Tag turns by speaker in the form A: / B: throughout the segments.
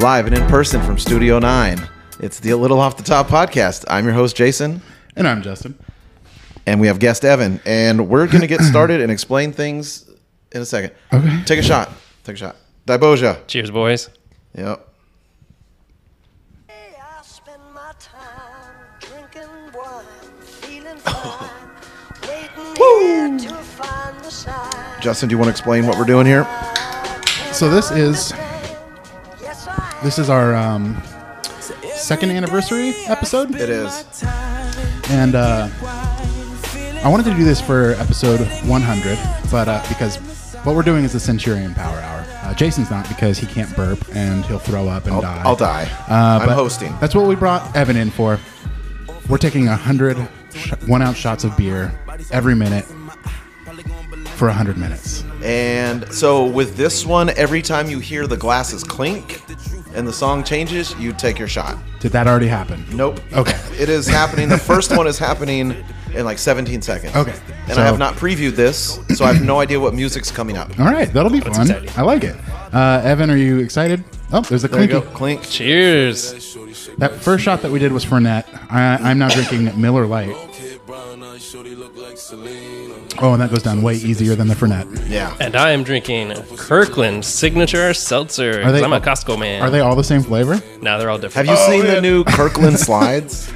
A: live and in person from Studio 9. It's the Little Off the Top podcast. I'm your host, Jason,
B: And I'm Justin.
A: and we have guest Evan. And we're going to get started and explain things in a second.
B: Okay.
A: Take a shot. Take a shot. Diboja.
C: Cheers, boys.
A: Yep.
D: I spend my time drinking wine, feeling fine, waiting here to find the sign.
A: Justin, do you want to explain what we're doing here?
B: So this is
D: Yes, I
B: this is our um, second anniversary episode,
A: It is.
B: and uh, I wanted to do this for episode 100, but uh, because what we're doing is the Centurion Power Hour. Uh, Jason's not because he can't burp and he'll throw up and
A: I'll
B: die.
A: I'll die.
B: Uh,
A: I'm
B: but
A: hosting.
B: That's what we brought Evan in for. We're taking 100 sh- one ounce shots of beer every minute for 100 minutes.
A: And so with this one, every time you hear the glasses clink and the song changes, you take your shot.
B: Did that already happen?
A: Nope.
B: Okay.
A: It is happening. The first one is happening in like 17 seconds.
B: Okay.
A: And
B: So- Oh,
A: I have not previewed this, so I have no idea what music's coming up.
B: All right, that'll be fun.
C: exciting.
B: I like it. Uh, Evan, are you excited? Oh, there's a
A: There you go.
B: clinky.
A: Clink.
C: Cheers.
B: That first shot that we did was Fournette. I, I'm now drinking Miller Lite. Oh, and that goes down way easier than the Fournette.
A: Yeah.
C: And I am drinking Kirkland Signature Seltzer.
B: Are they-
C: 'cause I'm a Costco man.
B: Are they all the same flavor?
C: No, they're all different. Oh,
A: Have you seen the new Kirkland slides?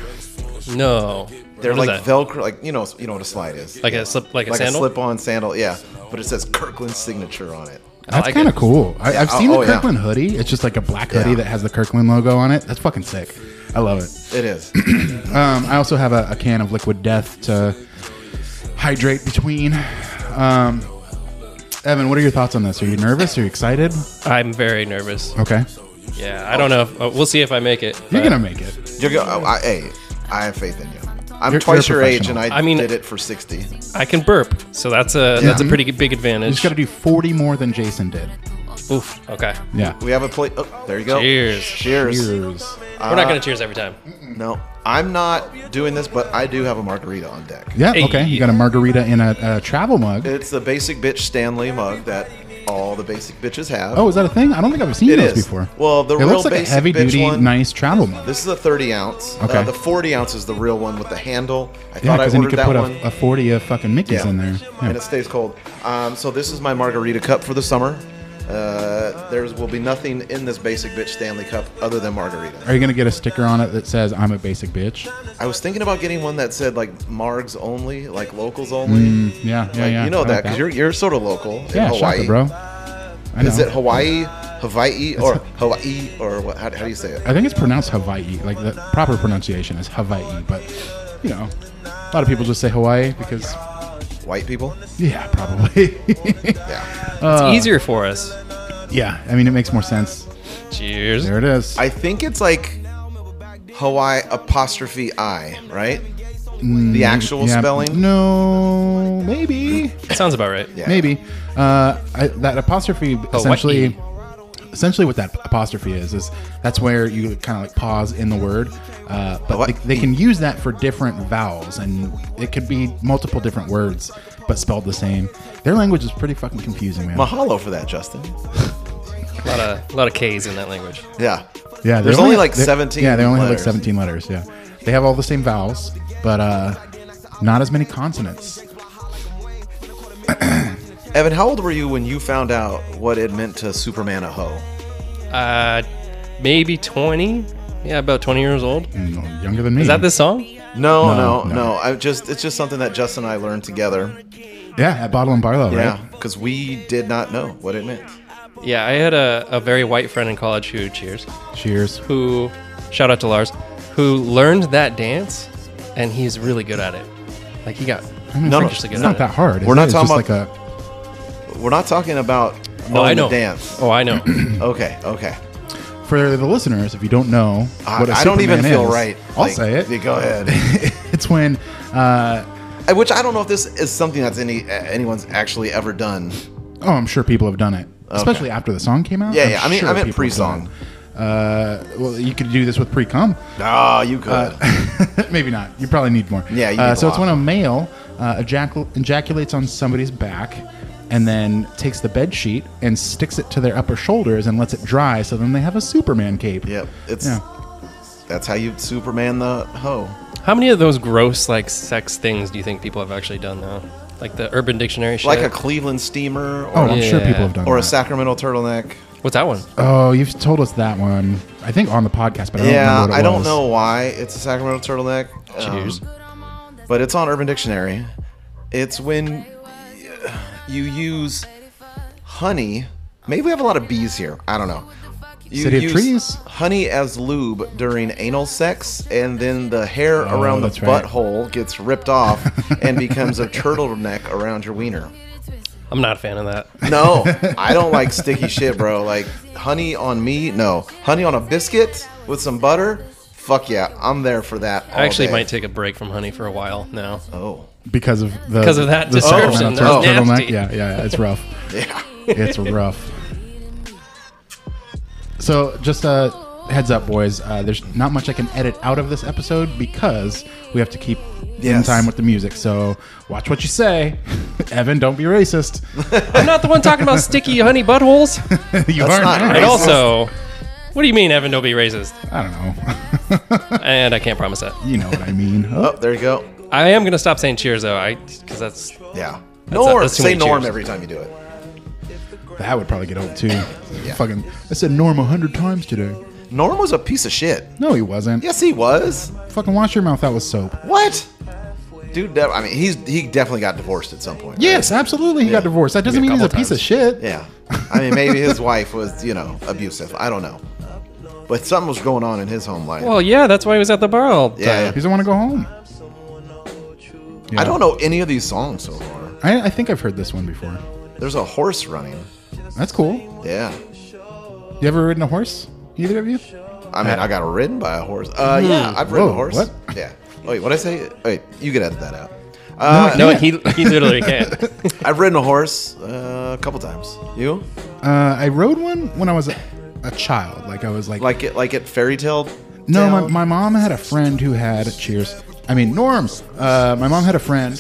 C: No.
A: They're
C: What is
A: like
C: that?
A: Velcro, like you know, you know what a slide is.
C: like a slip, like a
A: Like a
C: sandal.
A: slip-on sandal, yeah. But it says Kirkland signature on it.
C: I
B: That's
C: like
B: kind
C: it.
B: of cool. I, I've
A: oh,
B: seen
A: oh,
B: the
A: yeah.
B: Kirkland hoodie. It's just like a black hoodie
A: Yeah.
B: that has the Kirkland logo on it. That's fucking sick. I love it.
A: It is.
B: Um, I also have a, a can of Liquid Death to hydrate between. Um, Evan, what are your thoughts on this? Are you nervous? Are you excited?
C: I'm very nervous.
B: Okay,
C: Yeah, I don't know. If, uh, we'll see if I make it.
B: you're
C: but-
B: gonna make it.
A: You're go- oh, I, hey, I have faith in you. I'm
B: You're-
A: twice
B: you're a
A: your age, and I,
C: I mean-
A: did it for 60.
C: I can burp, so that's a that's a pretty g- big
B: You
C: advantage.
B: just got to do 40 more than Jason did.
C: Oof. Okay.
B: Yeah.
A: We have a plate. Oh, there you go.
C: Cheers.
A: Cheers.
B: Cheers.
C: We're
A: Uh,
C: not gonna cheers every time.
A: No, I'm not doing this, but I do have a margarita on deck.
B: Yeah.
C: Hey.
B: Okay. You got a margarita in a, a travel mug.
A: It's the basic bitch Stanley mug that all the basic bitches have.
B: Oh, is that a thing? I don't think I've seen
A: It
B: those
A: is.
B: before.
A: Well, the
B: it
A: real
B: looks like a
A: basic
B: heavy
A: bitch
B: duty,
A: one-
B: nice travel mug.
A: This is a 30 ounce.
B: Okay.
A: Uh, the 40 ounce is the real one with the handle. I
B: yeah,
A: thought I
B: because then you
A: ordered
B: could
A: that
B: put
A: one.
B: a, a 40 of fucking Mickey's
A: Yeah.
B: in there.
A: And it
B: Yeah.
A: stays cold. Um, so this is my margarita cup for the summer. Uh, there will be nothing in this basic bitch Stanley cup other than margarita.
B: Are you gonna get a sticker on it that says "I'm a basic bitch"?
A: I was thinking about getting one that said like Margs only, like locals only.
B: Mm. Yeah, yeah,
A: Like,
B: yeah.
A: you know
B: I like
A: that because you're you're sort of local in
B: yeah,
A: Hawaii,
B: shocker, bro. I know.
A: Is it Hawaii, Hawaii, or Hawaii, or what? How, how do you say it?
B: I think it's pronounced Hawaii. Like the proper pronunciation is Hawaii, but you know, a lot of people just say Hawaii because
A: White people?
B: yeah, probably.
A: Yeah.
C: It's
B: uh,
C: easier for us.
B: yeah, I mean it makes more sense.
C: Cheers.
B: There it is.
A: I think it's like Hawaii apostrophe I, right? the actual
B: Mm, Yeah.
A: spelling?
B: No, maybe,
C: Sounds about right.
A: Yeah.
B: maybe. Uh, I, that
A: Oh,
B: apostrophe
A: E?
B: essentially, essentially what that apostrophe is is that's where you kind of like pause in the word. Uh, but
A: Hawaii.
B: they, they can use that for different vowels, and it could be multiple different words, but spelled the same. Their language is pretty fucking confusing, man.
A: Mahalo for that, Justin.
C: A lot of a lot of K's in that language.
A: Yeah.
B: Yeah, they
A: There's only, like,
B: they-
A: 17
B: Yeah, they only have like
A: letters.
B: 17 letters. Yeah, they have all the same vowels, but uh, not as many consonants.
A: Evan, how old were you when you found out what it meant to Superman a hoe?
C: Uh, maybe 20. Yeah, about 20 years old.
B: No, younger than me.
C: Is that the song?
A: No, no,
B: No,
A: no.
B: no.
A: I just it's just something that Justin and I learned together.
B: Yeah, at Bottle and Barlow,
A: Yeah,
B: right?
A: because we did not know what it meant.
C: Yeah, I had a, a very white friend in college who cheers,
B: Cheers.
C: who shout out to Lars, who learned that dance, and he's really good at it. Like he got
A: No, no,
C: freakishly
B: It's
C: good
B: not
C: at
B: that hard.
A: We're
B: isn't
A: not
B: it? it's
A: talking
B: just like a.
A: We're not talking about
C: it. Oh, I
A: knowing the
C: know.
A: dance.
C: Oh, I know.
A: Okay, okay.
B: For the listeners, if you don't know,
A: I,
B: what a
A: I don't even
B: Superman
A: feel
B: is,
A: right.
B: I'll
A: Like,
B: say
A: yeah,
B: it.
A: Go ahead.
B: it's when uh,
A: Uh, Which I don't know if this is something that's any uh, anyone's actually ever done.
B: Oh, I'm sure people have done it, especially after the song came out.
A: Yeah,
B: I'm
A: yeah. I mean,
B: sure
A: I meant
B: people have done
A: pre-song.
B: it. Uh, well, you could do this with pre-cum.
A: Ah, you could.
B: Uh, Maybe not. You probably need more.
A: Yeah, you
B: Uh,
A: need a
B: so it's
A: lot.
B: when a male uh, ejacul- ejaculates on somebody's back, and then takes the bed sheet and sticks it to their upper shoulders and lets it dry. So then they have a Superman cape.
A: Yep. It's
B: Yeah.
A: that's how you Superman the hoe.
C: How many of those gross like sex things do you think people have actually done now? Like the Urban Dictionary shit.
A: Like a Cleveland steamer or,
B: Oh, I'm sure people
C: Yeah.
B: have done
A: or a
B: that.
A: Sacramento turtleneck.
C: what's that one?
B: Oh, you've told us that one. I think on the podcast, but I don't
A: yeah,
B: remember what it
A: I don't
B: was.
A: know why it's a Sacramento turtleneck. um,
C: Cheers.
A: but it's on Urban Dictionary. It's when you use honey. Maybe we have a lot of bees here. I don't know. You
B: City of
A: use
B: trees?
A: Honey as lube during anal sex, and then the hair
B: Oh,
A: around the
B: that's right.
A: butthole gets ripped off and becomes a turtleneck around your wiener.
C: I'm not a fan of that.
A: No, I don't like sticky shit, bro. Like honey on me, no. Honey on a biscuit with some butter, fuck yeah, I'm there for that. all
C: I actually
A: day.
C: might take a break from honey for a while now.
A: Oh,
B: because of the
C: Because of that
B: the
C: description.
B: Sacramento
A: That was
B: turtleneck.
C: nasty.
B: Yeah, yeah, yeah, it's rough.
A: yeah.
B: it's rough. So just uh, heads up, boys. Uh, there's not much I can edit out of this episode because we have to keep in
A: Yes.
B: time with the music. So watch what you say, Evan. Don't be racist.
C: I'm not the one talking about sticky honey buttholes.
B: you
A: That's
B: are
A: not
B: not.
C: And
A: Racist.
C: also, what do you mean, Evan? Don't be racist.
B: I don't know.
C: And I can't promise that.
B: You know what I mean.
A: Oh, there you go.
C: I am gonna stop saying cheers though. I because that's
A: Yeah. Norm.
C: that's too
A: Say
C: many
A: Norm
C: cheers.
A: every time you do it.
B: That would probably get old too. Fucking, I said norm a hundred times today.
A: Norm was a piece of shit.
B: No, he wasn't.
A: Yes, he was.
B: Fucking wash your mouth out with soap.
A: What? Dude, de- I mean, he's he definitely got divorced at some point. right?
B: Yes, absolutely. He got divorced. That doesn't
C: Yeah, a
B: mean he's a
C: couple
B: piece of
C: times.
B: shit.
A: Yeah. I mean, maybe his wife was, you know, abusive. I don't know. But something was going on in his home life.
C: well, yeah, that's why he was at the bar all the
A: yeah.
C: time.
B: He doesn't want to go home.
A: I don't know any of these songs so far.
B: I, I think I've heard this one before.
A: There's a horse running.
B: That's cool.
A: Yeah.
B: You ever ridden a horse? Either of you?
A: I mean, I got ridden by a horse. Uh, yeah, I've ridden
B: Hmm. Whoa,
A: a horse.
B: what?
A: Yeah. Wait, what I say? Wait, you can edit that out.
B: I
A: Uh,
C: No,
B: Yeah.
C: he he literally can't.
A: I've ridden a horse uh, a couple times. You
B: Uh, I rode one when I was a, a child. Like I was like,
A: like it? Like it fairy tale?
B: no, my,
A: town?
B: my mom had a friend who had cheers. I mean, Norm. Uh, my mom had a friend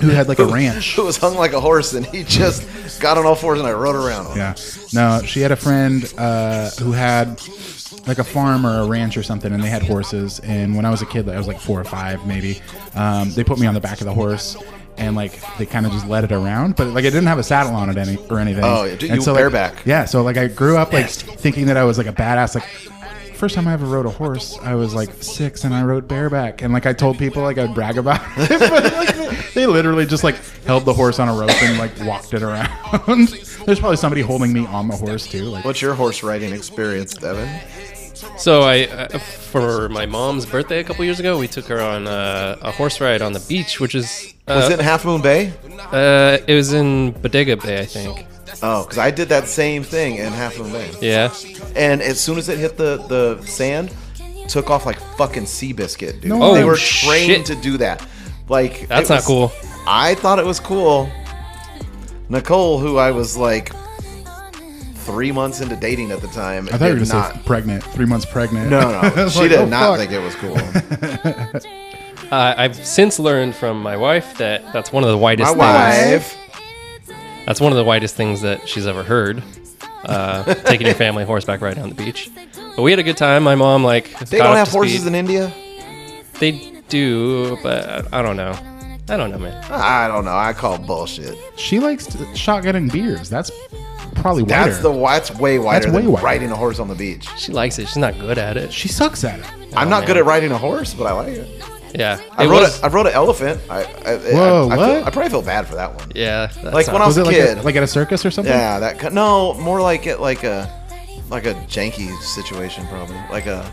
B: who had like a ranch.
A: It was hung like a horse, and he just got on all fours and I rode around. on it.
B: Yeah. No, she had a friend uh, who had like a farm or a ranch or something, and they had horses. And when I was a kid, like, I was like four or five, maybe. Um, they put me on the back of the horse. And like they kind of just led it around, but like it didn't have a saddle on it any or anything.
A: Oh, yeah. Do
B: And
A: you
B: like-
A: bareback?
B: yeah, so like I grew up like thinking that I was like a badass. Like first time I ever rode a horse, I was like six and I rode bareback, and like I told people like I'd brag about it, but like, they, they literally just like held the horse on a rope and like walked it around. There's probably somebody holding me on the horse too. Like
A: What's your horse riding experience, Devin?
C: So I, uh, for my mom's birthday a couple years ago, we took her on uh, a horse ride on the beach, which is
A: Was
C: uh,
A: it in Half Moon Bay?
C: uh, it was in Bodega Bay, I think.
A: Oh, because I did that same thing in Half Moon Bay.
C: Yeah,
A: And as soon as it hit the, the sand, took off like fucking Seabiscuit, dude.
B: No
A: they were
C: shit.
A: trained to do that. Like
C: That's
A: it
C: not
A: was-
C: cool.
A: I thought it was cool. Nicole, who I was like three months into dating at the time,
B: I thought you were
A: did
B: gonna
A: not.
B: say pregnant, three months pregnant.
A: No, no,
B: It's
A: she
B: like,
A: did
B: oh,
A: not
B: fuck.
A: think it was cool.
C: uh, I've since learned from my wife that that's one of the
A: My
C: widest. things,
A: wife,
C: That's one of the widest things that she's ever heard. Uh, taking your family horseback ride on the beach, but we had a good time. My mom like
A: they
C: got
A: don't
C: up
A: have
C: to
A: horses
C: speed.
A: in India.
C: They do, but I don't know. I don't know, man.
A: I don't know. I call bullshit.
B: She likes to, shotgunning beers. That's probably wider.
A: That's the that's way wider
B: way
A: than
B: wider.
A: riding a horse on the beach.
C: She likes it. She's not good at it.
B: she sucks at it.
A: I'm not
C: Oh, man.
A: good at riding a horse, but I like it.
C: Yeah,
A: I
C: it
A: rode
C: was-
A: a, I rode an elephant. I, I,
B: Whoa,
A: I, I, feel,
B: what?
A: I probably feel bad for that one.
C: yeah, that's
A: Like,
C: not-
A: when I
B: Was it like
A: Kid.
B: at, like at a circus or something?
A: Yeah, that ki- no, more like it like a like a janky situation probably. Like a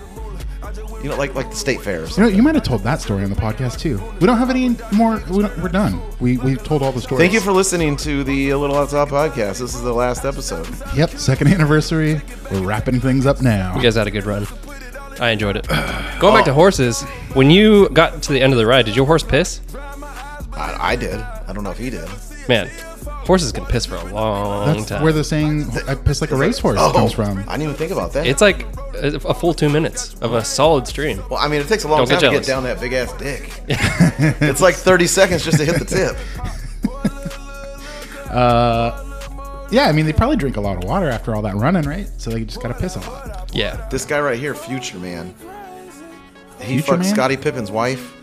A: you know like like the state fairs.
B: You know, you might have told that story on the podcast too. We don't have any more. We don't, we're done. We we told all the stories.
A: Thank you for listening to the A Little Outside podcast. This is the last episode.
B: Yep, second anniversary. We're wrapping things up now.
C: You guys had a good run. I enjoyed it. Going back to horses, when you got to the end of the ride, did your horse piss?
A: I, I did. I don't know if he did.
C: Man, horses can piss for a long
B: That's
C: time.
B: where the saying "I piss like a racehorse"
A: Oh.
B: comes from.
A: I didn't even think about that.
C: it's like a a full two minutes of a solid stream.
A: well, I mean, it takes a long
C: Don't
A: time
C: get
A: to get
C: jealous.
A: down that big ass dick. it's like 30 seconds just to hit the tip.
B: Uh, yeah, I mean, they probably drink a lot of water after all that running, right? So they just got to piss a lot.
C: Yeah.
A: This guy right here, Future Man. He
B: Future
A: fucked
B: Man?
A: Scottie Pippen's wife,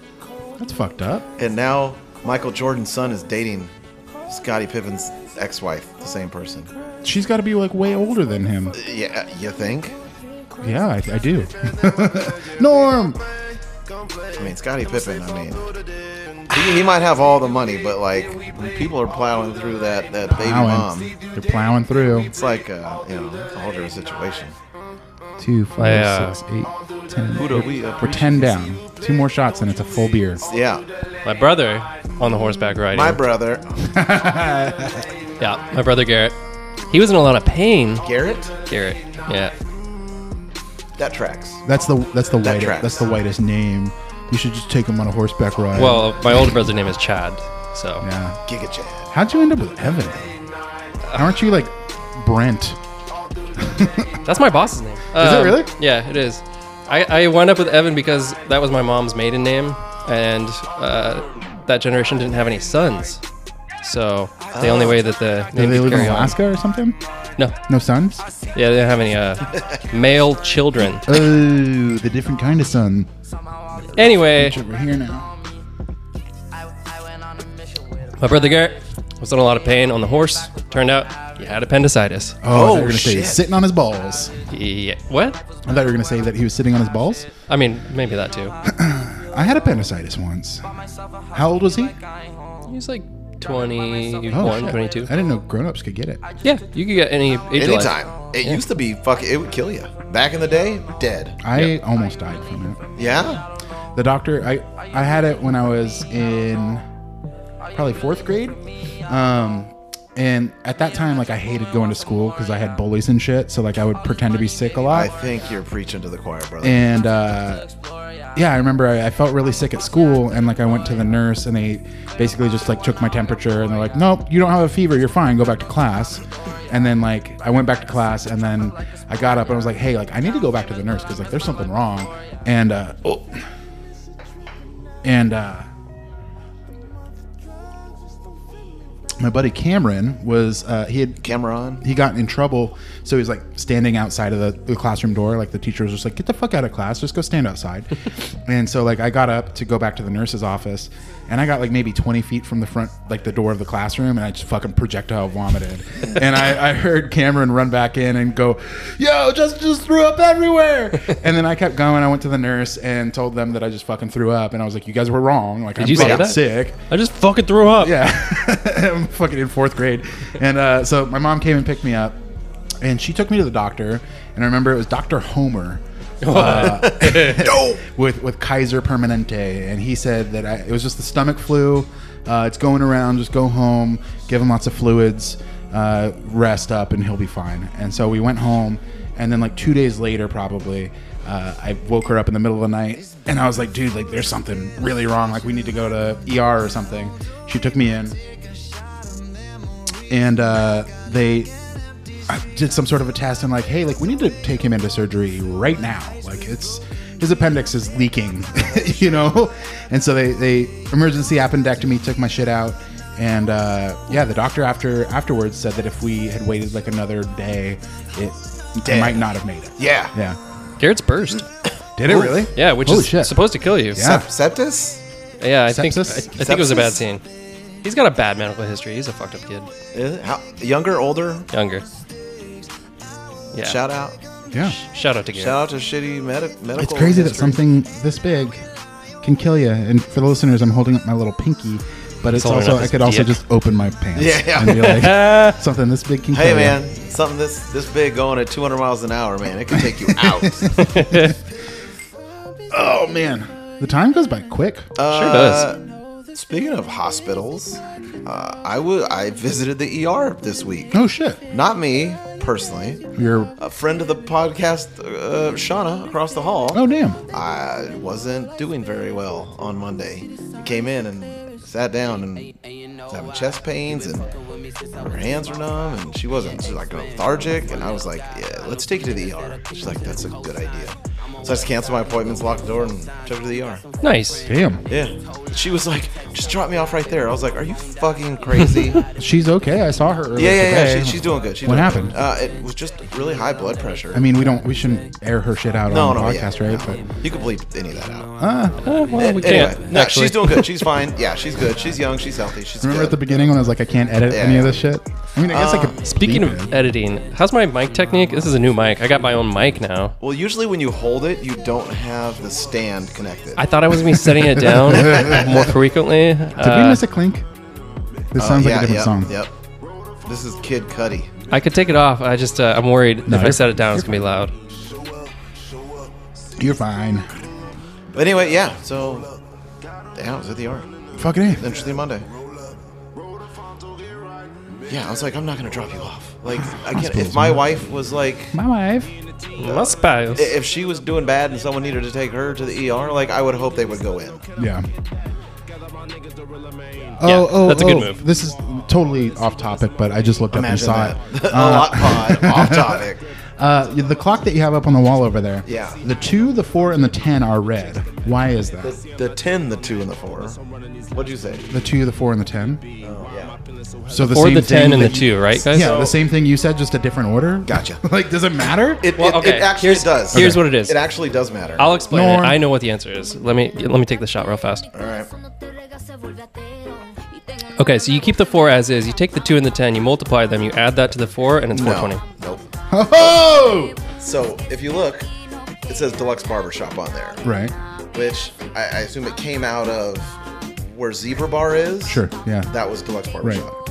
B: That's fucked up.
A: and now Michael Jordan's son is dating Scottie Pippen's ex-wife, the same person.
B: She's got to be like way older than him.
A: Yeah, you think?
B: Yeah, I, I do. Norm.
A: I mean, Scottie Pippen. I mean, he, he might have all the money, but like when people are plowing through that that baby
B: Plowing.
A: mom.
B: They're plowing through.
A: It's like uh, you know, it's a whole different situation.
B: Two,
C: I, uh,
B: five, six, eight, ten.
A: Who do we
B: We're ten down. Two more shots and it's a full beer.
A: Yeah,
C: My brother on the horseback riding.
A: my brother
C: yeah, my brother Garrett. He was in a lot of pain.
A: Garrett.
C: Garrett. Yeah.
A: That tracks.
B: That's the that's the whitest
A: tracks.
B: that's the whitest name. You should just take him on a horseback ride.
C: Well, uh, my older brother's name is Chad. So
B: yeah.
A: Giga Chad.
B: How'd you end up with Evan? Aren't you like Brent?
C: that's my boss's name. Is
B: it really?
C: Yeah, it is. I, I wound up with Evan because that was my mom's maiden name, and uh, that generation didn't have any sons. So the only way that the
B: Do
C: name
B: Oh. they
C: could
B: live in
C: carry on-
B: Alaska or something?
C: No,
B: No sons?
C: yeah, they didn't have any uh, male children.
B: Oh, the different kind of sun.
C: Anyway,
B: Over here now.
C: my brother Garrett was in a lot of pain on the horse. Turned out he had appendicitis.
B: Oh,
A: Oh,
B: you were gonna say
A: shit.
B: sitting on his balls.
C: Yeah, what?
B: I thought you were gonna say that he was sitting on his balls.
C: I mean, maybe that too.
B: I had appendicitis once. How old was he?
C: He was like 21,
B: Oh, shit.
C: 22.
B: I didn't know grown-ups could get it.
C: Yeah, you could get any age of life.
A: Anytime. It used to be fuck. It would kill you. Back in the day, dead.
B: I almost died from it.
A: Yeah.
B: The doctor, I, I had it when I was in probably fourth grade. Um, and at that time, like I hated going to school because I had bullies and shit. So like I would pretend to be sick a
A: I
B: lot.
A: think you're preaching to the choir, brother.
B: And uh, yeah, I remember I, I felt really sick at school, and like I went to the nurse, and they basically just like took my temperature, and they're like, "Nope, you don't have a fever. You're fine. Go back to class." And then like I went back to class, and then I got up and I was like, "Hey, like I need to go back to the nurse because like there's something wrong." And uh, oh, and uh, my buddy Cameron was uh, he had
A: Cameron.
B: he got in trouble so he was like standing outside of the, the classroom door like the teacher was just like get the fuck out of class just go stand outside and so like i got up to go back to the nurse's office and i got like maybe 20 feet from the front like the door of the classroom and i just fucking projectile vomited and I, I heard cameron run back in and go yo just just threw up everywhere and then i kept going i went to the nurse and told them that i just fucking threw up and i was like you guys were wrong like i'm
C: you say
B: fucking
C: that?
B: sick
C: I just fucking threw up.
B: yeah, I'm fucking in fourth grade, and uh, so my mom came and picked me up, and she took me to the doctor, and I remember it was Doctor Homer. uh, with with Kaiser Permanente, and he said that I, it was just the stomach flu. Uh, it's going around. Just go home, give him lots of fluids, uh, rest up, and he'll be fine. And so we went home, and then like two days later, probably, uh, I woke her up in the middle of the night, and I was like, dude, like there's something really wrong. Like we need to go to ER or something. She took me in, and uh, they I did some sort of a test and like, hey, like we need to take him into surgery right now. Like it's his appendix is leaking, you know. And so they they emergency appendectomy took my shit out, and uh, yeah, the doctor after afterwards said that if we had waited like another day, it, it
A: Dead.
B: might not have made it.
A: Yeah.
B: Yeah.
C: Garrett's burst.
B: Did it really?
C: Yeah, which
B: Holy
C: is
B: shit.
C: supposed to kill you.
B: Yeah.
A: Sep- septus.
C: Yeah, I think I, I
B: Sepsis?
C: think it was a bad
A: Sepsis?
C: scene. He's got a bad medical history. He's a fucked up kid.
A: Is it? How, younger, older?
C: Younger. Yeah.
A: Shout out.
B: Yeah.
C: Shout out to Garrett.
A: Shout out to shitty medi- medical.
B: It's crazy that
A: history.
B: something this big can kill you. And for the listeners, I'm holding up my little pinky, but it's
C: holding
B: also
C: up
B: I
C: his
B: could also
C: dick.
B: just open my pants
A: Yeah, yeah.
B: and be like, something this big can kill
A: Hey
B: you.
A: man, something this this big going at 200 miles an hour, man, it can take you out.
B: Oh man, the time goes by quick.
A: Uh,
C: sure does.
A: Speaking of hospitals, uh, I would I visited the ER this week.
B: oh shit,
A: Not me personally,
B: you're
A: a friend of the podcast, uh, Shauna across the hall.
B: oh damn.
A: I wasn't doing very well on Monday. Came in and sat down and was having chest pains and her hands were numb and E she wasn't. She was like lethargic and I was like, yeah, let's take you to the ER. She's like, that's a good idea. So I just canceled my appointments, locked the door, and drove to the ER.
C: Nice.
B: Damn.
A: Yeah. She was like, just drop me off right there. I was like, are you fucking crazy? yeah,
B: She's okay. I saw her. Earlier
A: yeah, yeah.
B: today.
A: She, she's doing good. She's
B: What
A: doing
B: happened?
A: Good. Uh, it was just really high blood pressure.
B: I mean, we don't. We shouldn't air her shit out
A: no,
B: on the
A: no,
B: podcast,
A: yeah,
B: right?
A: no. You can bleep any of that out.
B: But uh,
C: Uh, well, we
A: anyway,
C: can't.
A: no,
C: actually.
A: she's doing good. She's fine. Yeah, she's good. She's young. She's healthy. She's
B: remember at
A: good.
B: the beginning when I was like, I can't edit
A: Yeah,
B: any of
A: yeah.
B: this shit. I mean, I guess I
A: Uh,
B: could.
C: Speaking
B: bleep
C: of
B: it.
C: editing, how's my mic technique? This is a new mic. I got my own mic now.
A: well, usually when you hold it, you don't have the stand connected.
C: I thought I was gonna be setting it down more frequently.
B: did we
C: Uh,
B: miss a clink? This
A: Uh,
B: sounds like
A: yeah,
B: a different
A: yep,
B: song.
A: Yep. This is Kid Cudi.
C: Uh, I could take it off. I just uh, I'm worried
B: No,
C: if I
B: you're-
C: set it down, it's gonna be loud.
B: You're fine.
A: But anyway, yeah. So, yeah, I was at the yard.
B: Fucking a.
A: Interesting Monday. Yeah, I was like, I'm not gonna drop you off. Like, I can't. If my wife was like,
B: My wife.
C: My spouse.
A: i- if she was doing bad and someone needed to take her to the ER, like, I would hope they would go in.
B: Yeah. Oh, oh,
C: that's a good
B: oh,
C: move.
B: This is totally off topic, but I just looked up
A: Imagine
B: and
A: that.
B: saw Uh,
A: a lot pod, off topic.
B: it. Uh, the clock that you have up on the wall over there.
A: Yeah.
B: The two, the four, and the ten are red. Why is that?
A: The, the ten, the two, and the four. What'd you say?
B: The two, the four, and the ten.
A: Oh, yeah.
B: So the
C: or
B: same
C: the ten
B: thing
C: and the
B: that you-
C: two, right, guys?
B: Yeah, the same thing you said, just a different order.
A: Gotcha.
B: like, does it matter?
A: It,
C: Well,
A: it,
C: okay,
A: it actually
C: here's-
A: does.
C: here's Okay. what it is.
A: It actually does matter.
C: I'll explain
B: Norm.
C: it. I know what the answer is. Let me let me take the shot real fast.
A: All right.
C: Okay, so you keep the four as is. You take the two and the ten, you multiply them, you add that to the four, and it's
A: No.
C: 420.
A: Nope.
B: oh,
A: So if you look, it says Deluxe Barbershop on there,
B: right.
A: which I, I assume it came out of where Zebra Bar is.
B: Sure. Yeah.
A: That was Deluxe Barbershop.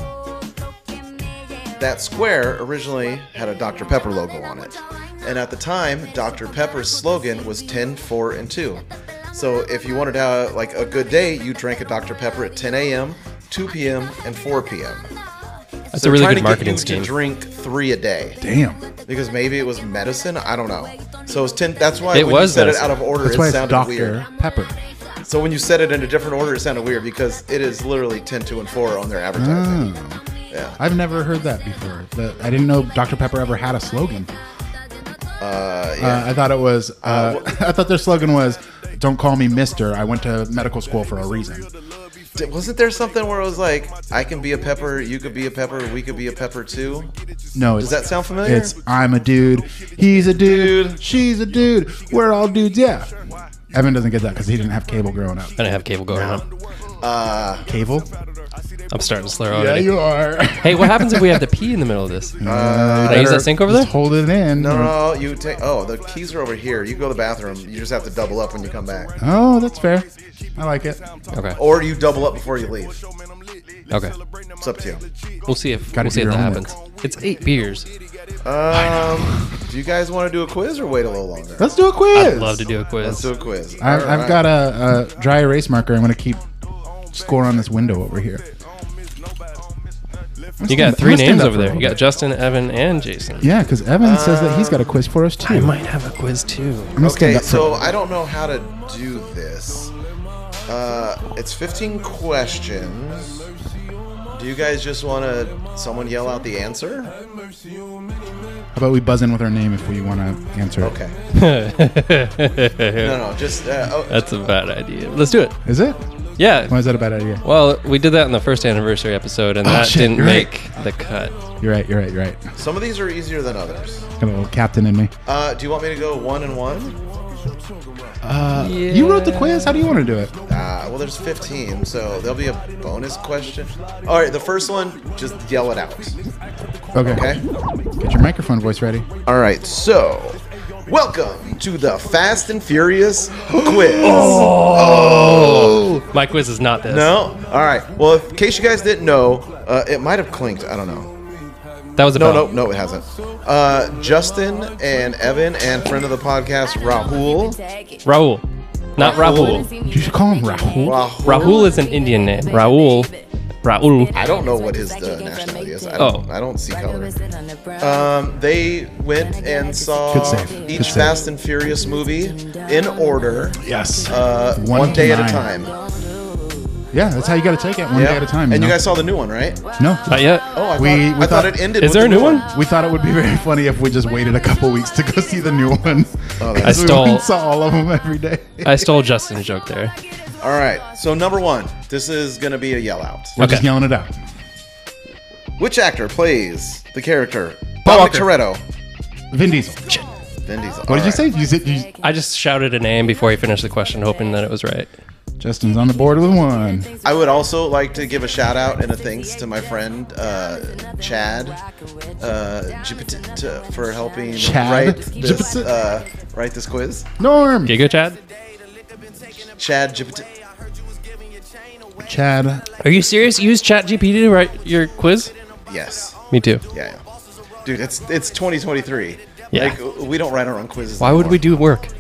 A: That square originally had a Dr. Pepper logo on it. And at the time, Dr. Pepper's slogan was 10, 4, and 2. So if you wanted to have like a good day, you drank a Dr. Pepper at 10 a.m., 2 p.m., and 4 p.m.
C: That's
A: They're
C: a really
A: trying to
C: good
A: get
C: marketing
A: you
C: scheme.
A: To drink three a day
B: Damn.
A: because maybe it was medicine. I don't know. So it's ten. That's why
C: It
A: when
C: was
A: you said
C: medicine.
A: it out of order,
B: That's
A: it
B: why it's
A: sounded
B: Doctor
A: weird.
B: Pepper.
A: So when you said it in a different order, it sounded weird because it is literally ten, two, and four on their advertising.
C: Ah.
B: Oh.
A: Yeah.
B: I've never heard that before. The- I didn't know Dr Pepper ever had a slogan.
A: Uh, yeah.
B: Uh, I thought it was. Uh, I thought their slogan was, "Don't call me Mister. I went to medical school for a reason."
A: Di- Wasn't there something where it was like, I can be a pepper, you could be a pepper, we could be a pepper too?
B: No, it's,
A: Does that sound familiar?
B: It's I'm a dude. He's a dude.
A: Dude.
B: She's a dude. We're all dudes. Yeah. Evan doesn't get that because he didn't have cable growing up.
C: I don't have cable going on.
B: Cable?
C: I'm starting to slur
A: Oh,
C: already.
B: are.
C: hey, what happens if we have to pee in the middle of this? Did I use that sink over
B: Just
C: there?
B: hold it in.
A: Uh, no, no, you take. Oh, the keys are over here. You go to the bathroom. You just have to double up when you come back,
B: Oh, that's fair. I like it.
C: Okay.
A: or you double up before you leave.
C: Okay.
A: It's up to you.
C: We'll see if
B: Gotta
C: we'll see
B: do your
C: if that happens. It's eight beers.
A: Um, do you guys want to do a quiz or wait a little longer?
B: Let's do a quiz.
C: I'd love to do a
A: Let's
C: quiz.
A: do a quiz.
B: I've,
A: All
B: I've
A: right.
B: got a, a dry erase marker. I'm going to keep score on this window over here.
C: you got three names over there. You got Justin, Evan, and Jason.
B: Yeah, because Evan says that he's got a quiz for us too.
C: I might have a quiz too.
B: I'm gonna stand
A: Okay,
B: up for-
A: so I don't know how to do this. Uh, it's 15 questions. Do you guys just want to someone yell out the answer?
B: how about we buzz in with our name if we want to answer? it?
A: Okay. no, no, just uh, oh,
C: That's a bad idea. Let's do it.
B: Is it? Why
C: Yeah.
B: is that a bad idea?
C: Well, we did that in the first anniversary episode, and that
B: Oh, shit,
C: didn't
B: you're right.
C: make the cut.
B: You're right. You're right. You're right.
A: some of these are easier than others.
B: Got a little captain in me.
A: Uh, do you want me to go one and one?
B: You wrote the quiz. How do you want to do it?
A: Uh, well, there's 15, so there'll be a bonus question. All right, the first one, just yell it out.
B: Okay.
A: Okay.
B: Get your microphone voice ready.
A: All right, so welcome to the Fast and Furious quiz. oh.
C: My quiz is not this.
A: No. All right. Well, if- in case you guys didn't know, uh, it might have clinked. I don't know.
C: That was
A: No,
C: about.
A: no, no, it hasn't. Uh, Justin and Evan and friend of the podcast Rahul.
C: Raul. Not Rahul.
B: You should call him Rahul.
A: Rahul.
C: Rahul is an Indian name. Raul. Raul.
A: I don't know what his uh, nationality is. I don't,
C: Oh.
A: I don't see color. Um, they went and saw
B: Good save. Good
A: each
B: save.
A: Fast and Furious movie in order,
B: Yes.
A: uh,
B: One
A: one,
B: to
A: day at a
B: nine.
A: time.
B: Yeah, that's how you got to take it one
A: Yep.
B: day at a time.
A: and you
B: know?
A: guys saw the new one, right?
B: No.
C: Not yet.
A: Oh, I
B: We-
A: thought,
B: we
A: I thought
B: thought-
A: it ended.
C: Is
A: with
C: there a
A: the
C: new one?
B: We thought it would be very funny if we just waited a couple weeks to go see the new one.
A: Oh, that's-
B: Because
C: I
B: we
C: stole-
B: went and saw all of them every day.
C: I stole Justin's joke there.
A: All right. So number one, this is gonna be a yell out.
B: We're just
C: Okay.
B: yelling it out.
A: Which actor plays the character
B: Paul
A: Dominic
B: Walker.
A: Toretto?
B: Vin Diesel.
A: Vin Diesel.
B: What did
A: All
B: you
A: right.
B: say? You said you,
C: I just shouted a name before he finished the question, hoping that it was right.
B: Justin's on the board with one.
A: I would also like to give a shout out and a thanks to my friend uh, Chad uh, Gipit- t- for helping
B: Chad
A: write this
B: Gipit-
A: uh, write this quiz.
B: Norm.
C: Giga Chad?
A: Chad Gipit-
B: Chad.
C: Are you serious? You Use ChatGPT to write your quiz?
A: yes,
C: Me too.
A: yeah, yeah, dude, it's it's 2023.
C: Yeah.
A: Like we don't write our own quizzes.
C: Why would we do work?
A: anymore.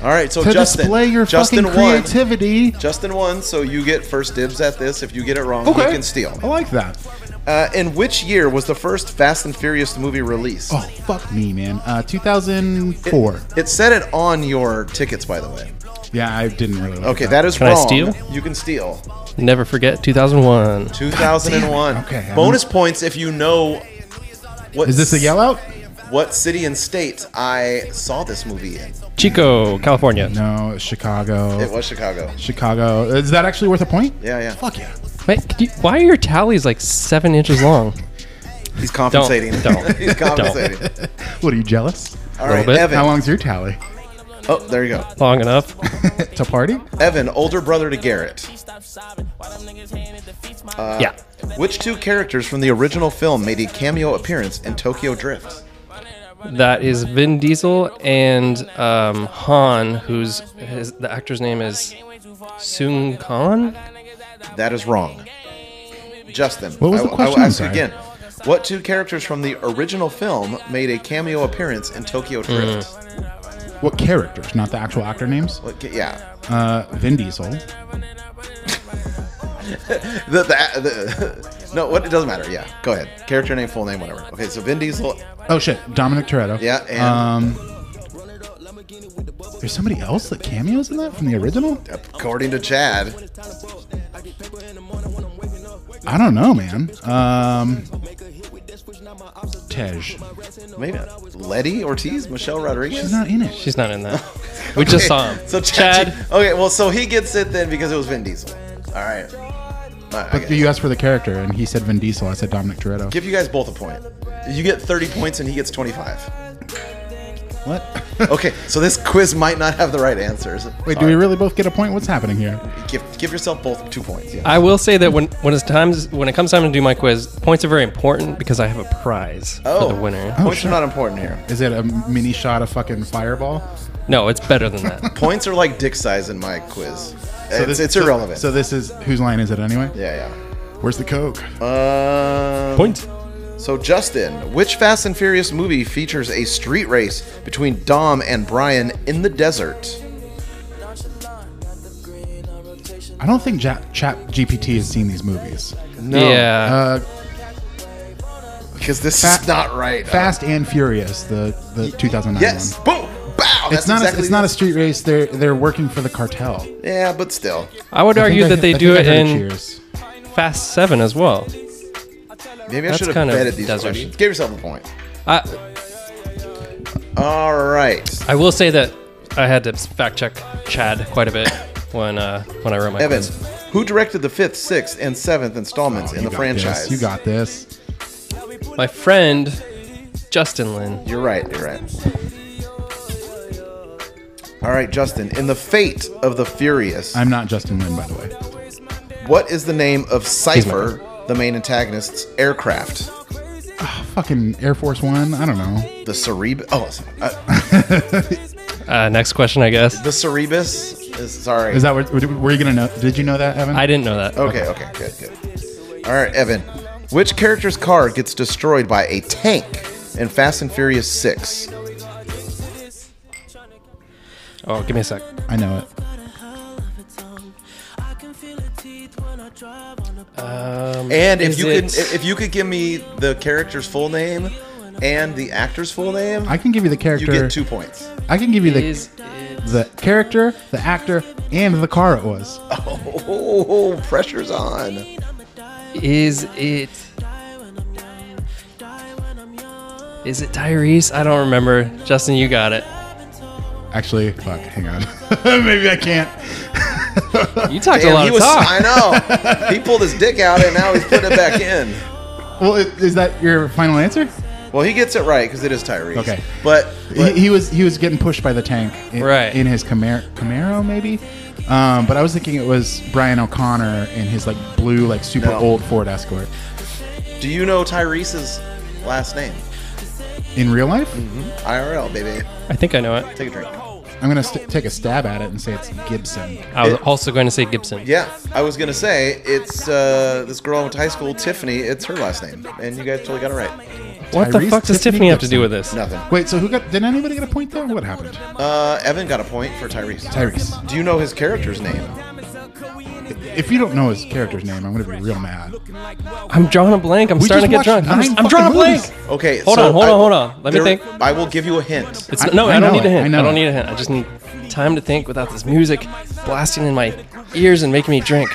A: All right, so
B: To
A: Oh, Justin,
B: display your
A: Justin
B: fucking
A: won.
B: creativity.
A: Justin won, so you get first dibs at this. If you get it wrong, you can steal.
B: I like that.
A: Uh, in which year was the first Fast and Furious movie released?
B: Oh, fuck me, man. Uh, 2004.
A: It said it on your tickets, by the way.
B: yeah, I didn't really like
A: Okay, that is
C: Can I
A: wrong.
C: steal?
A: You can steal.
C: Never forget 2001.
A: 2001.
B: God damn it. Okay, I
A: Bonus points if you know what
B: Is this a yell out?
A: What city and state I saw this movie in?
C: Chico, California.
B: No, it's Chicago.
A: It was Chicago.
B: Chicago. Is that actually worth a point?
A: Yeah, yeah.
B: Fuck yeah.
C: Wait, could you- why are your tallies like seven inches long?
A: He's compensating.
C: don't.
A: He's compensating.
B: What are you jealous?
A: All right,
C: bit.
A: Evan.
B: How long's your tally?
A: Oh, there you go.
C: Long enough.
B: to party?
A: Evan, older brother to Garrett.
B: Uh,
C: yeah.
A: Which two characters from the original film made a cameo appearance in Tokyo Drift?
C: That is Vin Diesel and um, Han, who's his, the actor's name is Soon Khan.
A: That is wrong. Justin,
B: What was
A: I,
B: the
A: I
B: question?
A: will
B: I'm
A: ask you
B: sorry.
A: again. What two characters from the original film made a cameo appearance in Tokyo
B: Hmm.
A: Drift?
B: What characters? Not the actual actor names?
A: What ca- yeah.
B: Uh, Vin Diesel.
A: The, the, the, no, what, it doesn't matter. Yeah, go ahead. Character name, full name, whatever. Okay, so Vin Diesel.
B: Oh shit, Dominic Toretto.
A: Yeah, and-
B: um, there's somebody else that cameos in that from the original.
A: According to Chad,
B: I don't know, man. Um, Tej. She's
A: maybe Letty Ortiz, Michelle Rodriguez.
B: not in it.
C: She's not in that. We just saw him.
A: So Chad.
C: Chad.
A: Okay, well, so he gets it then because it was Vin Diesel. All right. All right, I
B: but
A: get it.
B: you asked for the character, and he said Vin Diesel. I said Dominic Toretto.
A: Give you guys both a point. You get 30 points and he gets 25.
B: what?
A: Okay, so this quiz might not have the right answers.
B: Wait, do we really both get a point? What's happening here?
A: Give, give yourself both two points. Yeah.
C: I will say that when when it's times when it comes time to do my quiz, points are very important because I have a prize for the winner.
A: Oh, Points
B: Oh, shit.
A: are not important here.
B: Is it a mini shot of fucking fireball?
C: No, it's better than that.
A: Points are like dick size in my quiz. it's, it's
B: so-
A: irrelevant.
B: So, this is whose line is it anyway?
A: yeah,
B: Where's the coke?
A: yeah. Um,
C: Points.
A: So Justin, which Fast and Furious movie features a street race between Dom and Brian in the desert?
B: I don't think ja- Chat GPT has seen these movies.
C: Yeah.
B: Uh,
A: because this
B: Fa-
A: is not right. uh,
B: Fast and Furious, the the 2009
A: Yes.
B: one.
A: Boom. Bow.
B: It's
A: That's
B: not
A: exactly
B: a, it's not a street race. They're they're working for the cartel.
A: Yeah, but still.
C: I would argue that they do it in
B: Cheers.
C: Fast Seven as well.
A: Maybe I
C: That's
A: should have
C: kind of
A: vetted these
C: deserty.
A: questions. Give yourself a point.
C: I
A: All right.
C: I will say that I had to fact check Chad quite a bit when uh, when I wrote my
A: Evan,
C: quiz.
A: who directed the fifth, sixth, and seventh installments in the franchise?
B: Oh, You got this.
C: My friend Justin Lin.
A: You're right. You're right. All right, Justin. In the fate of the Furious,
B: I'm not Justin Lin, by the way.
A: what is the name of Cipher, the main antagonist's aircraft?
B: Fucking Air Force One. I don't know.
A: The Cerebus. Oh, uh,
C: Uh, next question, I guess.
A: the Cerebus. Is, sorry.
B: Is that what were you gonna know? Did you know that, Evan?
C: I didn't know that.
B: Oh.
A: Okay, okay, good, good. All right, Evan. Which character's car gets destroyed by a tank in Fast and Furious 6?
C: Oh, give me a sec.
B: I know it.
C: Um,
A: And if
C: is
A: you
C: it-
A: could if you could give me the character's full name and the actor's full name,
B: I can give you the
A: you
B: character.
A: get 2 points.
B: I can give you the
C: is it-
B: the character, the actor, and the car it was.
A: Oh, pressure's on.
C: Is it? Is it Tyrese? I don't remember. Justin, you got it.
B: Actually, fuck, hang on. Maybe I can't.
C: You talked a
A: Damn,
C: lot
A: he
C: of
A: was,
C: talk.
A: I know. he pulled his dick out and now he's putting it back in.
B: Well, i- is that your final answer?
A: Well, he gets it right because it is Tyrese.
B: Okay.
A: But,
B: He,
A: but
B: he was he was getting pushed by the tank in,
C: Right.
B: in his Camaro, Camaro maybe. Um, but I was thinking it was Brian O'Connor in his like blue like super
A: No.
B: old Ford Escort.
A: do you know Tyrese's last name?
B: In real life,
A: IRL, baby.
C: I think I know it.
A: Take a drink.
B: I'm gonna st- take a stab at it and say it's Gibson.
C: I was also going to say Gibson.
A: Yeah, I was gonna say it's uh, this girl I went to high school, Tiffany. It's her last name, and you guys totally got it right.
C: What the
B: Tyrese
C: fuck does
B: Tiffany
C: Tiffany have to
B: Gibson.
C: do with this?
A: Nothing.
B: Wait, so who got? Did anybody get a point there? What happened?
A: Uh, Evan got a point for Tyrese.
B: Tyrese.
A: Do you know his character's name?
B: If you don't know his character's name, I'm gonna be real mad.
C: I'm drawing a blank. I'm
B: We
C: starting to get
B: just watched
C: drunk. I'm,
B: nine
C: I'm drawing a
B: fucking
C: blank.
B: movies.
A: Okay.
C: Hold
A: so
C: on, hold
A: I-
C: on, hold on. Let me
A: there-
C: think.
A: I will give you a hint.
C: It's
B: I-
C: no, I,
B: I know
C: don't need
B: it,
C: a hint.
B: I
C: I,
B: know
C: don't
B: it.
C: need a hint. I just need time to think without this music blasting in my ears and making me drink.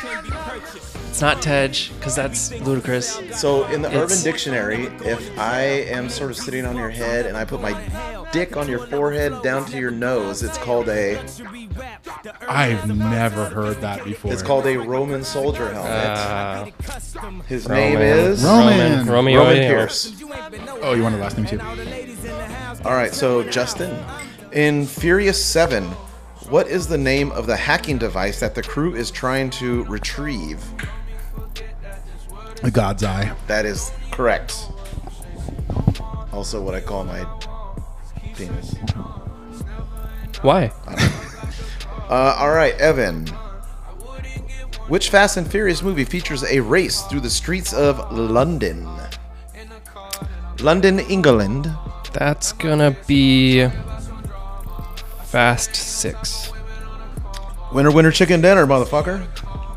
C: It's not Tej, because that's ludicrous.
A: So in the Urban
C: It's-
A: Dictionary, if I am sort of sitting on your head and I put my dick on your forehead down to your nose, it's called a
B: I've never heard that before.
A: it's called a Roman soldier helmet.
C: Uh,
A: His
C: Roman.
A: name is
B: Roman.
C: Roman, Romeo,
A: Roman
C: yeah.
A: Pierce.
B: Oh, you want the last name too?
A: All right, so Justin, in Furious 7, what is the name of the hacking device that the crew is trying to retrieve?
B: The God's Eye.
A: That is correct. Also, what I call my penis.
C: Why?
A: Uh, all right, Evan. Which Fast and Furious movie features a race through the streets of London? London, England.
C: That's gonna be Fast Six.
A: Winner, winner, chicken dinner, motherfucker.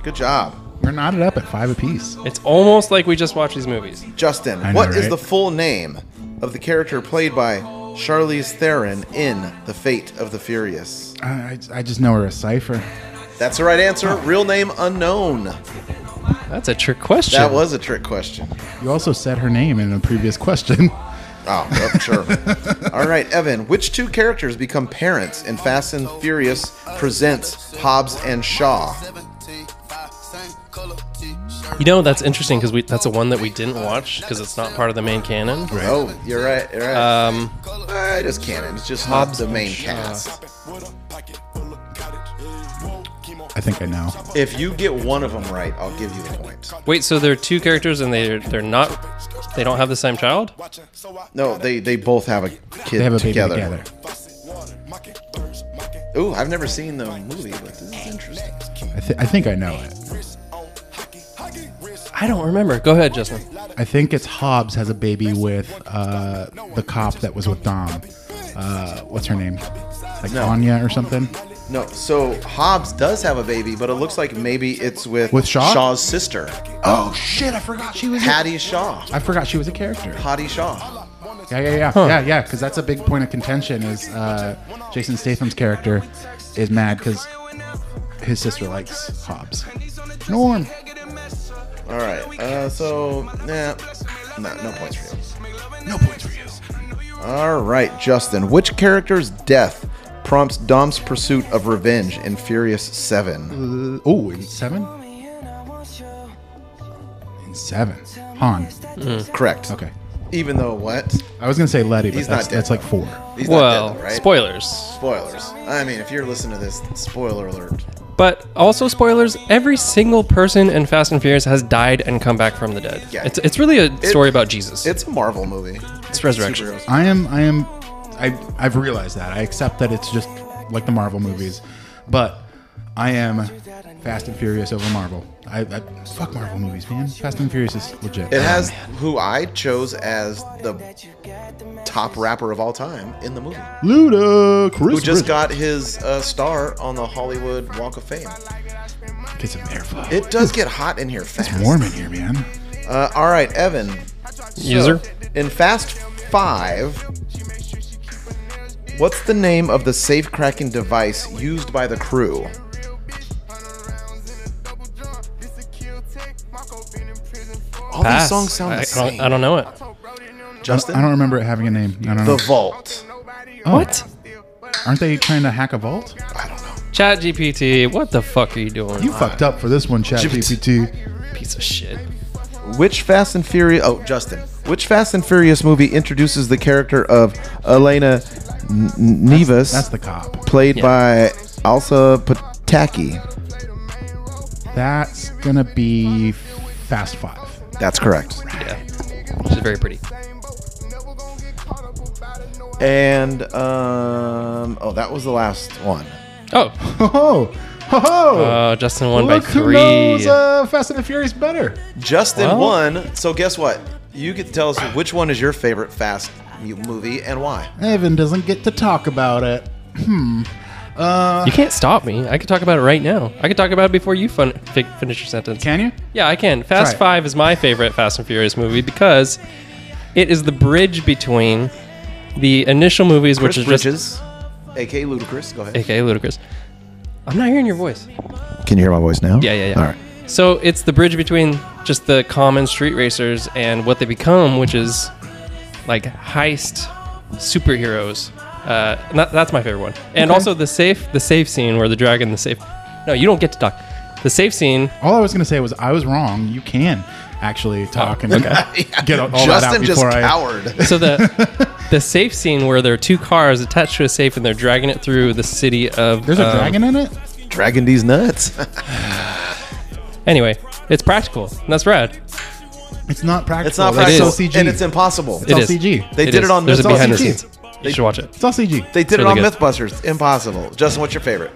A: Good job.
B: We're knotted up at five apiece.
C: It's almost like we just watched these movies.
A: Justin,
B: I know,
A: what is
B: right?
A: the full name of the character played by Charlize Theron in The Fate of the Furious?
B: I, I, I just know we're a cipher.
A: That's the right answer.
B: Oh.
A: Real name unknown.
C: That's a trick question.
A: That was a trick question.
B: You also said her name in a previous question.
A: Oh, well, sure. All right, Evan. Which two characters become parents in Fast and Furious presents Hobbs and Shaw?
C: You know, that's interesting because that's a one that we didn't watch because it's not part of the main canon.
A: Oh, you're right. You're right.
C: Um,
A: Uh, it is canon. It's just Hobbs
C: Hobbs
A: the
C: and
A: main
C: Shaw.
A: cast.
B: I think I know.
A: If you get one of them right, I'll give you a point.
C: wait, so there are two characters and they're they're not they don't have the same child?
A: No, they they both have a kid
B: They have a baby
A: together.
B: together.
A: Ooh, I've never seen the movie, but this is interesting.
B: I, th- I think I know it.
C: I don't remember. Go ahead, Justin.
B: I think it's Hobbs has a baby with uh, the cop that was with Dom. Uh, what's her name? Like
A: No.
B: Anya or something?
A: No, so Hobbs does have a baby, but it looks like maybe it's with,
B: With Shaw?
A: Shaw's sister,
B: Oh shit! I forgot she was. A-
A: Hattie Shaw.
B: I forgot she was a character.
A: Hattie Shaw.
B: Yeah, yeah, yeah, yeah, yeah. Because that's a big point of contention. Is uh, Jason Statham's character is mad because his sister likes Hobbs. Norm.
A: All right. Uh, so, nah, no, no points for you.
B: No points for you.
A: All right, Justin. Which character's death prompts Dom's pursuit of revenge in Furious Seven?
B: Uh, oh, in seven. In seven. Han.
A: Correct.
B: Okay.
A: Even though what?
B: I was gonna say Letty, but
A: He's
B: that's,
A: not dead,
B: that's like
A: though.
B: four.
A: He's
C: well,
A: not dead, though, right?
C: spoilers.
A: Spoilers. I mean, if you're listening to this, spoiler alert.
C: But also spoilers. Every single person in Fast and Furious has died and come back from the dead.
A: Yeah.
C: It's it's really a story about Jesus.
A: It's a Marvel movie.
C: It's resurrection.
A: Superheroes.
B: I am. I am. I. I've realized that. I accept that it's just like the Marvel movies, but I am Fast and Furious over Marvel. I, I fuck Marvel movies, man. Fast and Furious is legit.
C: Oh,
A: It has who I chose as the top rapper of all time in the movie,
B: Um, Luda, Chris.
A: who just got his uh, star on the Hollywood Walk of Fame.
B: Get some airflow.
A: It does get hot in here fast.
B: it's warm in here, man.
A: Uh, all right, Evan.
C: User.
A: In Fast Five, What's the name of the safe cracking device used by the crew? All these
C: Pass.
A: songs sound
C: I,
A: the
C: I
A: same.
C: don't, I don't know it.
A: Justin,
B: I don't remember it having a name. I don't know.
A: the vault.
B: Oh,
C: What?
B: Aren't they trying to hack a vault?
A: I don't know.
C: Chat GPT, what the fuck are you doing?
B: You fucked up for this one, Chat GPT.
C: piece of shit.
A: Which Fast and Furious? Oh, Justin. Which Fast and Furious movie introduces the character of Elena N- N- Nevis,
B: That's the cop.
A: played
C: Yeah.
A: by Elsa Pataki?
B: That's gonna be Fast Five.
A: That's correct.
C: Yeah. She's very pretty.
A: And um, oh, that was the last one.
C: Oh,
B: Ho ho! Ho ho!
C: uh, Justin won
B: Look
C: by
B: who
C: three.
B: knows uh, Fast and the Furious better.
A: Justin
C: Well-
A: won. So guess what? You get to tell us which one is your favorite Fast mu- movie and why.
B: Evan doesn't get to talk about it.
C: you can't stop me. I could talk about it right now. I could talk about it before you fun- fi- finish your sentence.
B: Can you?
C: Yeah, I can. Fast
B: it.
C: Five is my favorite Fast and Furious movie because it is the bridge between the initial movies,
A: Chris
C: which is just
A: Bridges, aka Ludacris. Go ahead.
C: aka Ludacris. I'm not hearing your voice.
A: Can you hear my voice now?
C: Yeah, yeah, yeah.
A: All right.
C: So it's the bridge between just the common street racers and what they become, which is like heist superheroes. Uh, and that, that's my favorite one. And also the safe, the safe scene where the dragon, the safe. No, you don't get to talk. The safe scene.
B: All I was gonna say was I was wrong. You can actually talk and get all that out
A: Justin just
B: before I.
A: cowered.
C: So the the safe scene where there are two cars attached to a safe and they're dragging it through the city of.
B: There's a
C: um,
B: dragon in it.
A: Dragging these nuts.
C: Anyway, it's practical. And that's rad.
B: It's not practical.
A: It's not
B: That's
C: It
A: practical,
B: all
C: is.
B: CG.
A: and it's impossible.
B: It's all
C: is.
B: CG.
A: They
C: It
A: did it
C: is.
A: on
C: There's a
A: Mythbusters.
C: behind the
B: It's all CG.
C: scenes. You should watch it.
B: It's all CG.
A: They did it
C: really
A: on
C: good.
A: MythBusters. Impossible. Justin, what's your favorite?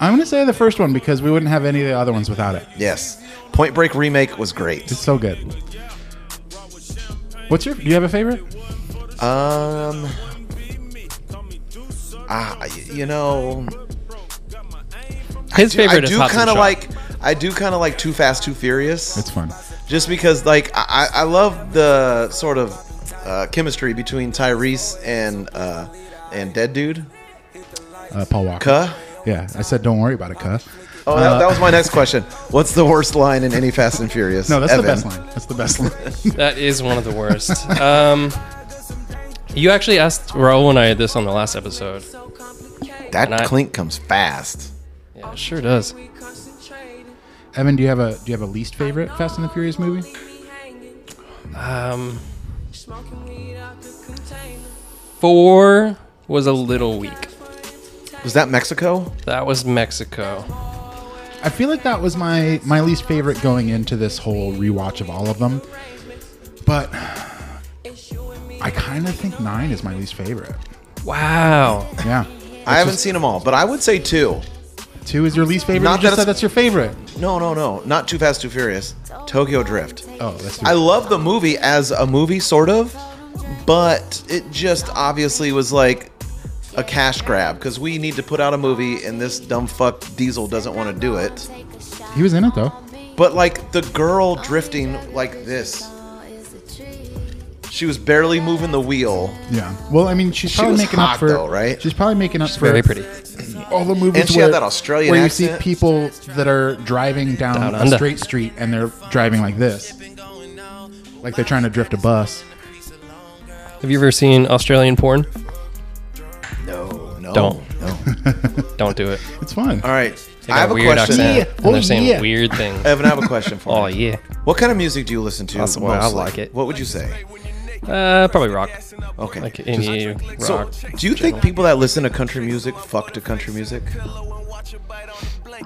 B: I'm gonna say the first one because we wouldn't have any of the other ones without it.
A: Yes, Point Break remake was great.
B: It's so good. What's your? Do you have a favorite?
A: Um, ah, y- you know,
C: His favorite
A: I
C: is
A: do
C: Hobbs and
A: kind of
C: Shaw.
A: like. I do kind of like Too Fast, Too Furious.
B: It's fun.
A: just because like I, I I love the sort of uh, chemistry between Tyrese and uh, and Dead Dude.
B: Uh, Paul Walker.
A: Cuh.
B: Yeah, I said don't worry about it, cuh.
A: Oh,
B: Uh,
A: that, that was my next question. What's the worst line in any Fast and Furious?
B: No, that's
A: Evan?
B: the best line. That's the best line.
C: That is one of the worst. um, you actually asked Raul and I this on the last episode.
A: That
C: I-
A: clink comes fast.
C: Yeah, it sure does.
B: Evan, do you have a do you have a least favorite Fast and the Furious movie?
C: Um, four was a little weak.
A: Was that Mexico?
C: That was Mexico.
B: I feel like that was my my least favorite going into this whole rewatch of all of them. But I kind of think nine is my least favorite.
C: Wow.
B: Yeah,
A: I haven't seen them all, but I would say two.
B: two is your least favorite.
A: Not
B: you just
A: that it's-
B: said that's your favorite.
A: No, no, no, not Too Fast, Too Furious. Tokyo Drift.
B: Oh, that's
A: I love the movie as a movie, sort of, but it just obviously was like a cash grab because we need to put out a movie and this dumb fuck Diesel doesn't want to do it.
B: he was in it though.
A: But like the girl drifting like this, she was barely moving the wheel
B: Yeah. Well, I mean, she's
A: She
B: probably
A: was
B: making
A: hot,
B: up for
A: though, right?
B: She's probably making up for
C: Very pretty.
B: all the movies
A: And she
B: where,
A: had that Australian
B: where you
A: accent.
B: see people that are driving down,
C: Down
B: a
C: under.
B: straight street and they're driving like this, like they're trying to drift a bus.
C: Have you ever seen Australian porn?
A: No, no,
C: Don't.
A: no.
C: Don't do it.
B: It's fun.
A: All right,
C: They got
A: I have a
C: weird
A: question.
C: accent,
B: Yeah.
C: And
B: Oh,
C: they're saying
B: yeah.
C: weird things.
A: Evan, I have a question for
C: Oh
A: you.
C: yeah.
A: What kind of music do you listen to?
C: That's the way I
A: mostly?
C: like it.
A: What would you say?
C: Uh, probably rock.
A: Okay.
C: Like any
A: so,
C: rock.
A: do you think people that listen to country music fuck to country music?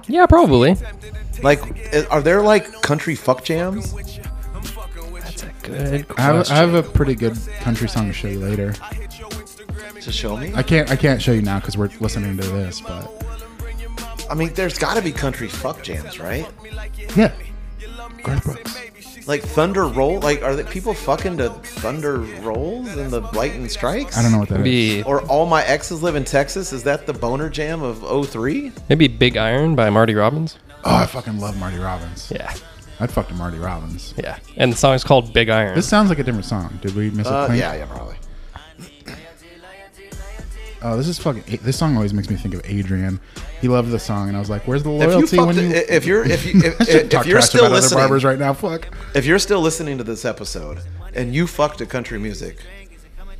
C: yeah, probably.
A: Like, i- are there like country fuck jams?
C: That's a good question.
B: I have, I have a pretty good country song to show you later.
A: To show me?
B: I can't I can't show you now because we're listening to this, but
A: I mean, there's got to be country fuck jams, right?
B: yeah, Garth Brooks.
A: Like Thunder Roll. Like, are the people fucking to Thunder Rolls and the Lightning Strikes?
B: I don't know what that is.
C: Maybe,
A: Or All My Exes Live in Texas? Is that the boner jam of 03?
C: maybe Big Iron by Marty Robbins.
B: Oh, I fucking love Marty Robbins.
C: Yeah.
B: I'd fuck to Marty Robbins.
C: Yeah. And the song's called Big Iron.
B: This sounds like a different song. Did we miss a
A: Uh,
B: claim?
A: yeah, yeah, probably.
B: oh, this is fucking. This song always makes me think of Adrian. He loved the song, and I was like, "Where's the
A: you
B: loyalty?"
A: fucked
B: when
A: it-
B: you,
A: i- if you're- if you- if-
B: I shouldn't
A: if
B: talk
A: you're
B: trash
A: still
B: about other
A: listening-
B: barbers right now, fuck.
A: If you're still listening to this episode and you fucked at country music,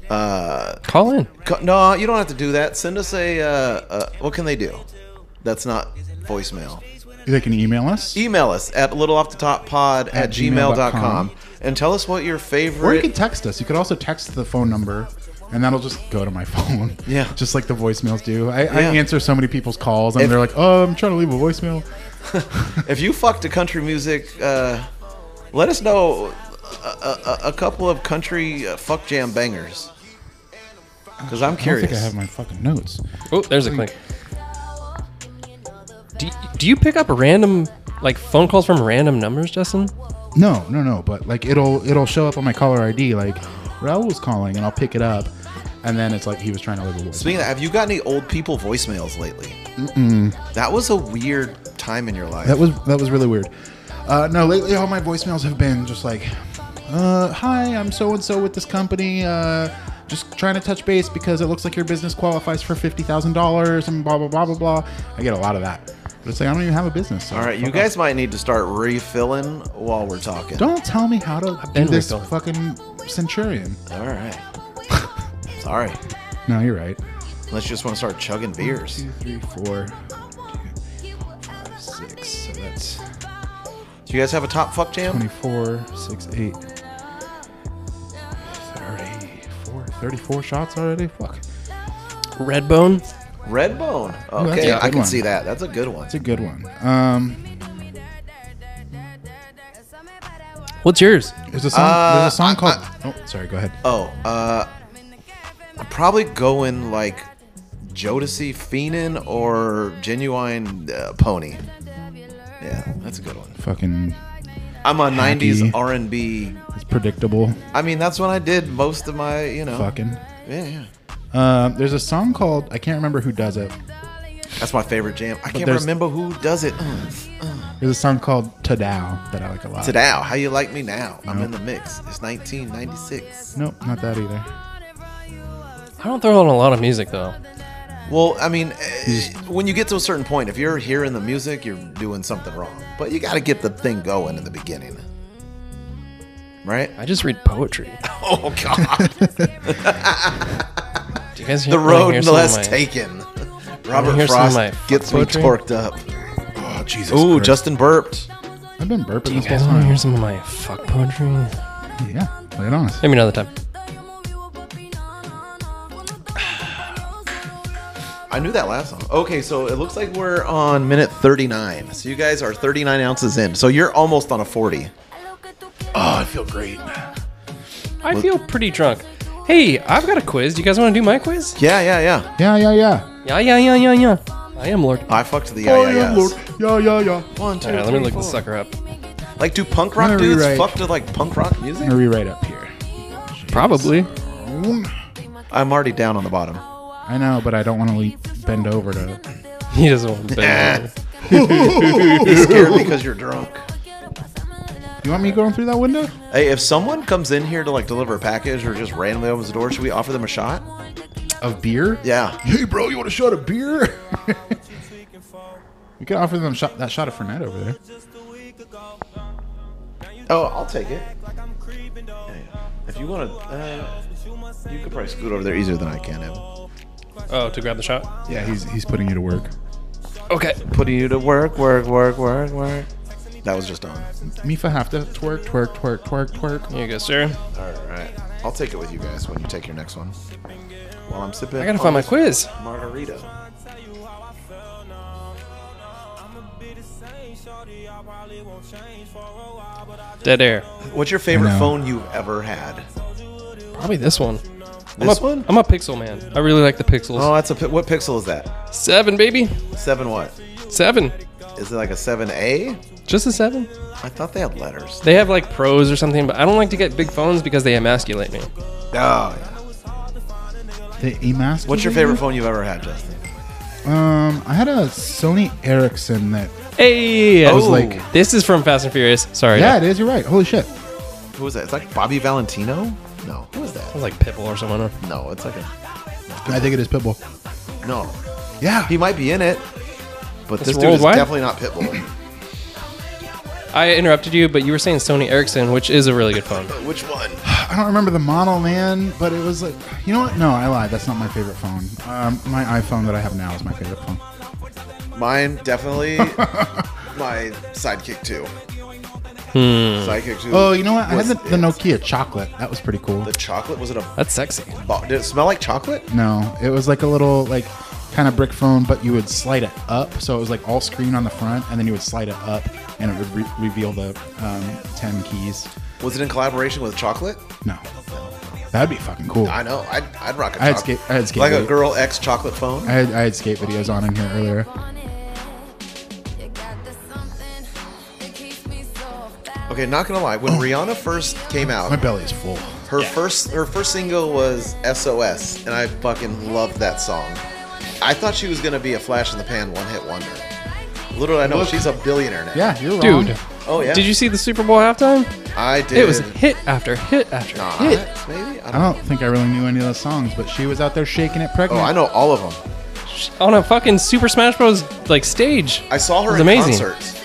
C: Call in.
A: co- no, you don't have to do that. Send us a, uh, uh, what can they do? That's not voicemail.
B: They can email us,
A: Email us at littleoffthetoppod at
B: At
A: gmail.com
B: gmail.com.
A: and tell us what your favorite.
B: or you can text us. You could also text the phone number. And that'll just go to my phone.
A: Yeah.
B: Just like the voicemails do. I, I
A: Yeah.
B: answer so many people's calls and
A: If-
B: they're like, oh, I'm trying to leave a voicemail.
A: if you fucked to country music, uh, let us know a, a, a couple of country uh, fuck jam bangers. Because I'm
B: I don't
A: curious.
B: think I have my fucking notes.
C: Oh, there's a clink. Do, do you pick up random like phone calls from random numbers, Justin?
B: No, no, no. But like it'll it'll show up on my caller ID like Raul was calling, and I'll pick it up, and then it's like he was trying to leave a voice.
A: Speaking of that, have you got any old people voicemails lately? Mm-mm. That was a weird time in your life.
B: that was that was really weird. Uh, no, lately all my voicemails have been just like, uh, "Hi, I'm so and so with this company. Uh, just trying to touch base because it looks like your business qualifies for fifty thousand dollars and blah blah blah blah blah." I get a lot of that, but it's like I don't even have a business. so
A: All right, you
B: fuck off.
A: guys might need to start refilling while we're talking.
B: Don't tell me how to do
C: been
B: this
C: refilling.
B: fucking centurion.
A: All right. Sorry.
B: No, you're right.
A: Let's just want to start chugging beers.
B: Two, three, four, two, five, six. So that's
A: Do you guys have a top fuck jam?
B: 24, 6, 8, 34, 34 shots already? Fuck.
C: Redbone.
A: Redbone.
B: that's a
A: Okay,
B: good
A: I can
B: one.
A: see that. That's a good one.
B: That's a good one. Um,
C: What's yours?
B: there's a song,
A: Uh,
B: there's a song
A: I-
B: called. oh, sorry, go ahead.
A: Oh, uh, I'm probably going like Jodeci Feenan or Genuine uh, Pony. Yeah, that's a good one.
B: Fucking,
A: I'm a
B: Hacky.
A: '90s R&B.
B: it's predictable.
A: I mean, that's when I did most of my, you know.
B: Fucking.
A: Yeah, yeah.
B: Um, there's a song called, I can't remember who does it.
A: That's my favorite jam. I can't
B: there's-
A: remember who does it.
B: There's a song called Tadow that I like a lot.
A: Today, how you like me now? I'm
B: No.
A: in the mix. It's 1996.
B: Nope, not that either.
C: I don't throw on a lot of music though.
A: Well, I mean, eh, when you get to a certain point, if you're hearing the music, you're doing something wrong. But you got to get the thing going in the beginning, right?
C: I just read poetry.
A: Oh God!
C: Do you guys hear
A: the road
C: hear some of
A: less
C: my-
A: taken. Robert
C: hear some of
A: Frost
C: my
A: gets me
C: poetry?
A: torqued up.
B: Oh, Jesus.
A: Ooh,
B: Christ.
A: Justin burped.
B: I've been burping this whole
C: You guys want to hear
B: time.
C: some of my fuck poetry?
B: Yeah, lay it on us.
C: Maybe another time.
A: I knew that last song. Okay, so it looks like we're on minute 39. So you guys are 39 ounces in. So you're almost on a 40.
B: Oh, I feel great.
C: I feel pretty drunk. Hey, I've got a quiz. Do you guys want to do my quiz?
A: Yeah, yeah, yeah.
B: Yeah, yeah, yeah.
C: Yeah, yeah, yeah, yeah, yeah. I am Lord.
A: I fucked the yeah, yeah, yes.
B: Oh, Yeah, yeah, yeah.
A: One, two,
C: All right, let
A: three,
C: me look this
A: four.
C: sucker up.
A: Like, do punk rock
B: Wanna
A: dudes
B: rewrite.
A: fuck to like punk rock music?
B: I'm gonna rewrite up here.
C: Probably.
A: I'm already down on the bottom.
B: I know, but I don't want to le- bend over to.
C: He doesn't want to bend over.
A: He's scared because you're drunk.
B: You want me going through that window?
A: Hey, if someone comes in here to like deliver a package or just randomly opens the door, should we offer them a shot?
B: Of beer?
A: Yeah.
B: Hey, bro, you want a shot of beer? we could offer them shot, that shot of Fernet over there.
A: Oh, I'll take it. Yeah. If you want to, uh, you could probably scoot over there easier than I can. Evan.
C: Oh, to grab the shot.
B: Yeah, he's he's putting you to work.
C: Okay.
A: Putting you to work, work, work, work, work. That was just on.
B: Mifa have to twerk, twerk, twerk, twerk, twerk.
C: Here you go, sir.
A: All right. I'll take it with you guys when you take your next one. While I'm sipping.
C: I gotta find my quiz.
A: margarita.
C: Dead air.
A: What's your favorite
B: know.
A: phone you've ever had?
C: Probably this one.
A: This
C: I'm a,
A: one?
C: I'm a pixel man. I really like the pixels.
A: Oh, that's a. pi- What pixel is that?
C: Seven, baby.
A: Seven what?
C: Seven.
A: Is it like a seven A?
C: Just a seven.
A: I thought they had letters.
C: They have like pros or something, but I don't like to get big phones because they emasculate me.
A: Oh, yeah.
B: The emas.
A: What's your favorite phone you've ever had, Justin?
B: Um, I had a Sony Ericsson that.
C: Hey, I was
A: Oh.
C: like, this is from Fast and Furious. Sorry.
B: Yeah, it is. You're right. Holy shit.
A: Who was that? It's like Bobby Valentino? No. Who is
C: I
A: that?
C: was like Pitbull or someone.
A: No, it's like a
B: I think it is Pitbull.
A: No,
B: Yeah.
A: he might be in it, but this dude
C: worldwide?
A: is definitely not Pitbull.
C: I interrupted you, but you were saying Sony Ericsson, which is a really good phone.
A: Which one?
B: I don't remember the model, man, but it was like, you know what? No, I lied. That's not my favorite phone. Um, my iPhone that I have now is my favorite phone.
A: Mine definitely. my sidekick too.
C: Hmm.
A: Sidekick two.
B: Oh, you know what? I had
A: was
B: the, the
A: it.
B: Nokia chocolate. That was pretty cool.
A: The chocolate was it a?
C: That's sexy.
A: bo- Did it smell like chocolate?
B: No, it was like a little like kind of brick phone, but you would slide it up, so it was like all screen on the front, and then you would slide it up, and it would re- reveal the um, ten keys.
A: Was it in collaboration with chocolate?
B: No, that'd be fucking cool.
A: I know. I'd, I'd rock a
B: I had
A: chocolate.
B: skate- I had skate
A: like a
B: with it.
A: girl X chocolate phone.
B: I had, I had skate videos on in here earlier.
A: Okay, not gonna lie. When Rihanna first came
B: Oh. My
A: out,
B: belly's full.
A: her first her first single was SOS, and I fucking loved that song. I thought she was gonna be a flash in the pan, one hit wonder. Little did I know, she's a billionaire now.
B: Yeah, you're wrong.
C: Dude,
A: Oh yeah.
C: did you see the Super Bowl halftime?
A: I did.
C: It was hit after hit after
A: Not,
C: hit.
A: maybe. I
B: I
A: don't.
B: don't think I really knew any of those songs, but she was out there shaking it
A: Oh,
B: pregnant.
A: I know all of them.
C: on a fucking Super Smash Bros. like stage.
A: I saw her
C: It was
A: in
C: amazing.
A: concerts.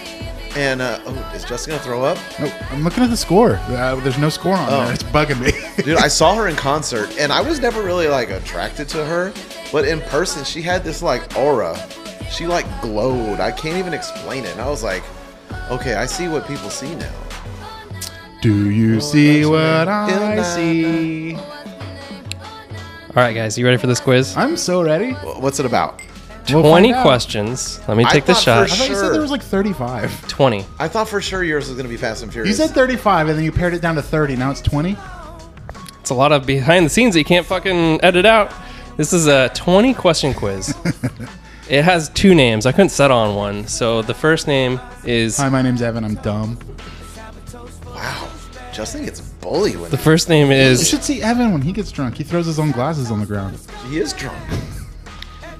A: And uh, oh, is Justin gonna throw up?
B: Nope, I'm looking at the score. Uh, there's no score on
A: Oh.
B: there. It's bugging me.
A: Dude, I saw her in concert, and I was never really like attracted to her, but in person, she had this like aura. She like glowed. I can't even explain it. And I was like, okay, I see what people see now.
B: Do
A: Oh,
B: you see what
A: In
B: I
A: my-
B: see?
C: All right, guys, you ready for this quiz?
B: I'm so ready.
A: Wh- What's it about?
B: We'll
C: Twenty
B: find out.
C: questions. Let me
A: I
C: take the
A: thought
C: shot.
A: for
B: I thought you said
A: Sure.
B: there was like 35.
C: Twenty.
A: I thought for sure yours was gonna be Fast and Furious.
B: You said 35, and then you pared it down to 30. Now it's 20.
C: It's a lot of behind the scenes that you can't fucking edit out. This is a 20 question quiz. it has two names. I couldn't settle on one. So the first name is
B: Hi, my name's Evan. I'm dumb.
A: wow, Justin gets bullied when
C: the first name
B: You
C: is
B: should see Evan when he gets drunk. He throws his own glasses on the ground.
A: he is drunk.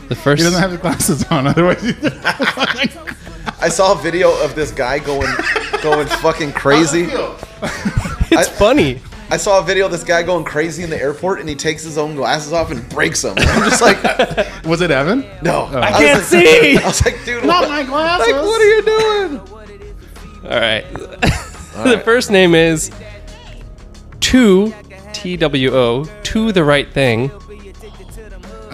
C: the first
B: He doesn't have the glasses on, otherwise. He'd
A: I saw a video of this guy going, going fucking crazy.
C: It's funny.
A: I saw a video of this guy going crazy in the airport, and he takes his own glasses off and breaks them. I'm just like,
B: Was it Evan?
C: Oh.
A: no, I, was
C: can't
A: like-
C: see!
A: I was like, dude,
B: Not
A: what-
B: my glasses.
A: Like, what are you doing?
C: All right. the first name is two T W O to the right thing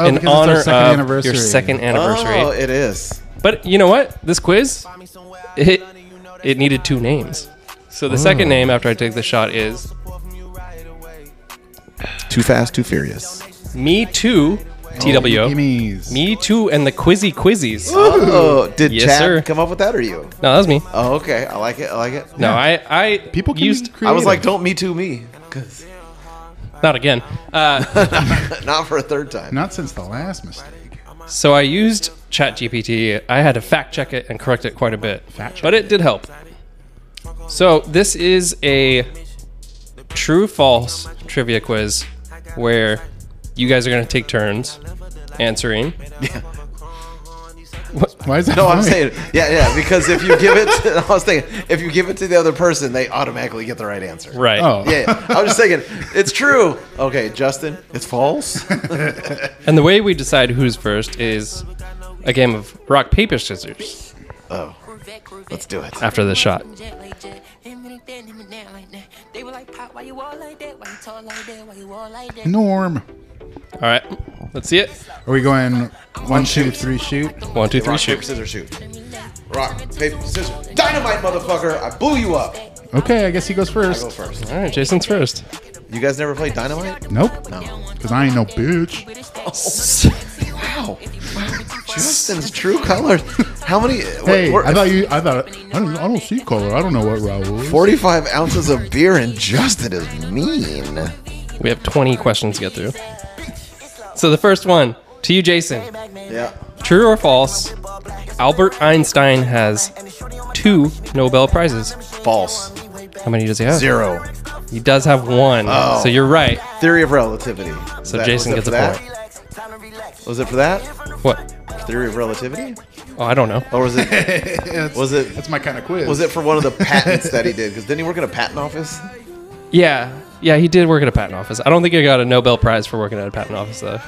B: Oh,
C: in
B: because it's our
C: honor
B: second
C: of
B: anniversary.
C: your second anniversary.
A: Oh, it is.
C: But you know what? This quiz, it, it needed two names. So the
B: Oh.
C: second name after I take the shot is
A: Too fast, too furious.
C: Me Too,
B: Oh,
C: TWO.
B: Gimme's.
C: Me Too and the Quizzy Quizzies. No,
A: Oh, did
C: Yes,
A: Chad
C: sir.
A: come up with that or you?
C: that was me.
A: Oh, okay. I like it. I like it.
C: No, I, I
B: People can
C: used
B: used.
A: I was like, don't me too me. 'cause-
C: not again. Uh,
A: Not for a third time.
B: Not since the last mistake.
C: so I used ChatGPT. I had to fact check it and correct it quite a bit,
B: Fact check
C: but it did help. So this is a true/false trivia quiz where you guys are going to take turns answering.
B: Why is that?
A: No, Oh, I'm
B: funny?
A: saying, yeah, yeah, because if you give it, to, I was thinking, if you give it to the other person, they automatically get the right answer.
C: Right.
B: Oh,
A: Yeah, yeah. I was just thinking, it's true. Okay, Justin, it's false.
C: And the way we decide who's first is a game of rock paper scissors
A: Oh, let's do it.
C: after the shot.
E: They were like, Pop, why you all like that? Why you talk like that? Why you all like that?
B: Norm.
C: All right, let's see it.
B: Are we going one, two, three, shoot?
C: One, two, three,
A: Rock, paper,
C: shoot.
A: scissors, shoot. Rock, paper, scissors. Dynamite, motherfucker! I blew you up.
B: Okay, I guess he goes
A: Go
B: first.
A: first.
C: All right, Jason's first.
A: You guys never played Dynamite?
B: Nope. Because I ain't no bitch.
A: Wow. Justin's true colors. How many?
B: Hey,
A: what-
B: I thought you. I thought I don't. I don't see color. I don't know what Raul is.
A: 45 ounces of beer and Justin is mean.
C: We have 20 questions to get through. So the first one to you, Jason.
A: Yeah.
C: True or false? Albert Einstein has two Nobel prizes.
A: False.
C: How many does he have?
A: Zero.
C: He does have one.
A: Oh.
C: So you're right.
A: Theory of relativity.
C: So Jason gets a
A: point. Was it for that?
C: What?
A: Theory of relativity?
C: Oh, I don't know.
A: Or was it
B: That's,
A: was it
B: that's my kind of quiz.
A: was it for one of the patents that he did? Because didn't he work in a patent office?
C: Yeah, yeah, he did work at a patent office. I don't think he got a Nobel Prize for working at a patent office though.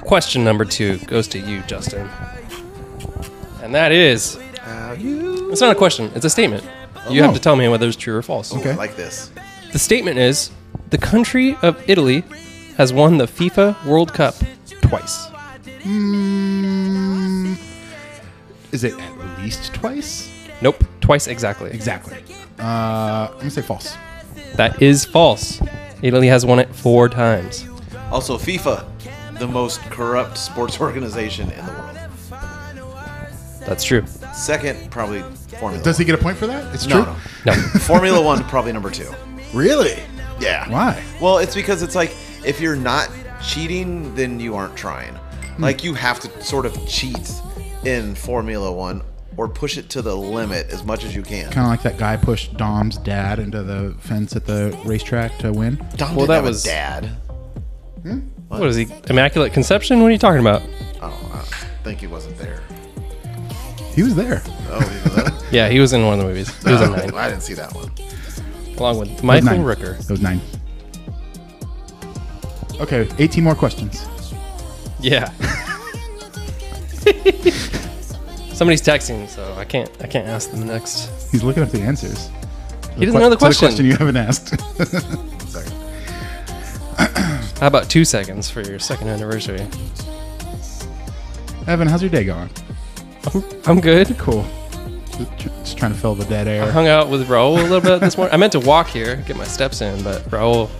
C: Question number two goes to you, Justin. And that is it's not a question, it's a statement. You
B: Oh.
C: have to tell me whether it's true or false.
B: Okay.
A: Like this.
C: The statement is the country of Italy has won the FIFA World Cup twice.
B: Is it at least twice?
C: Nope, twice exactly.
B: Exactly. Uh, I'm gonna say false.
C: That is false. Italy has won it four times.
A: Also, FIFA, the most corrupt sports organization in the world.
C: That's true.
A: Second, probably Formula
B: Does he
A: One.
B: get a point for that? It's
A: No,
B: true.
C: No.
A: Formula One, probably number two.
B: Really?
A: Yeah.
B: Why?
A: Well, it's because it's like if you're not cheating, then you aren't trying.
B: Hmm.
A: Like you have to sort of cheat in Formula One or push it to the limit as much as you can.
B: Kind of like that guy pushed Dom's dad into the fence at the racetrack to win.
A: Dom didn't
C: Well, that
A: have
C: was-
A: a dad.
C: What is he? Immaculate Conception? What are you talking about?
A: Oh, I think he wasn't there.
B: He was there.
A: Oh, he was there?
C: Yeah, he was in one of the movies. He was in nine,
A: I didn't see that one.
C: along with
B: It was
C: Michael
B: nine.
C: Rooker.
B: It was nine. Okay, 18 more questions.
C: Yeah. Somebody's texting, so I can't. I can't ask them next.
B: He's looking up the answers.
C: He doesn't know the
B: To
C: question.
B: question you haven't asked.
C: How about two seconds for your second anniversary?
B: Evan, how's your day going?
C: I'm good.
B: Cool. Just tr- Just trying to fill the dead air.
C: Hung out with Raul a little bit this morning. I meant to walk here, get my steps in, but Raul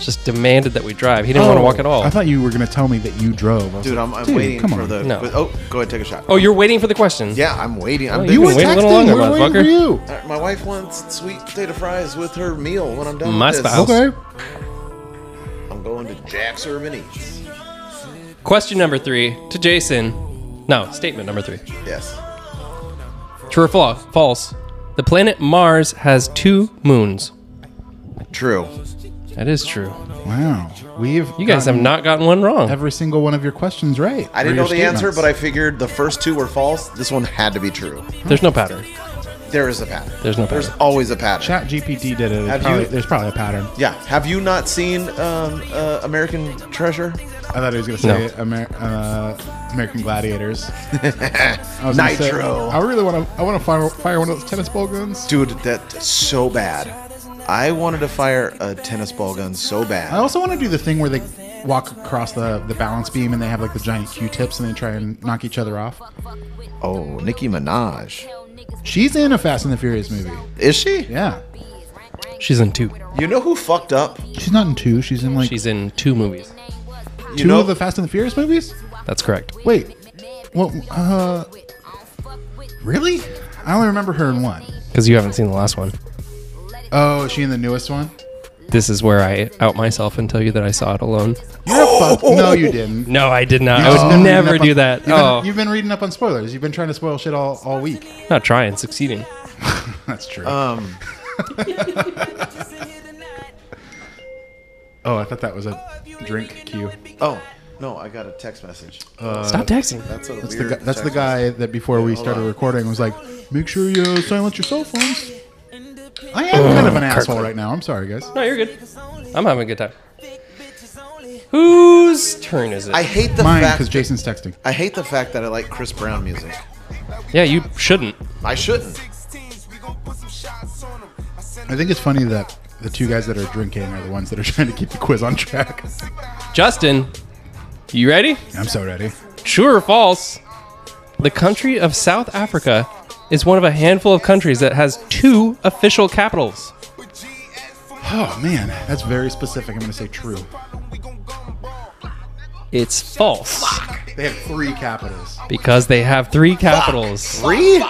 C: just demanded that we drive. He didn't want to walk at all.
B: Oh, I thought you were going to tell me that you drove. I was
A: Dude,
B: like,
A: I'm, I'm
B: "Dude,
A: waiting
B: come
A: for
B: on."
A: the.
C: No.
A: Oh, go ahead, take a shot.
C: oh, you're waiting for the question.
A: Yeah, I'm waiting. I'm
C: Oh,
A: busy.
B: You
C: You've
B: were
C: been waiting a
B: texting.
C: little longer,
B: we were waiting for
C: motherfucker.
A: All
B: you.
A: right, My wife wants sweet potato fries with her meal when I'm done.
C: My
A: with this.
C: spouse.
B: Okay.
A: I'm going to Jack's Urban Eats.
C: Question number three to Jason. No, statement number three.
A: Yes.
C: True or fal- false? The planet Mars has two moons.
A: True.
C: That is true.
B: Wow. We've
C: You guys have
B: gotten
C: not gotten one wrong.
B: every single one of your questions right.
A: I didn't know the answer, but I figured the first two were false. This one had to be true.
C: There's no pattern.
A: There is a pattern.
C: There's no
A: There's
C: pattern.
A: always a pattern.
B: Chat GPT did it. It's
A: Have
B: probably-
A: you-
B: there's probably a pattern.
A: Yeah. Have you not seen um, uh, American Treasure?
B: I thought he was going to
C: No.
B: say Amer- uh, American Gladiators. I was gonna say-
A: Nitro.
B: I really want to. I want to fire, fire one of those tennis ball guns.
A: Dude, that's so bad. I wanted to fire a tennis ball gun so bad.
B: I also want to do the thing where they walk across the, the balance beam and they have like the giant Q-tips and they try and knock each other off.
A: Oh, Nicki Minaj.
B: She's in a Fast and the Furious movie.
A: Is she?
B: Yeah,
C: She's in two.
A: You know who fucked up?
B: she's not in two. She's in like
C: She's in two movies.
A: You
B: two
A: know
B: of the Fast and the Furious movies.
C: That's correct.
B: Wait, what? Uh, really? I only remember her in one.
C: Because you haven't seen the last one.
B: Oh, is she in the newest one?
C: This is where I out myself and tell you that I saw it alone.
B: You're a fuck. No, you didn't.
C: No, I did not.
B: You've
C: I
B: just
C: would
B: been reading
C: never
B: up on-
C: do that.
B: You've been,
C: oh,
B: you've been reading up on spoilers. You've been trying to spoil shit all, all week.
C: not trying, succeeding.
B: That's true.
A: um,
B: oh, I thought that was a drink cue.
A: oh, no, I got a text message.
C: Stop texting.
A: That's a
B: That's the,
A: weird
B: gu- that's the
A: text
B: guy that before we
A: hold
B: started
A: on.
B: recording was like, make sure you uh, silence your cell phones. I am kind of an asshole right now. I'm sorry, guys.
C: No, you're good. I'm having a good time. Whose turn is it?
A: I hate the
B: Mine,
A: fact
B: because Jason's texting.
A: I hate the fact that I like Chris Brown music.
C: yeah, you shouldn't.
A: I shouldn't.
B: I think it's funny that the two guys that are drinking are the ones that are trying to keep the quiz on track.
C: Justin, you ready?
B: I'm so ready.
C: True or false? The country of South Africa is one of a handful of countries that has two official capitals.
B: Oh, man. That's very specific. I'm going to say true.
C: It's false
B: They have three capitals.
C: because they have three capitals
A: Three?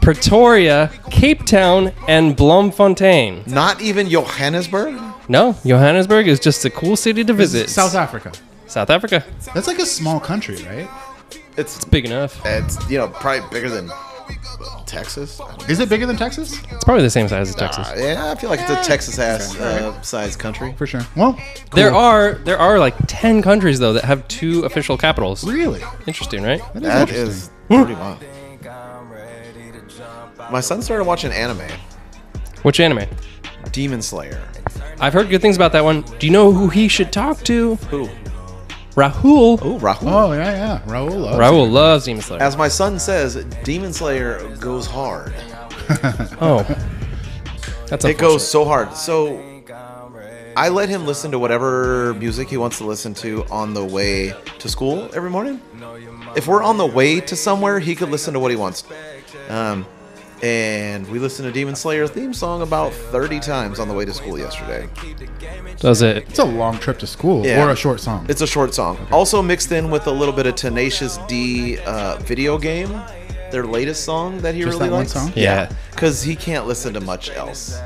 C: Pretoria, Cape Town, and Bloemfontein.
A: Not even Johannesburg?
C: No, Johannesburg is just a cool city to visit.
B: South Africa.
C: South Africa.
B: That's like a small country, right?
A: It's
C: Big enough.
A: it's you know probably bigger than Texas. I don't-
B: Is it bigger than Texas?
C: It's probably the same size as Texas.
A: Uh, yeah, I feel like it's a Texas ass uh, size country.
B: For sure. Well,
C: There
B: cool.
C: are there are like ten countries though that have two official capitals.
B: Really?
C: Interesting, right?
B: That is
A: That
B: interesting.
A: is pretty wild. My son started watching anime,
C: Which anime?
A: Demon Slayer.
C: I've heard good things about that one. Do you know who he should talk to?
A: Who?
C: Rahul.
A: Oh, Rahul.
B: Oh yeah, yeah. Raul. loves it.
C: Rahul loves Demon Slayer.
A: As my son says, Demon Slayer goes hard.
C: oh, that's
A: It goes so hard. So I let him listen to whatever music he wants to listen to on the way to school every morning. If we're on the way to somewhere, he could listen to what he wants. Um, and we listened to Demon Slayer theme song about 30 times on the way to school yesterday.
C: unfortunate. does it.
B: It's a long trip to school
A: Yeah.
B: or a short song.
A: It's a short song. Also mixed in with a little bit of Tenacious D uh, video game, their latest song that he
B: Just
A: really
B: that one
A: likes.
B: song?
C: Yeah.
A: because he can't listen to much else.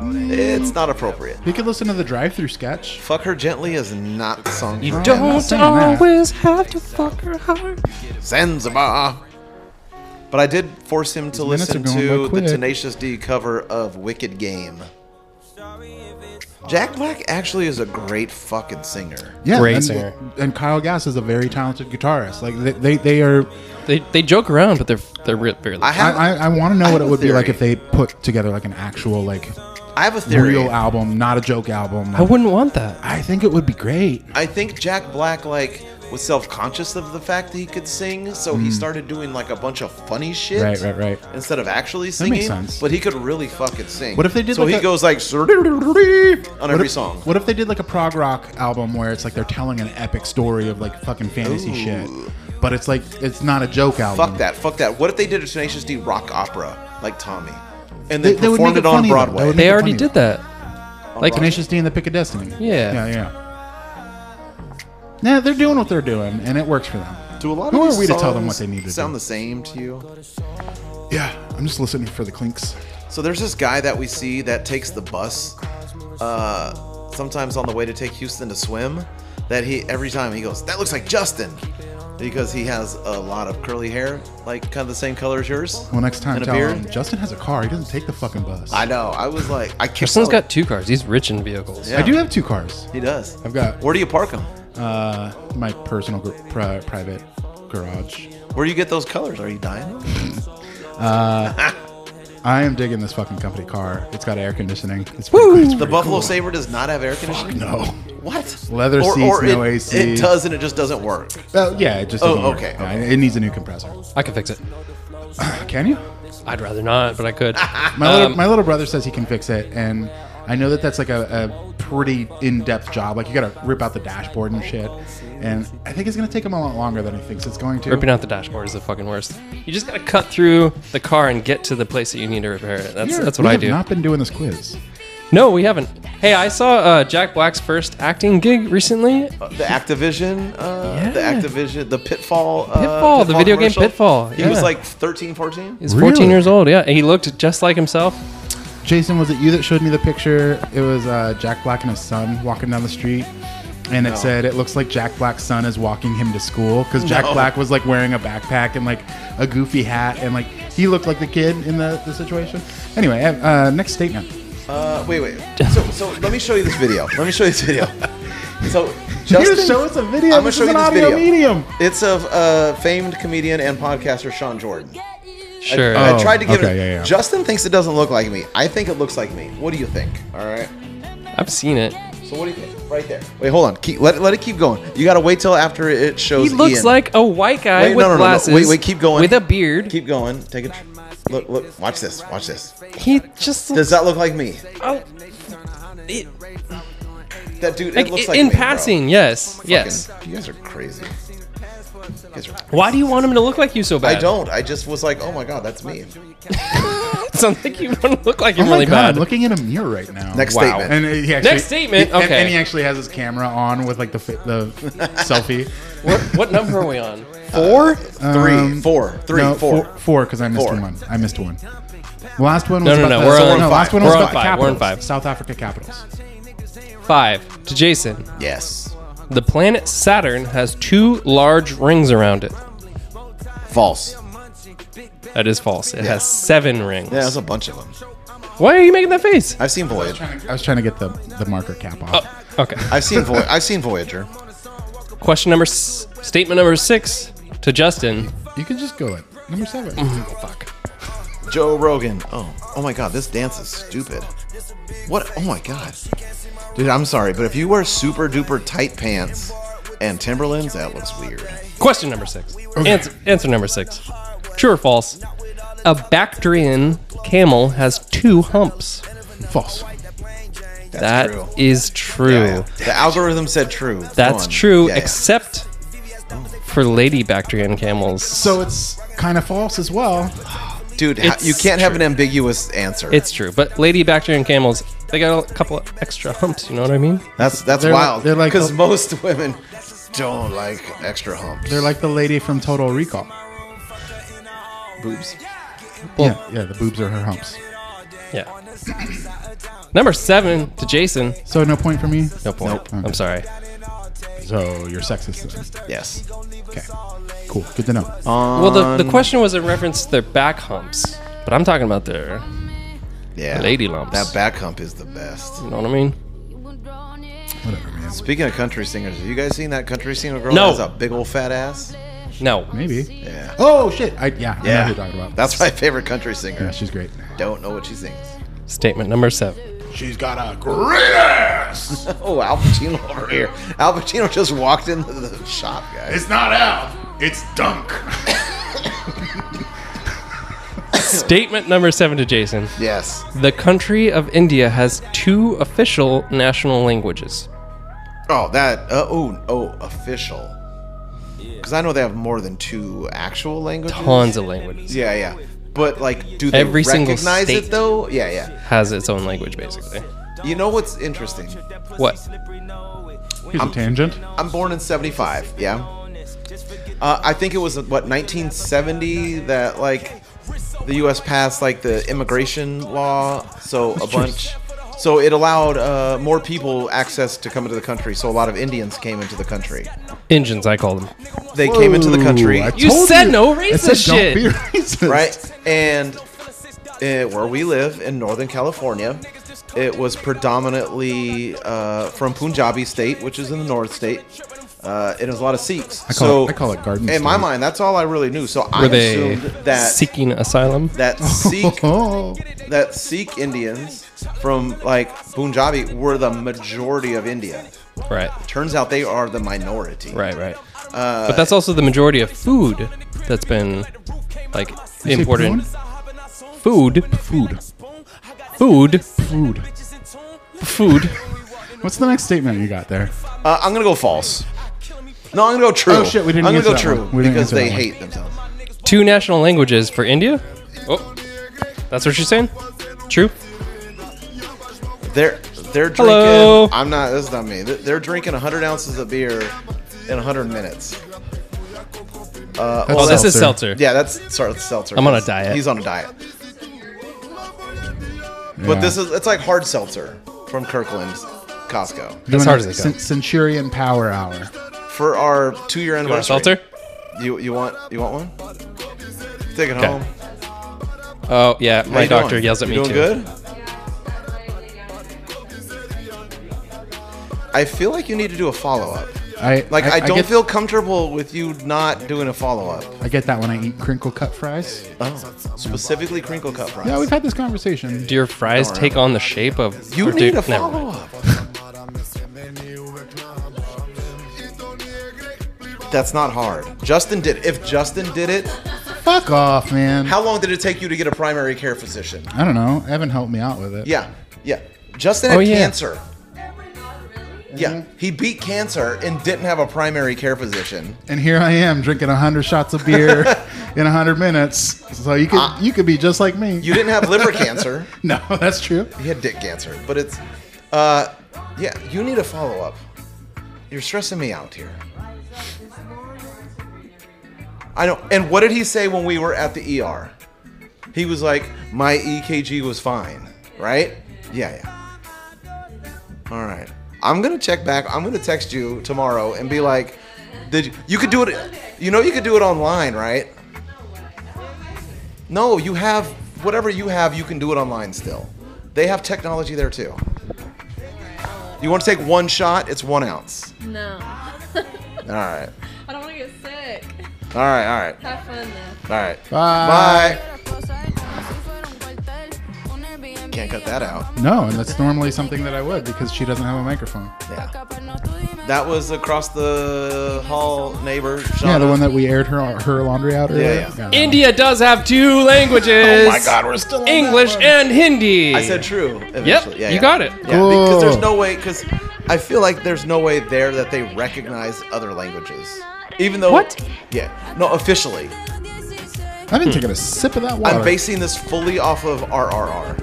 A: It's not appropriate.
B: you could listen to the drive-through sketch.
A: Fuck her gently is not the song.
C: You
A: for
B: I'm not
C: don't
B: saying that.
C: always have to fuck her hard.
A: Zanzibar. But I did force him to
B: minutes
A: listen
B: are going
A: to
B: by
A: the
B: quick.
A: Tenacious D cover of Wicked Game. Jack Black actually is a great fucking singer.
B: Yeah,
C: Great
B: and,
C: singer.
B: And Kyle Gass is a very talented guitarist. Like they, they, they are.
C: They, they joke around, but they're they're re- really.
A: I
B: I,
A: have
B: I, I want to know what
A: have
B: it
A: a
B: would be like
A: theory.
B: if they put together like an actual like
A: I have a theory.
B: real album, not a joke album.
C: I wouldn't want that.
B: I think it would be great.
A: I think Jack Black like was self-conscious of the fact that he could sing, so he started doing like a bunch of funny shit.
B: Hmm. Right, right, right.
A: Instead of actually
B: That
A: singing,
B: makes sense.
A: but he could really fucking sing.
B: What if they did
A: So
B: like
A: he
B: a-
A: goes like "Sir-dee-dee-dee-dee" on
B: What
A: every
B: if,
A: song.
B: What if they did like a prog rock album where it's like they're telling an epic story of like fucking fantasy shit, but it's like it's not a joke album.
A: Fuck that, fuck that. What if they did a Tenacious D rock opera like Tommy, and
B: They-
A: then
B: they would
A: performed
B: make
A: it
B: it
A: on
B: funny, though. That
A: Broadway?
B: would-
C: They
B: it
C: already
B: funny.
C: did that. Like
B: Tenacious D and the Pick of Destiny.
C: Yeah.
B: Yeah, yeah. Nah, they're doing what they're doing, and it works for them.
A: Do a lot
B: Who
A: of
B: are we to tell them what they need to
A: sound
B: do?
A: the same to you?
B: Yeah, I'm just listening for the clinks.
A: So there's this guy that we see that takes the bus, uh, sometimes on the way to take Houston to swim. That he every time he goes, that looks like Justin, because he has a lot of curly hair, like kind of the same color as yours.
B: Well, next time
A: and a
B: tell
A: beard.
B: him Justin has a car. He doesn't take the fucking bus.
A: I know. I was like, I can't.
C: Kirsten's got two cars. He's rich in vehicles.
A: Yeah.
B: I do have two cars.
A: He does.
B: I've got-
A: Where do you park him?
B: Uh, my personal gr- pri- private garage.
A: Where do you get those colors? Are you dying?
B: I am digging this fucking company car. It's got air conditioning. It's pretty- it's
A: The
B: pretty
A: Buffalo
B: cool.
A: Saber does not have air conditioning.
B: No.
A: What?
B: Leather seats, no
A: it,
B: AC.
A: It does, and it just doesn't work.
B: Oh yeah, it just.
A: Oh,
B: doesn't work.
A: okay,
B: Yeah, It needs a new compressor. Uh,
C: I could fix it.
B: Can you?
C: I'd rather not, but I could.
B: My
C: Um,
B: little, my little brother says he can fix it, and I know that that's like a, a pretty in-depth job. Like you got to rip out the dashboard and shit, and I think it's gonna take him a lot longer than he thinks it's going to.
C: Ripping out the dashboard is the fucking worst. You just gotta cut through the car and get to the place that you need to repair it. That's
B: Here,
C: that's
B: we
C: what I
B: have
C: do.
B: Not been doing this quiz.
C: No, we haven't. Hey, I saw uh, Jack Black's first acting gig recently.
A: Uh, The Activision, uh, the
C: Yeah.
A: Activision, the Pitfall, uh,
C: Pitfall, the video game Pitfall,
A: He was
C: yeah.
A: like 13, 14.
C: He's
B: Really?
C: 14 years old. Yeah, and he looked just like himself.
B: Jason, was it you that showed me the picture? It was uh, Jack Black and his son walking down the street. And it said, it looks like Jack Black's son is walking him to school because Jack
A: No.
B: Black was like wearing a backpack and like a goofy hat. And like he looked like the kid in the, the situation. Anyway, uh, uh, next statement.
A: Uh, wait, wait. So, so let me show you this video. Let me show you this video. So,
B: Justin,
A: Justin,
B: show us a video.
A: I'm gonna
B: this
A: show
B: is
A: you
B: an
A: this
B: audio
A: video.
B: medium.
A: It's of uh, famed comedian and podcaster Sean Jordan.
C: Sure.
A: I
B: Oh,
A: tried to give
B: okay,
A: it.
B: yeah, yeah.
A: Justin thinks it doesn't look like me. I think it looks like me. What do you think? All right.
C: I've seen it.
A: So what do you think? Right there. Wait, hold on. Keep, let, let it keep going. You gotta wait till after it shows.
C: He looks
A: Ian.
C: like a white guy
A: Wait,
C: with
A: no, no, no, no.
C: glasses.
A: Wait, wait, keep going.
C: With a beard.
A: Keep going. Take it. Look, look. Watch this. Watch this.
C: he just
A: Does
C: looks.
A: that look like me?
C: Oh, it-
A: That dude.
C: like,
A: it looks
C: i-
A: like
C: in
A: me, bro.
C: passing, yes,
A: Fucking-
C: yes.
A: You guys are crazy. You guys are crazy.
C: Why do you want him to look like you so bad?
A: I don't. I just was like, oh my god, that's me.
C: It sounds like you want to look like him
B: Oh my
C: really
B: God,
C: bad.
B: I'm looking in a mirror right now.
A: Next statement.
B: And uh, he actually,
C: Next statement,
B: he- and-
C: okay.
B: And he actually has his camera on with like the fi- the selfie.
C: what, what number are we on?
A: Four, Uh, three,
B: Um,
A: four, three,
B: no,
A: four.
B: Four, because I missed
A: Four.
B: one. I missed one. The last one
C: No,
B: was
C: no,
B: about
C: no,
B: the,
C: we're
A: on five.
B: last one was
C: We're on
B: about the
C: five, we're on
B: Capitals,
C: five.
B: South Africa Capitals.
C: Five to Jason.
A: Yes.
C: The planet Saturn has two large rings around it.
A: False.
C: That is false. It
A: Yeah.
C: has seven rings.
A: Yeah, there's a bunch of them.
C: Why are you making that face?
A: I've seen Voyager.
B: I was trying to get the, the marker cap off.
C: Oh, okay.
A: I've seen Voy- I've seen Voyager.
C: Question number, s- statement number six to Justin.
B: You can just go at number
C: Mm-hmm.
B: seven.
C: Fuck.
A: Joe Rogan. Oh, oh my God, this dance is stupid. What? Oh my God, dude, I'm sorry, but if you wear super duper tight pants and Timberlands. That looks weird.
C: Question number six. Answer, answer number six. True or false? A Bactrian camel has two humps.
B: False.
A: That's
C: That is
A: true.
C: true.
A: Yeah, yeah. The algorithm said true.
C: That's
A: One.
C: true,
A: Yeah, yeah.
C: except for lady Bactrian camels.
B: So it's kind of false as well.
A: dude, how- you
C: it's
A: can't have an
C: true.
A: ambiguous answer.
C: it's true, but lady Bactrian camels, they got a couple extra humps. You know what I mean?
A: that's that's
B: They're like-
A: wild.
B: they're like-
A: because most women don't like extra humps.
B: They're like the lady from Total Recall.
A: boobs.
B: Yeah, yeah. The boobs are her humps.
C: Yeah. number seven to Jason.
B: So no point for me.
C: No point.
B: Nope.
C: I'm sorry.
B: So you're sexist. then.
A: Yes.
B: Okay. Cool. Good to know.
A: Uh,
C: Well, the, the question was in reference to their back humps, but I'm talking about their.
A: Yeah.
C: Lady lumps.
A: That back hump is the best.
C: You know what I mean?
B: Whatever, man.
A: Speaking of country singers, have you guys seen that country singer girl
C: No.
A: that has a big old fat ass?
C: No.
B: Maybe.
A: Yeah.
B: Oh shit. I yeah. I know
A: yeah.
B: who you're talking about.
A: That's my favorite country singer.
B: yeah. She's great.
A: Don't know what she sings.
C: Statement number seven.
B: She's got a great ass.
A: Oh, Al Pacino over here. Al Pacino just walked into the shop, guys.
B: not out. It's Dunk.
C: Statement number seven to Jason.
A: Yes.
C: The country of India has two official national languages.
A: Oh, that. Uh, oh, oh, official. Because I know they have more than two actual languages.
C: Tons of languages.
A: Yeah, yeah. But like, do they
C: Every single
A: recognize it
C: state.
A: though? Yeah, yeah.
C: Has its own language, basically.
A: You know what's interesting?
C: What?
B: Here's a tangent.
A: I'm born in '75. Yeah. Uh, I think it was what 1970 that like the U.S. passed like the immigration law, so a bunch. So it allowed uh, more people access to come into the country. So a lot of Indians came into the country.
C: Engines, I call them.
A: They came into the country.
B: Ooh, I
C: You
B: told
C: said no
B: I said
C: racist
B: don't
C: shit.
B: be racist.
A: right? And uh, where we live in Northern California, it was predominantly uh, from Punjabi state, which is in the North state. Uh, it was a lot of Sikhs.
B: I call
A: so
B: it- I call it garden
A: In my
B: state.
A: mind, that's all I really knew. So I
C: Were they
A: assumed that
C: seeking asylum?
A: that Sikh
B: Oh,
A: that Sikh Indians from like Punjabi were the majority of India.
C: Right.
A: Turns out they are the minority.
C: Right, right. but that's also the majority of food that's been like
B: You say
C: imported. Food,
B: Food.
C: food,
B: Food. Food.
C: food.
B: What's the next statement you got there?
A: Uh, I'm gonna go false. No, I'm gonna go true.
B: Oh, shit, we didn't
A: I'm gonna
B: answer
A: go
B: that
A: true
B: one. We didn't
A: because
B: answer
A: they
B: that one.
A: hate themselves.
C: Two national languages for India? Oh, that's what you're saying? True?
A: They're they're drinking.
C: Hello.
A: I'm not. This is not me. They're, they're drinking 100 ounces of beer in 100 minutes. Uh,
B: Oh,
C: Oh, this is seltzer.
A: Yeah, that's sorry, that's seltzer.
C: I'm on a diet.
A: He's on a diet. But this is it's like hard seltzer from Kirkland's Costco
C: As hard as it goes.
B: Centurion Power Hour.
A: for our two year
C: You want a
A: anniversary.
C: seltzer?
A: You you want you want one? Take it
C: Okay.
A: home.
C: Oh, yeah.
A: How
C: My
A: you
C: doctor
A: doing?
C: yells at
A: You doing
C: me too.
A: good? I feel like you need to do a follow up.
B: I
A: Like I, don't
B: get,
A: feel comfortable with you not doing a follow up.
B: I get that when I eat crinkle cut fries.
A: Oh, specifically crinkle cut fries.
B: Yeah, we've had this conversation.
C: Do your fries
A: Don't worry
C: take on the shape of.
A: you
C: or do-
A: need a
C: never mind.
A: follow up. That's not hard. Justin did. If Justin did it,
B: Fuck off, man.
A: how long did it take you to get a primary care physician?
B: I don't know. Evan helped me out with it.
A: Yeah, yeah. Justin
C: Oh,
A: had
C: yeah.
A: cancer. Yeah, he beat cancer and didn't have a primary care physician.
B: And here I am drinking hundred shots of beer in hundred minutes. So you could you could be just like me.
A: Ah. You didn't have liver cancer.
B: no, that's true.
A: He had dick cancer, but it's, uh, yeah. You need a follow up. You're stressing me out here. I know. And what did he say when we were at the ER? He was like, "My EKG was fine, right? Yeah, yeah. All right. I'm gonna check back. I'm gonna text you tomorrow and be like, did you, you could do it? You know, you could do it online, right? No, you have whatever you have. You can do it online still. They have technology there too. You want to take one shot? It's one ounce.
F: No.
A: All right.
F: I don't want to get sick.
A: All right. All right.
F: Have fun though.
A: All right.
B: Bye.
A: Bye. Can't cut that out.
B: No, and that's normally something that I would because she doesn't have a microphone.
A: Yeah. That was across the hall neighbor.
B: Yeah, the
A: Shauna.
B: one that we aired her her laundry out earlier.
A: Yeah, yeah.
C: India does have two languages.
B: Oh my God, we're still on that
C: English
B: one.
C: and Hindi.
A: I said true. Eventually.
C: Yep,
A: Yeah,
C: you
A: yeah.
C: got it.
A: Yeah, because there's
B: Cool.
A: no way. Because I feel like there's no way there that they recognize other languages, even though
C: What?
A: Yeah, no, officially.
B: I've been taking a sip of that water.
A: I'm basing this fully off of RRR.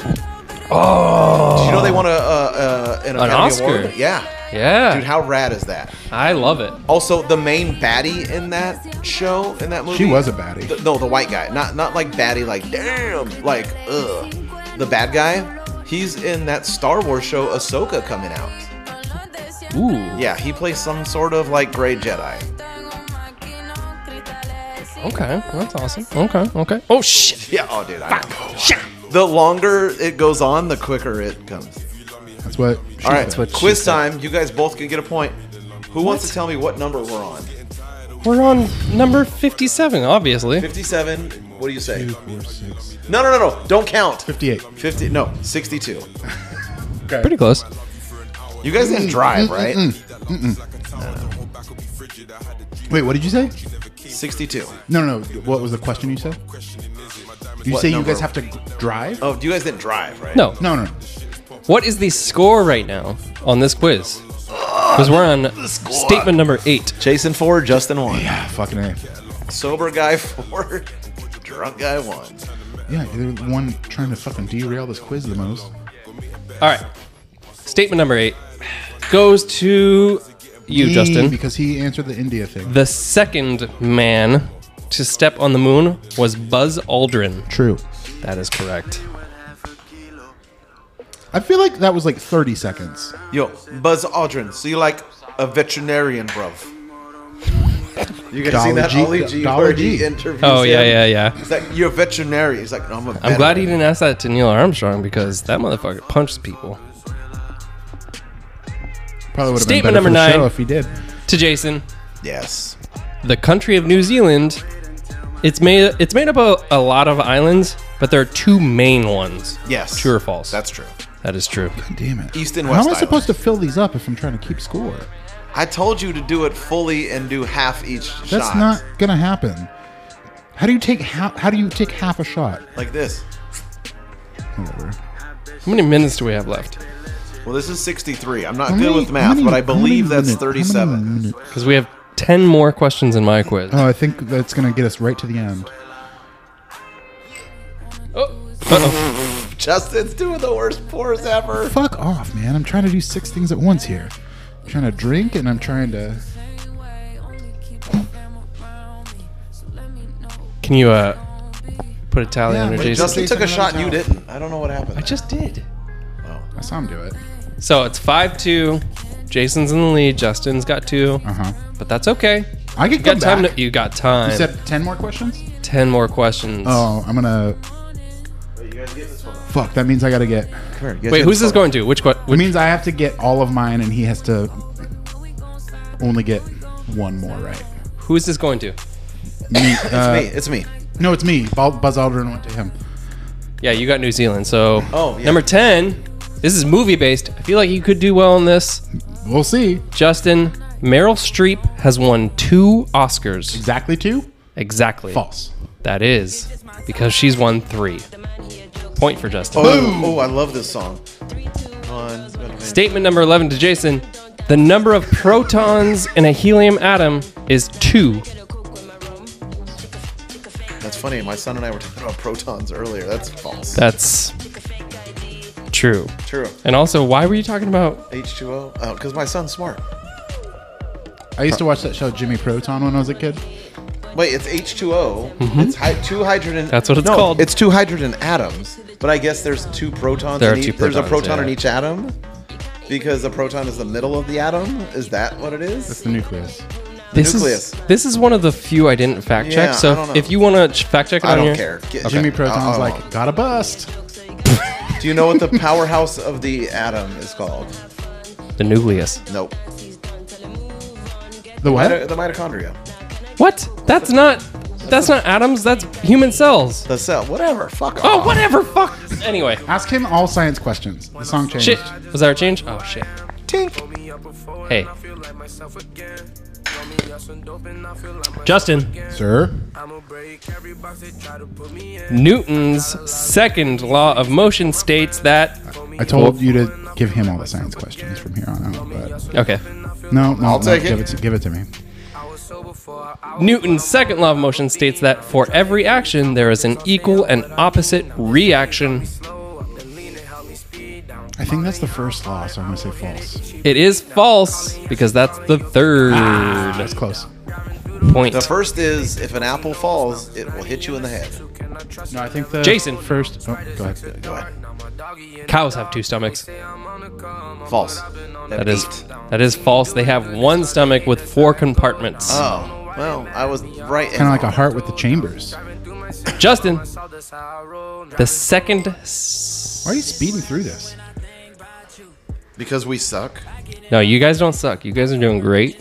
A: Oh. you know they won a, uh uh an, Academy
C: Oscar.
A: Award? Yeah.
C: Yeah.
A: Dude, how rad is that?
C: I love it.
A: Also, the main baddie in that show, in that movie,
B: she was a baddie.
A: the, no the white guy, not not like baddie, like damn, like ugh, the bad guy. He's in that Star Wars show Ahsoka coming out.
C: Ooh.
A: Yeah, he plays some sort of like gray Jedi.
C: Okay. Well, that's awesome. Okay. Okay. Oh shit.
A: Yeah, oh dude, I know. The longer it goes on, the quicker it comes.
B: That's what. She
A: All right,
B: said.
C: what she
A: quiz
C: said.
A: time. You guys both can get a point. Who wants to tell me what number we're on?
C: We're on number fifty-seven, obviously.
A: 57. What do you say?
B: Two, four, six,
A: No, no, no, no. Don't count.
B: 58.
A: 50. No, 62.
C: Pretty close.
A: You guys didn't drive, right?
B: Wait, what did you say?
A: 62.
B: No, no. no. What was the question you said? You
A: What
B: say
A: number?
B: you guys have to g- drive?
A: Oh, you guys didn't drive, right?
C: No.
B: No, no. no.
C: What is the score right now on this quiz? Because we're on statement number eight.
A: Jason four, Justin one.
B: Yeah, fucking a.
A: Sober guy four, drunk guy one.
B: Yeah, you're the one trying to fucking derail this quiz the most.
C: All right. Statement number eight goes to you,
B: He-
C: Justin.
B: because he answered the India thing.
C: The second man to step on the moon was Buzz Aldrin.
B: True.
C: That is correct.
B: I feel like that was like 30 seconds.
A: Yo, Buzz Aldrin. So you like a veterinarian, bruv? You guys
B: Dolly
A: seen that
B: G-
A: Ollie G,
B: Dolly
A: where he
B: G.
A: interviews
C: Oh yeah,
A: him?
C: yeah, yeah.
A: He's like, you're a veterinarian. He's like, no, I'm a
C: I'm glad he
A: veteran."
C: didn't ask that to Neil Armstrong because that motherfucker punches people.
B: Probably would have been better
C: Statement number
B: for the show
C: nine.
B: if he did.
C: To Jason,
A: Yes.
C: the country of New Zealand, it's made it's made up of a lot of islands, but there are two main ones.
A: Yes.
C: True or false?
A: That's true.
C: that is true.
B: Damn it.
A: East and
B: How
A: West
B: am I
A: Island.
B: supposed to fill these up if I'm trying to keep score?
A: I told you to do it fully and do half each
B: That's
A: shot.
B: not gonna happen. How do you take half? How do you take half a shot?
A: like this.
B: Whatever.
C: How many minutes do we have left?
A: Well, this is 63. I'm not
B: How
A: good
B: many-
A: with
B: how
A: math,
B: many-
A: but I
B: how many
A: believe that's
B: minute- how many
A: 37.
B: minute-
C: Because we have ten more questions in my quiz.
B: Oh, I think that's gonna get us right to the end.
A: Justin's doing the worst pours ever.
B: Fuck off, man! I'm trying to do six things at once here. I'm trying to drink and I'm trying to.
C: Can you uh put a tally
B: Yeah,
C: under
B: wait,
C: Jason?
A: Justin took a
B: Jason,
A: shot and you
B: another
A: didn't. I don't know what happened.
C: I just did.
B: I saw him do it.
C: So it's five two. Jason's in the lead. Justin's got two,
B: Uh huh.
C: but that's okay.
B: I could
C: You
B: come
C: got time.
B: back.
C: To, you got time.
B: you said ten more questions.
C: ten more questions.
B: Oh, I'm gonna.
A: Wait, you guys get this one. Come
B: Fuck. That means I gotta get.
A: here, you guys
C: Wait,
A: get
C: who's this
A: one.
C: going to? Which what?
B: It means I have to get all of mine, and he has to only get one more right.
C: Who is this going to?
B: Me, uh,
A: It's me. It's me.
B: No, it's me. Bal- Buzz Aldrin went to him.
C: Yeah, you got New Zealand. So
A: Oh, yeah.
C: number ten. This is movie based. I feel like you could do well on this.
B: We'll see.
C: Justin, Meryl Streep has won two Oscars.
B: Exactly two.
C: Exactly.
B: False.
C: That is because she's won three. Point for Justin.
A: Oh, oh, I love this song. One,
C: Statement number 11 to Jason. The number of protons in a helium atom is two.
A: that's funny. My son and I were talking about protons earlier. That's false.
C: That's true.
A: True.
C: And also, why were you talking about?
A: H2O. Oh, because my son's smart.
B: I used to watch that show Jimmy Proton when I was a kid.
A: Wait, it's H2O. It's hy- two hydrogen.
C: Mm-hmm. That's what it's
A: no,
C: called.
A: It's two hydrogen atoms, but I guess there's two protons.
C: There
A: in
C: are
A: each,
C: two
A: There's a
C: protons,
A: proton in
C: yeah.
A: each atom because the proton is the middle of the atom. Is that what it
B: That's
A: is?
B: the nucleus.
C: This
A: nucleus.
C: is this is one of the few I didn't fact
A: Yeah,
C: check.
A: I
C: So
A: don't know.
C: if you want to fact check, it
A: I
C: on
A: don't
C: your-
A: care. Get-
B: Jimmy
C: Uh,
A: okay.
B: Proton's
A: Oh, oh,
B: like, got a bust.
A: oh. Do you know what the powerhouse of the atom is called?
C: The nucleus.
A: Nope.
B: The
A: Mito-
B: what?
A: the mitochondria.
C: What? That's not. That's not atoms. That's human cells.
A: The cell. Whatever. Fuck
C: Oh,
A: off.
C: whatever. Fuck. Anyway,
B: Ask him all science questions. The song changed.
C: shit. Was that a change? Oh shit.
A: Tink.
C: Hey. Justin.
B: Sir?
C: Newton's second law of motion states that.
B: I told you to give him all the science questions from here on out, but
C: Okay.
B: no, no,
A: I'll
B: no,
A: take it.
B: Give it, to, give it to me.
C: Newton's second law of motion states that for every action, there is an equal and opposite reaction.
B: I think that's the first law, so I'm gonna say false.
C: It is false because that's the third
B: That's close.
C: point.
A: The first is if an apple falls, it will hit you in the head.
B: No, I think the
C: Jason.
B: first. Oh, go ahead.
A: Go ahead.
C: Cows have two stomachs.
A: False.
C: That is that is false. They have one stomach with four compartments.
A: Oh, well, I was right.
B: Kind of like a heart with the chambers.
C: Justin, the second. s-
B: Why are you speeding through this?
A: because we suck.
C: No, you guys don't suck. You guys are doing great.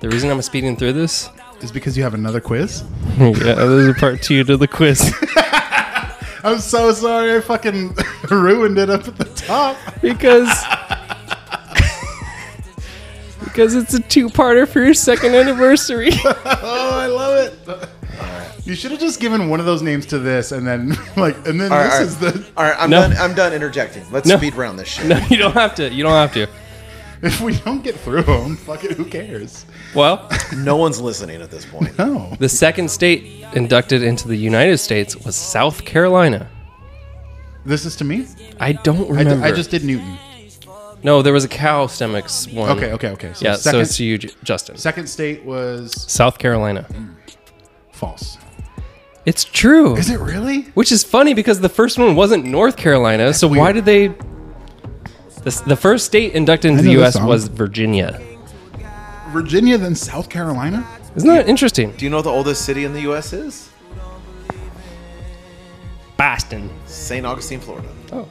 C: The reason I'm speeding through this,
B: Is because you have another quiz?
C: yeah, this is part two to the quiz.
B: I'm so sorry. I fucking ruined it up at the top.
C: because because it's a two-parter for your second anniversary.
B: Oh, I love it. You should have just given one of those names to this, and then like, and then
A: All right, all right.
B: this is the.
A: all right I'm
C: No.
A: done. I'm done interjecting. Let's
C: No.
A: speed round this shit.
C: no, you don't have to. You don't have to.
B: If we don't get through them, fuck it. Who cares?
C: Well,
A: No one's listening at this point.
B: No.
C: the second state inducted into the United States was South Carolina.
B: This is to me.
C: I don't
B: I, d-
C: remember.
B: I just did Newton.
C: no. There was a cow stomachs one.
B: Okay. Okay. Okay. So
C: Yeah. so
B: Second,
C: it's you, J- Justin.
B: second state was
C: South Carolina.
B: false.
C: It's true.
B: Is it really?
C: Which is funny because the first one wasn't North Carolina, so why
B: weird.
C: did they? The, the first state inducted into
B: know
C: the
B: this
C: U.S.
B: song.
C: was Virginia.
B: Virginia then South Carolina.
C: Isn't that interesting?
A: Do you know what the oldest city in the U.S. is?
C: Boston.
A: St. Augustine, Florida.
C: Oh,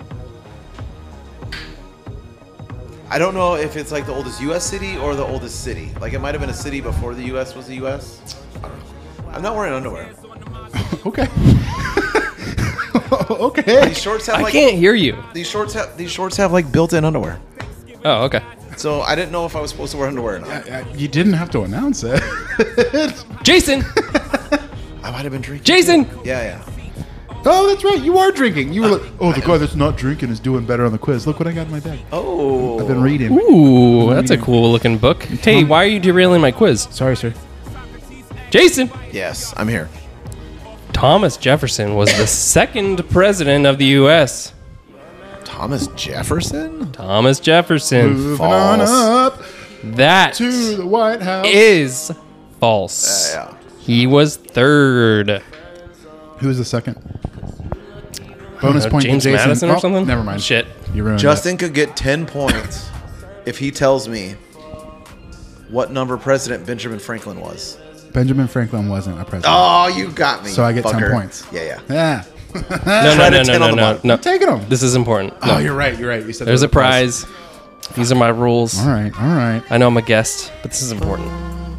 A: I don't know if it's like the oldest U.S. city or the oldest city. Like it might have been a city before the U.S. was the U.S. I don't know. I'm not wearing underwear.
B: Okay.
A: These
B: okay.
A: shorts have
C: I
A: like
C: can't hear you.
A: these shorts have these shorts have like built-in underwear.
C: Oh, okay.
A: So I didn't know if I was supposed to wear underwear or not.
B: Uh, You didn't have to announce it.
C: Jason,
A: I might have been drinking.
C: Jason,
A: Yeah, yeah.
B: oh, that's right. You are drinking. You were like, oh, the guy that's not drinking is doing better on the quiz. Look what I got in my bag.
A: Oh.
B: I've been reading.
C: ooh, that's a cool looking book. Hey, why are you derailing my quiz?
B: Sorry, sir.
C: Jason,
A: Yes, I'm here.
C: Thomas Jefferson was the second president of the U.S.
A: Thomas Jefferson?
C: Thomas Jefferson.
B: Moving on
A: False.
B: up
C: That
B: to the White House.
C: is false.
A: Yeah, yeah.
C: He was third.
B: Who was the second? Bonus
C: Uh,
B: point to
C: James
B: Jason.
C: Madison or
B: Oh,
C: something?
B: Never mind.
C: Shit.
B: You ruined
A: Justin could get 10 points if he tells me what number president Benjamin Franklin was.
B: it. Benjamin Franklin wasn't a president.
C: Ah.
A: Oh, you got me.
B: so I get
A: fucker.
B: ten points.
A: Yeah, yeah.
B: Yeah.
C: No, no,
A: Try to
C: no, no,
A: 10 on
C: no,
A: the
C: no,
A: bottom.
C: no.
B: I'm taking them.
C: This is important.
B: oh,
C: No.
B: you're right. You're right. You said
C: There's
B: there
C: a
B: was
C: prize. These are my rules.
B: All right. All right.
C: I know I'm a guest, but this is important.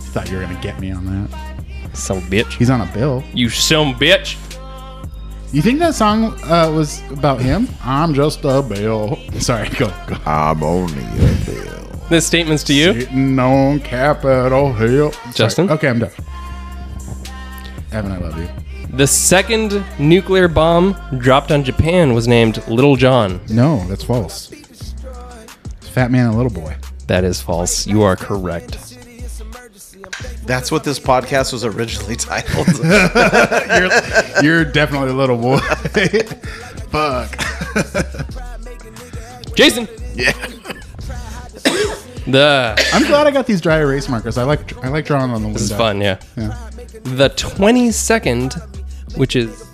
B: Thought you were gonna get me on that.
C: Some bitch.
B: He's on a bill.
C: You some bitch.
B: You think that song uh, was about him? I'm just a bill. Sorry. Go. go.
A: I'm only a bill.
C: This statement's to you.
B: Sitting on Capitol Hill. Sorry.
C: Justin?
B: Okay, I'm done. Evan, I love you.
C: The second nuclear bomb dropped on Japan was named Little John.
B: No, that's false. It's Fat man and little boy.
C: That is false. You are correct.
A: That's what this podcast was originally titled.
B: You're, you're definitely a little boy. Fuck.
C: Jason.
A: yeah.
C: The
B: I'm glad I got these dry erase markers. I like I like drawing on the window.
C: this is fun, yeah.
B: Yeah.
C: The 22nd, which is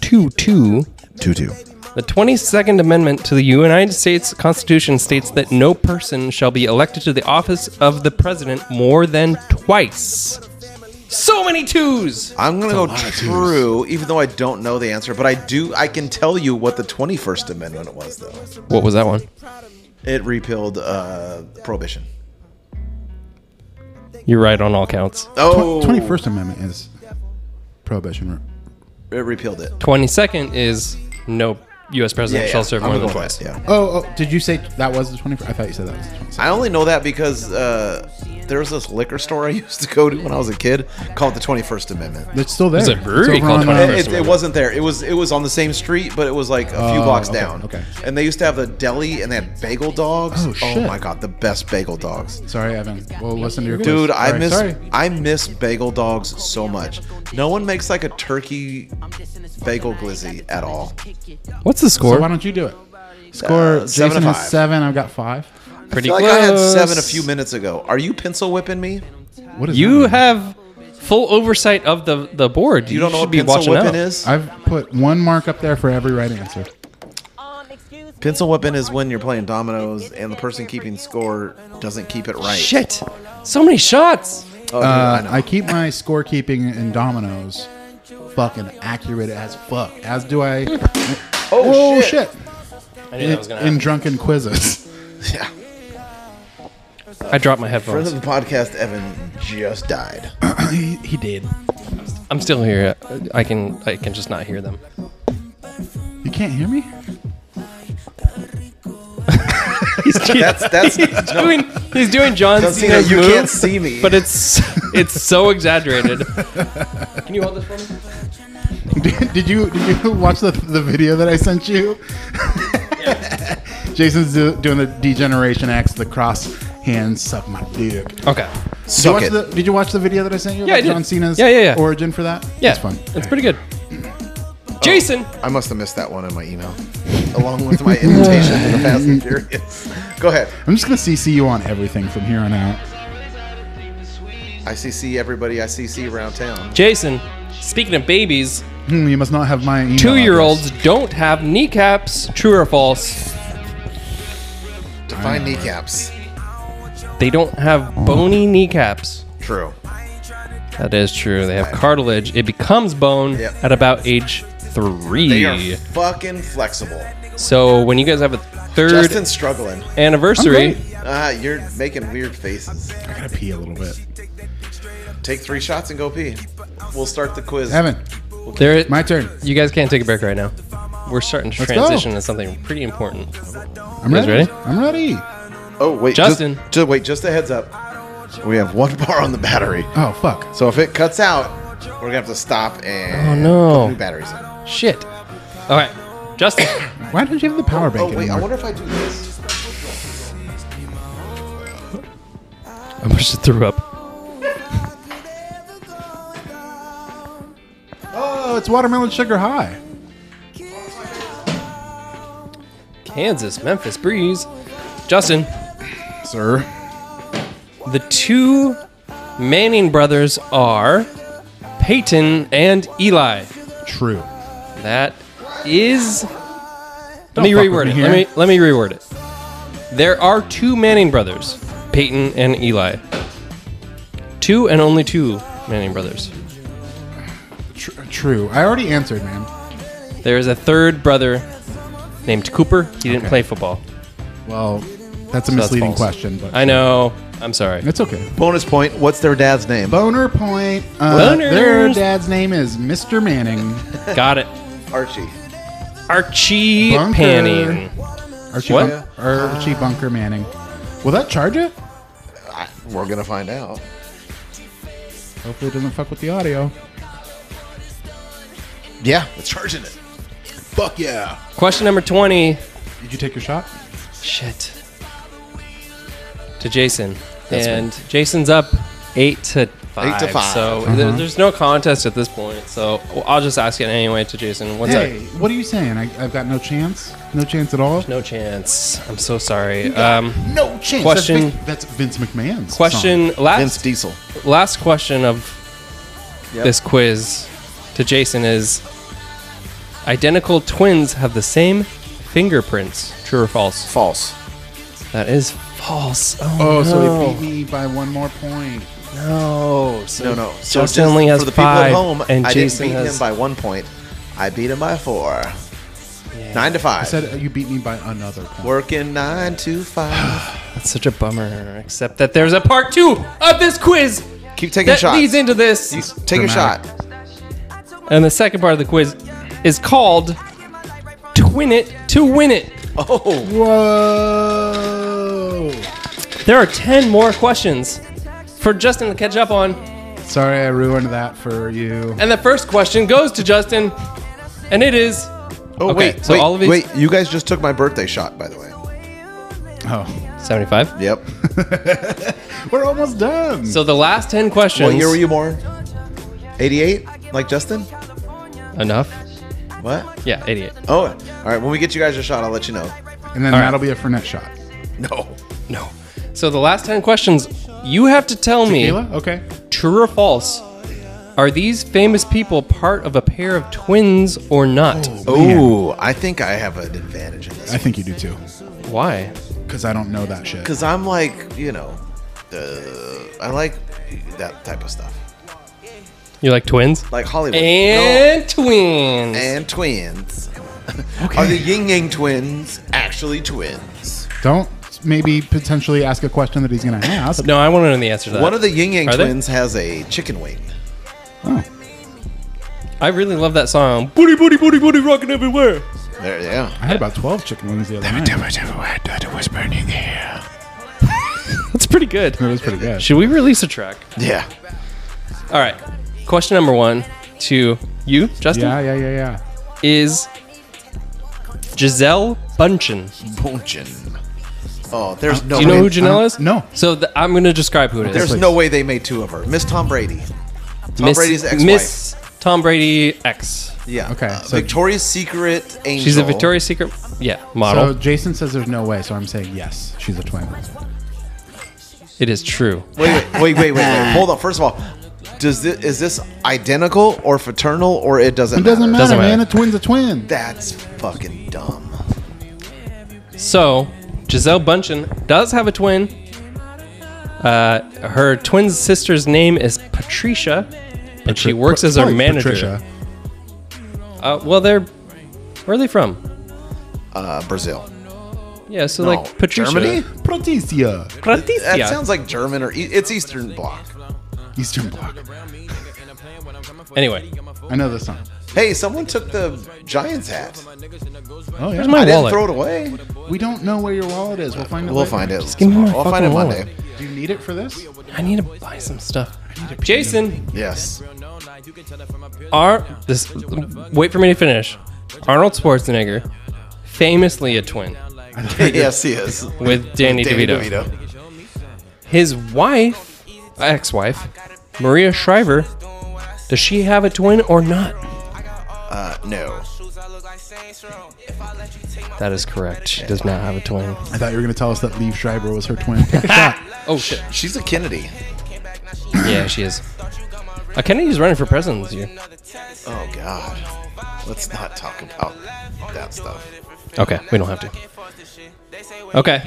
C: 2 2
A: 2 2.
C: The 22nd Amendment to the United States Constitution states that no person shall be elected to the office of the president more than twice. So many twos!
A: I'm going to go true, even though I don't know the answer, but I do. I can tell you what the 21st Amendment was, though.
C: What was that one?
A: It repealed uh, prohibition.
C: You're right on all counts.
A: Oh,
B: Twenty first Amendment is prohibition.
A: It repealed it.
C: 22nd is no U.S. president
A: yeah,
C: shall serve
A: I'm
C: more than
A: going
C: twice.
A: with that, Yeah.
B: Oh, oh, did you say that was the 24th? I thought you said that was the 26th.
A: I only know that because uh, there was this liquor store I used to go to when I was a kid called the 21st Amendment.
B: It's still there.
C: There's a brewery
B: over
C: called
B: on,
C: 21st.
B: uh,
A: It, it, it wasn't there. It was it was on the same street, but it was like a few
B: Oh,
A: blocks
B: okay,
A: down.
B: okay.
A: And they used to have the deli, and they had bagel dogs.
B: Oh, shit.
A: my god, the best bagel dogs.
B: Sorry, Evan. Well, listen to your
A: Dude,
B: quiz.
A: I
B: Sorry,
A: miss
B: Sorry.
A: I miss bagel dogs so much. No one makes like a turkey bagel glizzy at all.
C: What's the
B: So
C: score?
B: why don't you do it? Score.
A: Uh, seven
B: Jason
A: to
B: has
A: five.
B: seven. I've got five.
C: Pretty
A: I feel
C: close.
A: like I had seven a few minutes ago. Are you pencil whipping me?
B: What is
C: You
B: that?
C: have full oversight of the the board.
A: You don't know
C: should
A: what
C: be
A: pencil
C: watching
A: whipping
C: out.
A: is?
B: I've put one mark up there for every right answer.
A: Pencil whipping is when you're playing dominoes and the person keeping score doesn't keep it right.
C: Shit! So many shots.
A: Oh, dude, I
B: Uh,
A: know.
B: I keep my scorekeeping in dominoes fucking accurate as fuck. As do I.
A: oh,
B: Oh
A: shit.
B: shit!
C: I
B: In, in drunken quizzes.
A: Yeah.
C: I dropped my
A: Friend
C: headphones.
A: of the podcast, Evan just died.
B: he, he did.
C: I'm still here. I can I can just not hear them.
B: You can't hear me.
C: He's,
A: That's that's no,
C: doing he's doing John
A: John Cena,
C: Cena's
A: you
C: move,
A: can't see me.
C: but it's it's so exaggerated. Can you hold this for me?
B: Did, did you did you watch the, the video that I sent you? Jason's do, doing the degeneration acts, the cross hands, suck my dick.
C: Okay.
B: Did you,
A: suck
B: watch
A: it.
B: the, did you watch the video that I sent you
C: Yeah,
B: about
C: I did.
B: John Cena's
C: Yeah, yeah, yeah.
B: origin for that?
C: Yeah.
B: It's fun.
C: It's pretty good. Jason,
A: I must have missed that one in my email, along with my invitation to the Fast and Furious. Go ahead.
B: I'm just going to CC you on everything from here on out.
A: I CC everybody I CC around town.
C: Jason. Speaking of babies,
B: Hmm, you must not have my email
C: two-year-olds don't have kneecaps. True or false?
A: Define kneecaps.
C: They don't have bony kneecaps.
A: True.
C: That is true. They have cartilage. It becomes bone
A: Yep.
C: at about age
A: They
C: three.
A: are fucking flexible.
C: So when you guys have a third
A: Justin's struggling.
C: anniversary,
B: I'm
A: Ah, you're making weird faces.
B: address. I got to pee a little bit.
A: Take three shots and go pee. We'll start the quiz.
B: Evan,
C: there
B: my turn.
C: you guys can't take a break right now. We're starting to
B: Let's go.
C: transition to something pretty important.
B: I'm
C: guys
B: ready.
C: ready?
B: I'm ready.
A: Oh wait,
C: Justin.
A: Just, ju- wait, just a heads up. We have one bar on the battery,
B: Oh, fuck.
A: so if it cuts out, we're gonna have to stop and
C: Oh, no.
A: put new batteries in. Oh
C: Shit. All right, Justin.
B: Why don't you have the power bank
A: Oh, wait, I
B: anymore?
A: wonder if I do this.
C: I must have threw up.
B: Oh, it's watermelon sugar high.
C: Kansas, Memphis breeze. Justin,
B: Sir.
C: the two Manning brothers are Peyton and Eli.
B: True.
C: That is. Let
B: Don't
C: me
B: fuck with
C: reword
B: me
C: it.
B: here.
C: Let me let me reword it. There are two Manning brothers, Peyton and Eli. Two and only two Manning brothers.
B: Tr- true. I already answered, man.
C: There is a third brother named Cooper. He didn't
B: Okay.
C: play football.
B: Well, that's a
C: So that's
B: misleading
C: false.
B: question, but
C: I know. I'm sorry.
B: it's okay.
A: Bonus point. What's their dad's name?
B: Boner point. Uh, their
C: Boners.
B: dad's name is Mr. Manning.
C: Got it.
A: Archie.
C: Archie
B: Bunker.
C: Panning.
B: Archie,
C: What?
B: Bun- Archie Bunker Manning. Will that charge it?
A: I, we're gonna find out.
B: Hopefully, it doesn't fuck with the audio.
A: Yeah, it's charging it. Fuck yeah.
C: Question number 20.
B: Did you take your shot?
C: Shit. To Jason. and Jason's up eight to five.
A: Eight to five.
C: So there- there's no contest at this point. So I'll just ask it anyway to Jason. What's
B: hey,
C: up?
B: what are you saying? I, I've got no chance. No chance at all.
C: No chance. I'm so sorry. Um,
B: No chance.
C: Question-
B: That's, Vin- that's Vince McMahon's
C: question
A: Vince
C: last
A: Diesel.
C: last question of
A: Yep.
C: this quiz to Jason is identical twins have the same fingerprints. True or false?
A: False.
C: That is false. Oh,
B: Song. Oh, so he
C: no.
B: beat me by one more point.
C: No, Oh, so
A: No, no. So
C: Justin
A: just
C: only has
A: for the
C: five,
A: people at home,
C: and
A: I
C: Jason
A: didn't beat
C: has
A: him by one point. I beat him by four. Nine to
B: I
A: five.
B: said uh, you beat me by another point.
A: Working nine to five.
C: That's such a bummer. Except that there's a part two of this quiz
A: Keep taking
C: that
A: shots.
C: leads into this,
A: You- Take a
B: Dramatic.
A: shot.
C: and the second part of the quiz is called twin it to win it.
A: Oh,
B: Whoa!
C: There are 10 more questions for Justin to catch up on.
B: Sorry, I ruined that for you.
C: And the first question goes to Justin, and it is
A: oh
C: Okay,
A: wait,
C: so
A: wait,
C: all of these-
A: wait! You guys just took my birthday shot, by the way.
B: Oh,
C: 75.
A: Yep.
B: we're almost done.
C: So the last 10 questions.
A: what year were you born? Eighty-eight, like Justin.
C: Enough?
A: What?
C: Yeah, 88.
A: Oh, all right. When we get you guys a shot, I'll let you know.
B: and then
C: all right.
B: that'll be a Fernet shot.
A: No.
C: No. So the last 10 questions, you have to tell me
B: Kayla, okay.
C: true or false. Are these famous people part of a pair of twins or not?
A: Ooh, I think I have an advantage in this.
B: I think you do too,
C: Why?
B: because I don't know that shit.
A: Because I'm like, you know, uh, I like that type of stuff.
C: You like twins?
A: Like Hollywood. No.
C: And twins.
A: and twins.
B: Okay.
A: Are the Ying Yang twins actually twins?
B: don't maybe potentially ask a question that he's gonna ask.
C: no, I want to know the answer to that.
A: One of the Ying Yang
C: Are they?
A: twins has a chicken wing.
B: Oh.
C: I really love that song. Booty, booty, booty, booty, rocking everywhere.
A: There, yeah.
B: I had about twelve chicken wings the other night.
C: That's pretty good.
B: That was pretty good.
C: Should we release a track?
A: Yeah.
C: All right. Question number one to you, Justin,
B: Yeah, yeah, yeah, yeah.
C: is Giselle Bundchen.
A: Bunchin. Oh, there's no
C: Uh, Do you know who
A: way.
C: Janelle is?
B: uh, no.
C: So th- I'm going to describe who it is.
A: There's
B: Please.
A: no way they made two of her. Miss Tom Brady. Tom
C: Miss,
A: Brady's ex-wife.
C: Miss Tom Brady X.
A: Yeah.
B: Okay,
A: Uh,
B: so-
A: Victoria's Secret angel.
C: She's a Victoria's Secret yeah
B: So
C: model.
B: Jason says there's no way, so I'm saying yes, she's a twin.
C: it is true.
A: Wait, wait, wait, wait, wait, wait. Hold on. First of all, does this is this identical or fraternal or it doesn't?
B: It doesn't matter,
C: Doesn't
B: man.
C: matter.
B: A twin's a twin.
A: That's fucking dumb.
C: So Giselle Bundchen does have a twin. Uh, her twin sister's name is Patricia, and she
B: Patri-
C: works as her
B: probably
C: manager.
B: Patricia.
C: Uh, well, they're where are they from?
A: Uh, Brazil.
C: Yeah, so
A: No,
C: like Patricia.
A: Germany?
B: Patricia.
C: Patricia.
A: That sounds like German or E- it's Eastern Bloc.
B: Eastern Bloc.
C: anyway,
B: I know the song.
A: Hey, someone took the Giants hat.
B: Oh yeah.
C: where's my
A: I didn't
C: wallet?
A: throw it away.
B: we don't know where your wallet is. We'll find it.
A: We'll
B: later.
A: find it.
C: give me my
A: I'll find
C: fucking
A: it
C: wallet.
A: Monday.
B: Do you need it for this?
C: I need to buy some stuff. Jason,
A: Yes.
C: are this? Wait for me to finish. Arnold Schwarzenegger, famously a twin
A: yes, he is.
C: with Danny,
A: Danny
C: DeVito.
A: DeVito.
C: His wife, ex-wife, Maria Shriver. Does she have a twin or not?
A: Uh, no.
C: That is correct. She does not have a twin.
B: I thought you were gonna tell us that Lee Schreiber was her twin.
C: Oh shit.
A: She's a Kennedy.
C: Yeah, she is. Uh, Kennedy's running for president this year.
A: Oh, God. Let's not talk about that stuff.
C: Okay, we don't have to. Okay,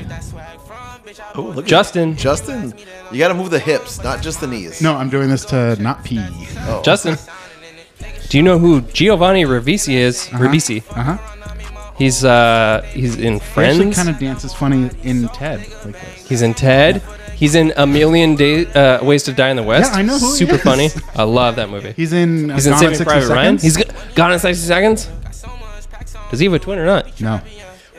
A: Oh, look at-
C: Justin.
A: Justin, you got to move the hips, not just the knees. Oh.
B: no, I'm doing this to not pee. Uh
C: Justin, do you know who Giovanni Ravisi is? Ravisi.
B: huh.
C: He's uh he's in
B: He actually
C: Friends.
B: kind of dances funny in Ted like this.
C: he's in Ted. He's in A Million Day, uh, Ways to Die in the West.
B: Yeah, I know who he
C: Super
B: is.
C: funny. I love that movie.
B: He's in. Uh,
C: He's in
B: Gone
C: Saving
B: 60
C: Private Ryan.
B: Seconds?
C: He's g- gone in 60 seconds. Does he have a twin or not?
B: no.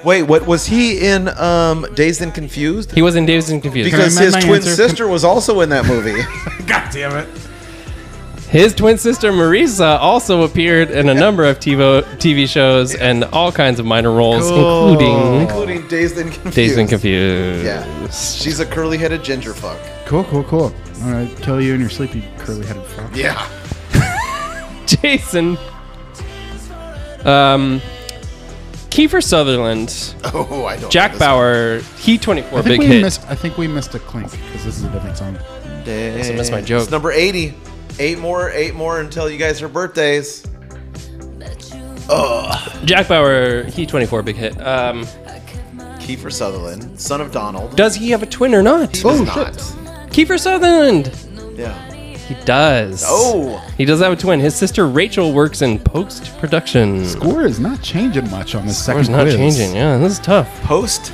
A: Wait, what was he in um, Dazed and Confused?
C: He was in Dazed and Confused.
A: Because
B: amend
A: his
B: my
A: twin
B: answer?
A: sister was also in that movie.
B: God damn it.
C: His twin sister Marisa also appeared in a number of TiVo, TV shows and all kinds of minor roles, including
A: including Dazed and Confused.
C: Oh. Dazed and Confused.
A: Yeah. She's a curly headed ginger fuck.
B: Cool, cool, cool. All right, kill you in your sleep, you curly-headed fuck.
A: Yeah.
C: Jason. Um, Kiefer Sutherland,
A: Oh, I don't.
C: Jack
A: know this
C: Bauer, he 24
B: I think
C: big
B: we
C: hit.
B: missed. I think we missed a clink because this is a different song.
A: one.
C: I missed my joke.
A: It's number 80. Eight more, eight more until you guys are birthdays.
C: Jack Bauer, he 24 big hit. Um,
A: Kiefer Sutherland, son of Donald.
C: does he have a twin or not?
A: He does not.
C: Kiefer Sutherland.
A: Yeah.
C: He does.
A: Oh.
C: He does have a twin. His sister Rachel works in post production.
B: Score is not changing much on this
C: Score's
B: second
C: not
B: quiz.
C: changing. Yeah, this is tough.
A: Post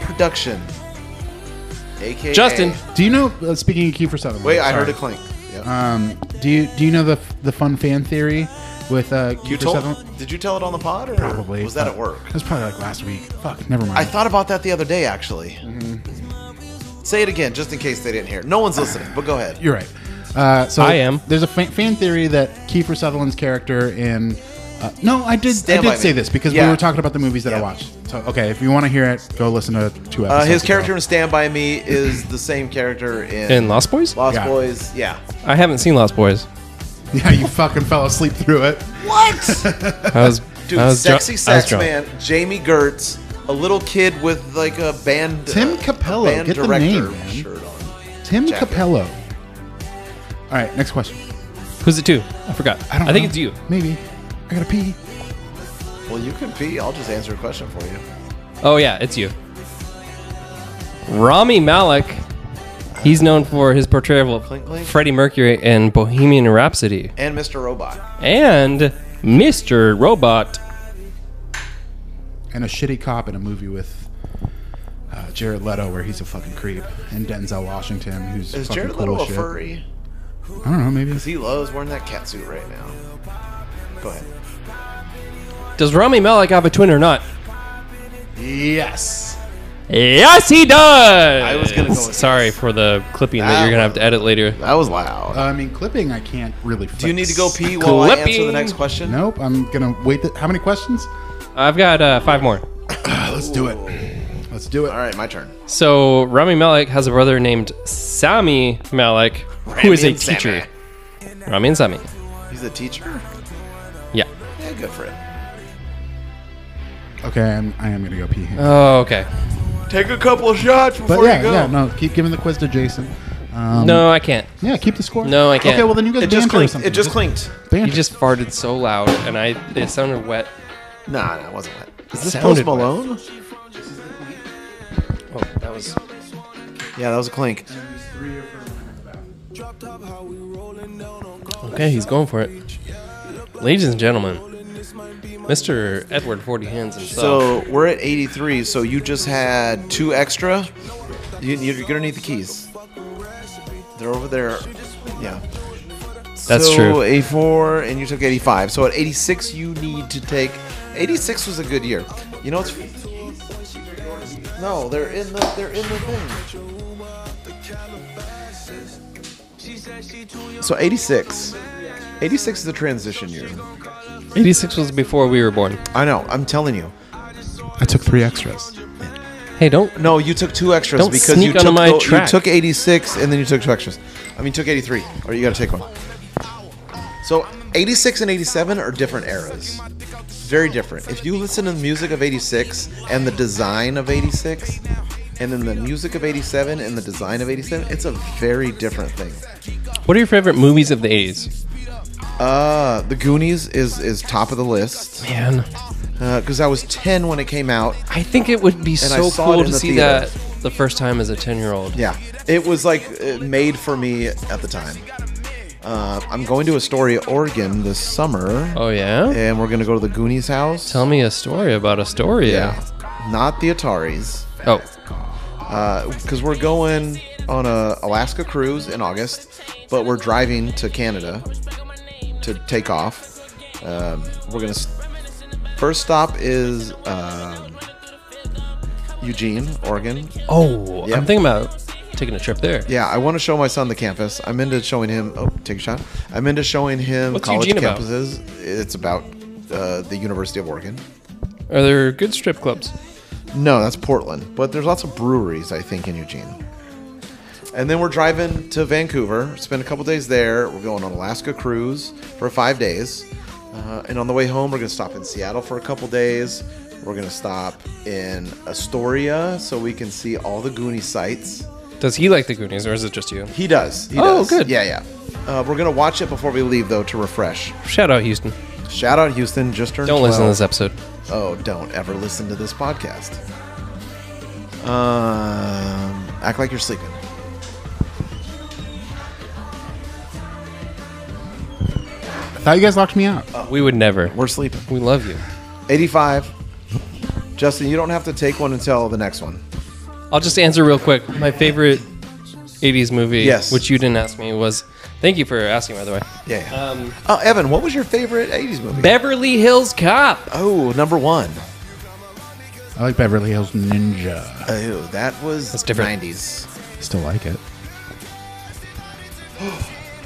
A: production. AKA.
C: Justin.
B: Do you know? Uh, speaking of Kiefer Sutherland.
A: Wait, I heard a
B: sorry.
A: clink. Yeah.
B: Um, do you do you know the f- the fun fan theory with uh,
A: You
B: Kiefer
A: told?
B: Sutherland.
A: Did you tell it on the pod? Or
B: Probably
A: Was that
B: but
A: at work?
B: It was probably like last week. Fuck, never mind.
A: I thought about that the other day, actually.
B: Mm-hmm.
A: Say it again, just in case they didn't hear. No one's listening, but go ahead.
B: You're right. Uh, so
C: I am.
B: There's a fan, fan theory that Kiefer Sutherland's character in. Uh, no, I did.
A: Stand
B: I
A: by
B: did say
A: me.
B: this because
A: Yeah.
B: we were talking about the movies that
A: Yeah.
B: I watched. So okay, if you want to hear it, go listen to two episodes.
A: Uh, his
B: ago.
A: character in Stand By Me is the same character in,
C: In Lost Boys?
A: Lost
B: Yeah.
A: Boys. Yeah.
C: I haven't seen Lost Boys.
B: Yeah, you fucking fell asleep through it.
C: I was
A: Dude,
C: I was dr-
A: sexy
C: I was
A: sax
C: drunk.
A: man, Jamie Gertz, a little kid with like a band.
B: Tim
A: uh,
B: Capello,
A: a band
B: get the
A: director
B: name, man.
A: shirt on.
B: Tim
A: Jacket.
B: Capello. All right, next question.
C: Who's it to? I forgot. I,
B: I don't.
C: think
B: know.
C: it's you.
B: Maybe. I gotta pee.
A: Well, you can pee. I'll just answer a question for you.
C: Oh yeah, it's you. Rami Malek. He's known for his portrayal of
A: Clink, clink.
C: Freddie Mercury in Bohemian Rhapsody
A: And Mr. Robot.
C: and Mr. Robot.
B: And a shitty cop in a movie with uh, Jared Leto, where he's a fucking creep, and Denzel Washington, who's
A: Is
B: fucking
A: Jared
B: cool
A: Leto
B: as
A: a
B: shit.
A: furry?
B: I don't know. Maybe.
A: 'Cause he loves wearing that cat suit right now. Go ahead.
C: Does Rami Malek have a twin or not?
A: Yes.
C: Yes, he does.
A: I was gonna go with
C: Sorry for the clipping that
A: Ah,
C: you're gonna
A: well.
C: have to edit later.
A: That was loud.
B: Uh, I mean, clipping. I can't really.
A: Do you need to go pee while I answer the
C: clipping.
A: next question?
B: Nope, I'm gonna wait. th- how many questions?
C: I've got uh, five more.
A: Uh,
B: let's do it. Let's do it.
A: All right, my turn.
C: So Rami Malek has a brother named Sami Malek, who is a
A: Rami and Sammy.
C: teacher. Rami and Sami.
A: He's a teacher?
C: Yeah.
A: Yeah, good for him.
B: Okay, I'm, I am gonna go pee. Here.
C: Oh, okay.
A: Take a couple of shots before
B: but yeah,
A: you go.
B: yeah, no. Keep giving the quiz to Jason. Um,
C: No, I can't.
B: Yeah, keep the score.
C: No, I can't.
B: Okay, well then you guys
A: It just
B: banter or
A: clinked.
B: something.
A: It just clinked.
B: banter.
C: You just farted so loud, and I it sounded wet.
A: Nah, nah, it wasn't wet. Is this Post
C: Sounded
A: Malone?
C: Oh, that was.
A: Yeah, that was a clink.
C: Okay, he's going for it. Ladies and gentlemen, Mr. Edward Forty Hands himself.
A: So we're at 83. So you just had two extra. You, you're gonna need the keys. They're over there. Yeah.
C: That's
A: so
C: true.
A: 84, and you took 85. So at 86, you need to take. 86 was a good year. You know it's. No, they're in the they're in the thing. So 86. 86 is a transition year.
C: 86 was before we were born.
A: I know. I'm telling you.
B: I took three extras.
C: Hey, don't.
A: No, you took two extras
C: Don't
A: because
C: sneak
A: you took
C: onto my
A: tho-
C: track.
A: you took 86 and then you took two extras. I mean, you took 83, or you got to take one. So 86 and 87 are different eras. Very different. If you listen to the music of 86 and the design of 86 and then the music of 87 and the design of 87, it's a very different thing.
C: What are your favorite movies of the 80s?
A: Uh, The Goonies is is top of the list
C: Man,
A: because I was 10 when it came out.
C: I think it would be
A: I
C: so
A: saw it
C: cool
A: in
C: to
A: the
C: see
A: theater.
C: that the first time as a 10 year old.
A: Yeah, it was like uh, made for me at the time. Uh, I'm going to Astoria, Oregon this summer,
C: Oh, yeah?
A: and we're gonna go to the Goonies house.
C: Tell me a story about Astoria.
A: yeah, not the Ataris,
C: Oh,
A: because we're going on a Alaska cruise in August, but we're driving to Canada to take off. Um, we're gonna s- first stop is um, Eugene, Oregon,
C: oh,
A: Yeah.
C: I'm thinking about taking a trip there.
A: Yeah, I want to show my son the campus. I'm into showing him. Oh, take a shot. I'm into showing him
C: What's
A: college
C: Eugene about?
A: campuses. It's about uh, the University of Oregon.
C: Are there good strip clubs?
A: No, that's Portland. But there's lots of breweries, I think, in Eugene. And then we're driving to Vancouver. Spend a couple days there. We're going on Alaska cruise for five days. Uh, and on the way home, we're gonna stop in Seattle for a couple days. We're gonna stop in Astoria so we can see all the Goonie sites.
C: Does he like the Goonies or is it just you?
A: He does. He
C: Oh,
A: does.
C: good.
A: Yeah, yeah. Uh, we're gonna watch it before we leave though to refresh.
C: Shout out Houston.
A: Shout out Houston, just turned.
C: Don't
A: 12.
C: listen to this episode.
A: Oh, don't ever listen to this podcast. Um, act like you're sleeping.
B: I thought you guys locked me out.
A: Oh.
C: We would never.
A: We're sleeping.
C: We love you.
A: 85. Justin, you don't have to take one until the next one.
C: I'll just answer real quick. My favorite 80s movie,
A: Yes.
C: which you didn't ask me, was Thank you for asking, by the way.
A: Yeah. yeah.
C: Um,
A: oh, Evan, what was your favorite 80s movie?
C: Beverly Hills Cop.
A: oh, number one.
B: I like Beverly Hills Ninja.
A: Oh, that was
C: That's different.
A: 90s.
B: Still like it.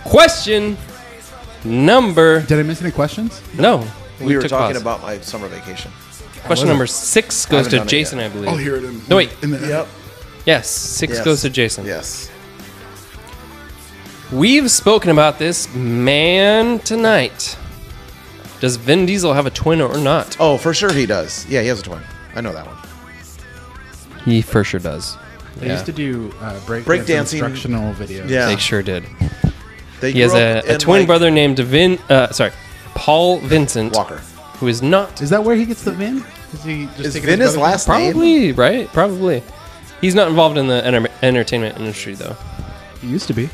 C: Question number
B: Did I miss any questions?
C: no.
A: We, were
C: took
A: talking
C: pause.
A: about my summer vacation.
C: question number six goes
A: haven't
C: to
A: done it
C: Jason,
A: yet.
C: I believe.
B: it is.
C: No, wait.
B: In the
C: Yes, six
A: Yes.
C: goes to Jason.
A: Yes.
C: We've spoken about this man tonight. Does Vin Diesel have a twin or not?
A: Oh, for sure he does. Yeah, he has a twin. I know that one.
C: He for sure does.
B: They
C: Yeah.
B: used to do uh, break,
A: Break
B: dance
A: dancing-
B: instructional videos.
A: Yeah.
C: They sure did.
A: They
C: He has
A: grew
C: a,
A: up
C: a
A: in,
C: twin
A: like,
C: brother named Vin. Uh, sorry, Paul Vincent
A: Walker.
C: who is not
B: Is that where he gets the Vin? Is he just
A: Is
B: taking
A: Vin his
B: brother's
A: last name?
C: probably right. Probably, he's not involved in the enter- entertainment industry though.
B: name? He used to be.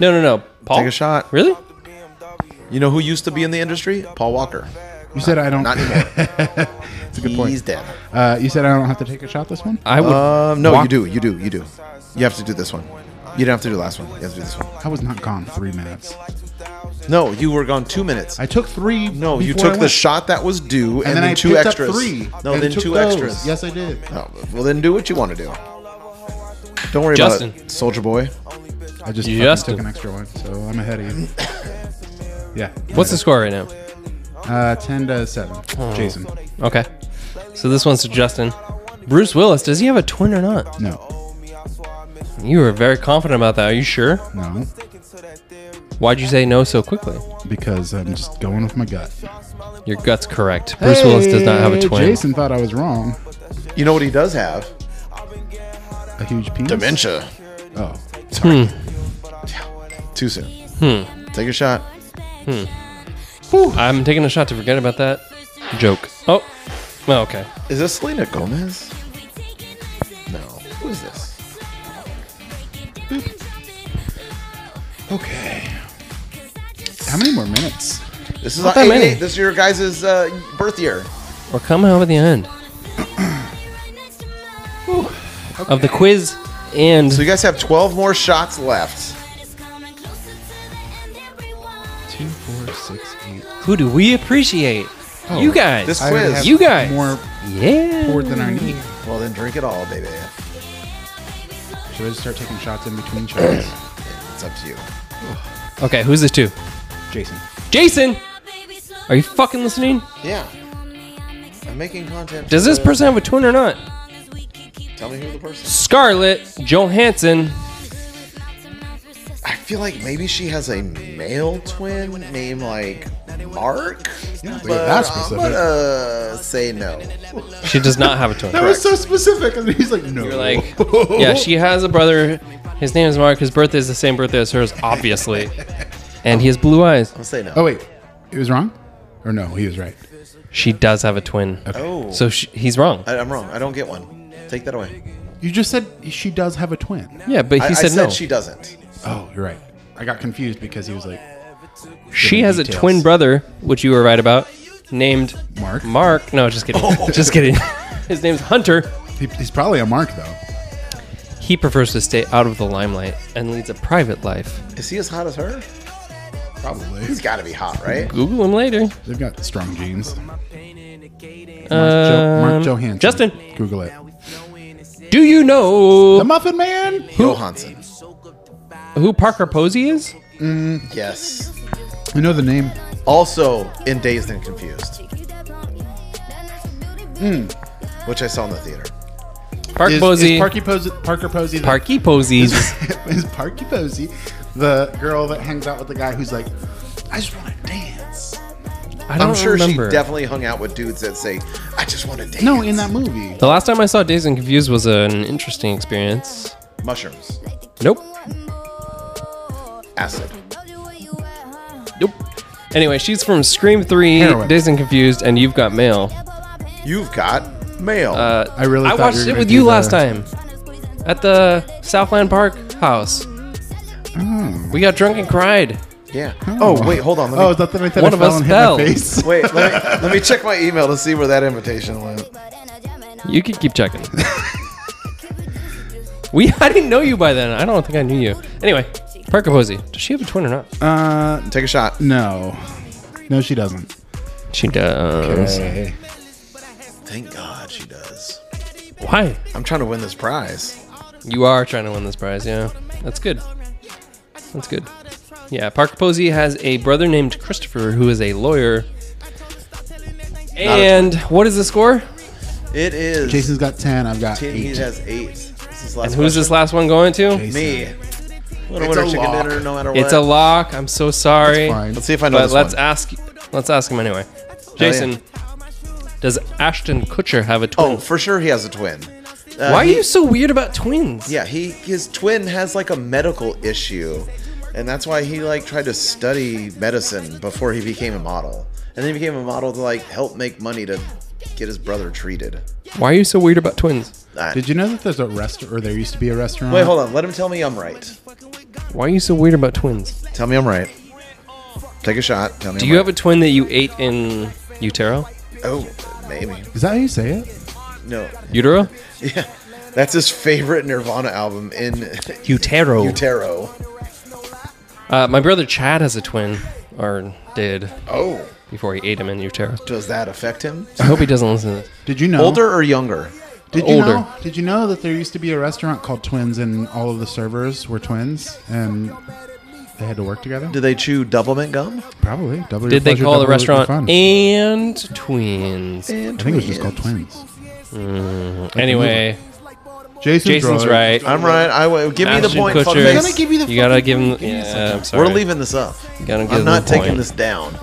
C: No, no, no. Paul,
A: Take a shot.
C: Really?
A: You know who used to be in the industry? Paul Walker.
B: You said I don't.
A: Uh, Not anymore.
B: It's a good point.
A: He's dead.
B: Uh, you said I don't have to take a shot this one.
C: I would.
A: Um, no,
C: walk-
A: you do. You do. You do. You have to do this one. You don't have to do the last one. You have to do this one.
B: I was not gone three minutes.
A: No, you were gone two minutes.
B: I took three.
A: no, you
B: before I
A: took the
B: went.
A: shot that was due and,
B: and,
A: then,
B: I
A: two
B: picked
A: extras.
B: Up three
A: No,
B: and
A: then
B: took
A: two
B: those.
A: extras.
B: Yes, I did.
A: Oh, well, then do what you want to do. Don't worry about
C: Justin.
A: it, Soldier Boy.
B: I just
C: You
B: fucking
C: just
B: took
C: did.
B: an extra one, so I'm ahead of you. yeah.
C: What's Oh. the score right now?
B: Uh, ten to seven. Jason.
C: Okay. So this one's to Justin. Bruce Willis, does he have a twin or not?
B: No.
C: You were very confident about that. Are you sure?
B: No.
C: Why'd you say no so quickly?
B: Because I'm just going with my gut.
C: Your gut's correct. Bruce Willis does not have a
B: Hey,
C: twin.
B: Jason thought I was wrong.
A: You know what he does have?
B: A huge penis.
A: Dementia.
B: Oh.
A: Too soon.
B: Hmm.
A: Take a shot.
C: I'm taking a shot to forget about that joke. Oh, well, okay.
A: Is this Selena Gomez? No. Who is this?
B: Okay. How many more minutes?
A: This is
C: Not
A: our
C: that many.
A: 88. This is your guys' uh, birth year.
C: We're coming out at the end of the quiz, and
A: So you guys have 12 more shots left.
B: Two, four, six, eight.
C: who do we appreciate?
B: Oh,
C: you guys.
A: this-
B: I already
A: Quiz.
B: have
C: You guys.
B: More
C: yeah.
B: poured than I need.
A: Well, then drink it all, baby.
B: Should I just start taking shots in between shots?
A: It's up to you.
C: Okay, who's this to?
B: Jason.
C: Jason, are you fucking listening?
A: Yeah. I'm making content.
C: Does this
A: Uh,
C: person have a twin or not?
A: Tell me who the person is.
C: Scarlett Johansson.
A: I feel like maybe she has a male twin named like Mark.
B: Yeah,
A: But
C: uh,
A: I'm gonna say no.
C: She does not have a twin.
B: That was so specific. And he's like, no.
C: You're like, yeah, she has a brother. His name is Mark. His birthday is the same birthday as hers, obviously. And he has blue eyes.
A: I'll say no.
B: Oh, wait. He was wrong? Or no, he was right.
C: She does have a twin.
A: Oh.
C: So she, he's wrong.
A: I, I'm wrong. I don't get one. Take that away.
B: You just said she does have a twin.
C: Yeah, but he
A: I,
C: said,
A: I said
C: no.
A: she
C: She,
A: doesn't.
B: Oh, you're right. I got confused because he was like,
C: has
B: details.
C: a twin brother, which you were right about, named
B: Mark.
C: Mark. No, just kidding.
A: Oh.
C: just kidding. His name's Hunter.
B: He, he's probably a Mark, though.
C: He prefers to stay out of the limelight and leads a private life.
A: Is he as hot as her?
B: Probably.
A: He's got to be hot, right?
C: Google him later.
B: They've got strong genes. Mark, Jo-
C: Um,
B: Mark Johansson.
C: Justin,
B: Google it.
C: do you know
B: The Muffin Man.
A: Johansson.
C: who Parker Posey is?
A: Yes.
B: I know the name.
A: Also in Dazed and Confused, Hmm. which I saw in the theater.
C: Park
B: Is,
C: Posey.
B: is Parky Posey. Parker Posey. the-
C: Parky Posey's.
B: is Parky Posey the girl that hangs out with the guy who's like, I just want to dance.
C: I don't
A: I'm sure
C: remember.
A: she definitely hung out with dudes that say, "I just want to dance."
B: No, in that movie.
C: the last time I saw Days and Confused was an interesting experience.
A: mushrooms,
C: Nope.
A: acid.
C: Nope. Anyway, she's from Scream 3,
B: Heroin.
C: Days and Confused, and You've Got Mail.
A: You've got mail.
C: Uh,
B: I really
C: I
B: thought
C: watched
B: you were
C: it
B: gonna
C: with
B: do
C: you
B: the-
C: last time at the Southland Park house.
B: Hmm.
C: We got drunk and cried.
A: yeah. Oh wait, hold on. Let me,
B: Oh, is that the night that
C: One
B: I
C: of
B: fell
C: us
B: and
C: fell.
B: hit my face?
A: wait. Let me, let me check my email to see where that invitation went.
C: You can keep checking. we I didn't know you by then. I don't think I knew you. Anyway, Parker Posey. Does she have a twin or not?
B: Uh,
A: Take a shot.
B: no, no, she doesn't.
C: She does.
B: Okay.
A: Thank God she does.
C: Why?
A: I'm trying to win this prize.
C: You are trying to win this prize, yeah. That's good. That's good. Yeah, Parker Posey has a brother named Christopher who is a lawyer. And what is the score?
A: It is.
B: Jason's got ten. I've got
A: Ten- He
B: eight.
A: has eight. This is last
C: And who's this last one going to?
B: Jason.
A: Me.
B: a
A: it's a chicken
B: lock.
A: dinner, no matter what.
C: It's a lock. I'm so sorry.
B: Fine.
A: Let's see if I know
C: But
A: this
C: let's
A: one.
C: ask let's ask him anyway. Jason, does Ashton Kutcher have a twin?
A: Oh, for sure he has a twin. Uh,
C: Why are
A: he-
C: you so weird about twins?
A: Yeah, he his twin has like a medical issue, and that's why he like tried to study medicine before he became a model, and then he became a model to like help make money to get his brother treated.
C: Why are you so weird about twins?
A: Ah.
B: Did you know that there's a restaurant, or there used to be a restaurant?
A: Wait, hold on. Let him tell me I'm right.
C: Why are you so weird about twins?
A: Tell me I'm right. Take a shot. Tell me.
C: Do you have a twin that you ate in utero?
A: Oh, maybe.
B: Is that how you say it?
A: No.
C: Utero?
A: Yeah, that's his favorite Nirvana album in
C: Utero.
A: utero.
C: Uh, my brother Chad has a twin, or did
A: Oh,
C: before he ate him in utero.
A: does that affect him?
C: I hope he doesn't listen to this.
B: Did you know?
A: Older or younger?
B: Did you
C: Older.
B: know? Did you know that there used to be a restaurant called Twins, and all of the servers were twins, and they had to work together?
A: Do they chew double mint gum?
B: Probably. Double your
C: Did they
B: pleasure,
C: call the
B: double your
C: restaurant
B: fun.
C: and twins?
A: And
B: I think it was just
A: twins.
B: called Twins.
C: Anyway,
B: Jason's,
C: Jason's right.
A: I'm right. I will give me the
C: Ashton
A: point.
C: Kutcher.
A: fuckface.
B: We're gonna give you the
C: You gotta
B: fucking
C: give him.
B: point. Give me a
C: Yeah,
B: second.
C: I'm sorry.
A: We're leaving this up.
C: Gotta give
A: I'm
C: him
A: not
C: the
A: taking
C: point.
A: this down.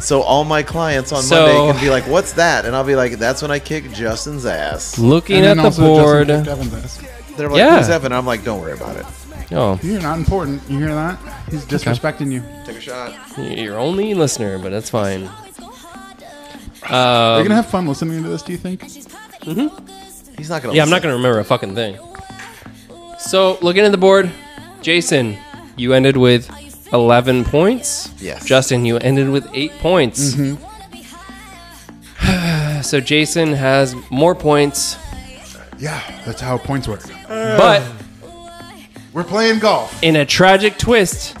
A: So all my clients on
C: So-
A: Monday can be like, "What's that?" and I'll be like, "That's when I kick Justin's ass."
C: Looking
B: And
C: at
B: then
C: the
B: also Justin
C: board.
B: kicked Evan's ass.
A: They're like,
C: Yeah.
A: "Who's Evan?" I'm like, "Don't worry about it.
C: Oh,
B: You're not important. You hear that? He's disrespecting you.
A: Take a shot."
C: your Oh, only listener, but that's fine.
B: Are you
C: Um,
B: gonna have fun listening to this? Do you think?
A: He's not gonna.
C: yeah, I'm not
A: listen.
C: gonna remember a fucking thing. So looking at the board, Jason, you ended with 11 points.
A: Yes.
C: Justin, you ended with eight points.
A: Mm-hmm.
C: so Jason has more points,
B: Yeah, that's how points work.
C: but
B: We're playing golf.
C: in a tragic twist,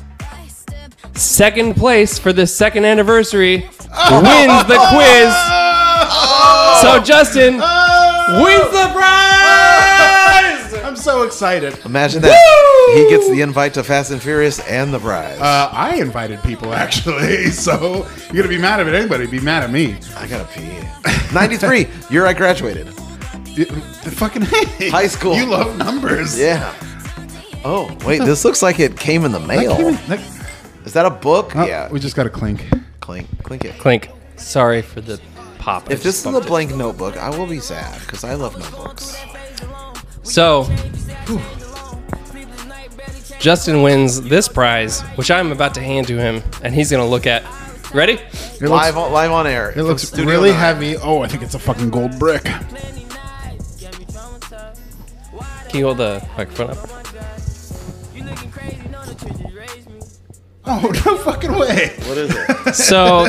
C: second place for the second anniversary wins the quiz. So Justin wins the prize.
B: I'm so excited.
A: Imagine that. He gets the invite to Fast and Furious and the prize.
B: Uh, I invited people actually, so you're gonna be mad at anybody. Be mad at me.
A: I gotta pee. 93. Year I graduated.
B: It- the fucking
A: High school.
B: You love numbers.
A: Yeah. Oh wait, this looks like it came in the
B: That
A: mail.
B: came in- that-
A: Is that a book?
B: oh,
A: yeah.
B: We just got a clink.
A: clink, clink it.
C: Clink. Sorry for the pop. I
A: If this
C: just
A: is a
C: bumped it.
A: blank notebook, I will be sad because I love notebooks.
C: So, Justin wins this prize, which I'm about to hand to him, and he's gonna look at. Ready?
B: It looks,
A: live, on, live on air.
B: it
A: from
B: looks
A: Studio
B: really
A: Nine.
B: heavy. Oh, I think it's a fucking gold brick.
C: Can you hold the microphone up?
B: Oh no fucking way!
A: What is it?
C: So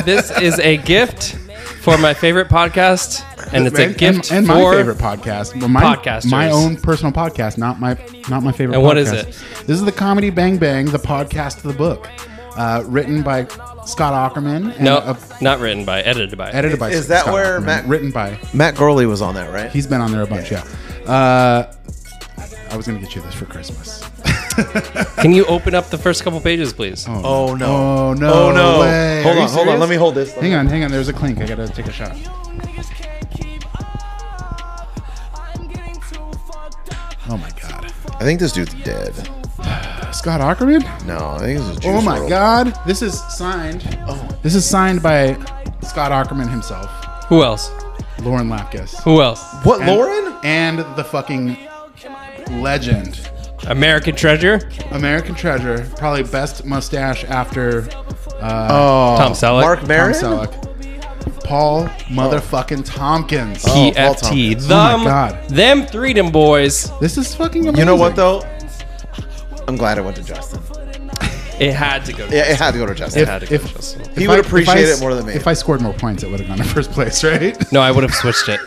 C: this is a gift for my favorite podcast, and it's a
B: And-
C: gift
B: and, and
C: for
B: my favorite podcast. Well, my,
C: podcasters.
B: My own personal podcast, not my not my favorite.
C: And what
B: podcast.
C: is it?
B: This is the comedy Bang Bang, the podcast of the book, uh, written by Scott Ackerman. And
C: no,
B: uh,
C: not written by, edited by.
B: edited by.
A: Is that
B: Scott
A: where
B: Aukerman,
A: Matt-
B: Written by.
A: Matt Gorley was on that, right?
B: He's been on there a bunch. Yeah. Uh, I was gonna get you this for Christmas.
C: Can you open up the first couple pages, please?
A: oh no!
B: Oh no!
A: Oh no!
B: way.
A: Hold
B: Are you
A: on, hold on.
B: serious?
A: Let me hold this. Let
B: Hang
A: me-
B: on, hang on. There's a clink. I gotta take a shot. Oh my god.
A: I think this dude's dead.
B: Scott Ackerman?
A: No, I think this is. Juice
B: Oh my
A: WRLD.
B: god. This is signed. Oh. This is signed by Scott Ackerman himself,
C: Who else?
B: Lauren Lapkus.
C: Who else?
A: What,
B: And-
A: Lauren?
B: And the fucking legend.
C: American Treasure?
B: American treasure, probably best mustache after
A: Oh,
C: Tom Selleck?
A: Mark
B: Tom
A: Maron.
B: Selleck. Paul motherfucking Tompkins.
A: Oh, Paul
C: PFT.
A: Tompkins.
C: them,
B: Oh my God.
C: them freedom boys.
B: This is fucking amazing.
A: You know what though? I'm glad I went to Justin.
C: It had to go. To
A: Yeah, it had to go to Justin.
C: It had to go. to
B: if-
C: Justin.
A: he
B: If
A: would
B: I-
A: appreciate
B: if I
A: it
B: s-
A: more than me.
B: If I scored more points, it would have gone to first place, right?
C: No, I would have switched it.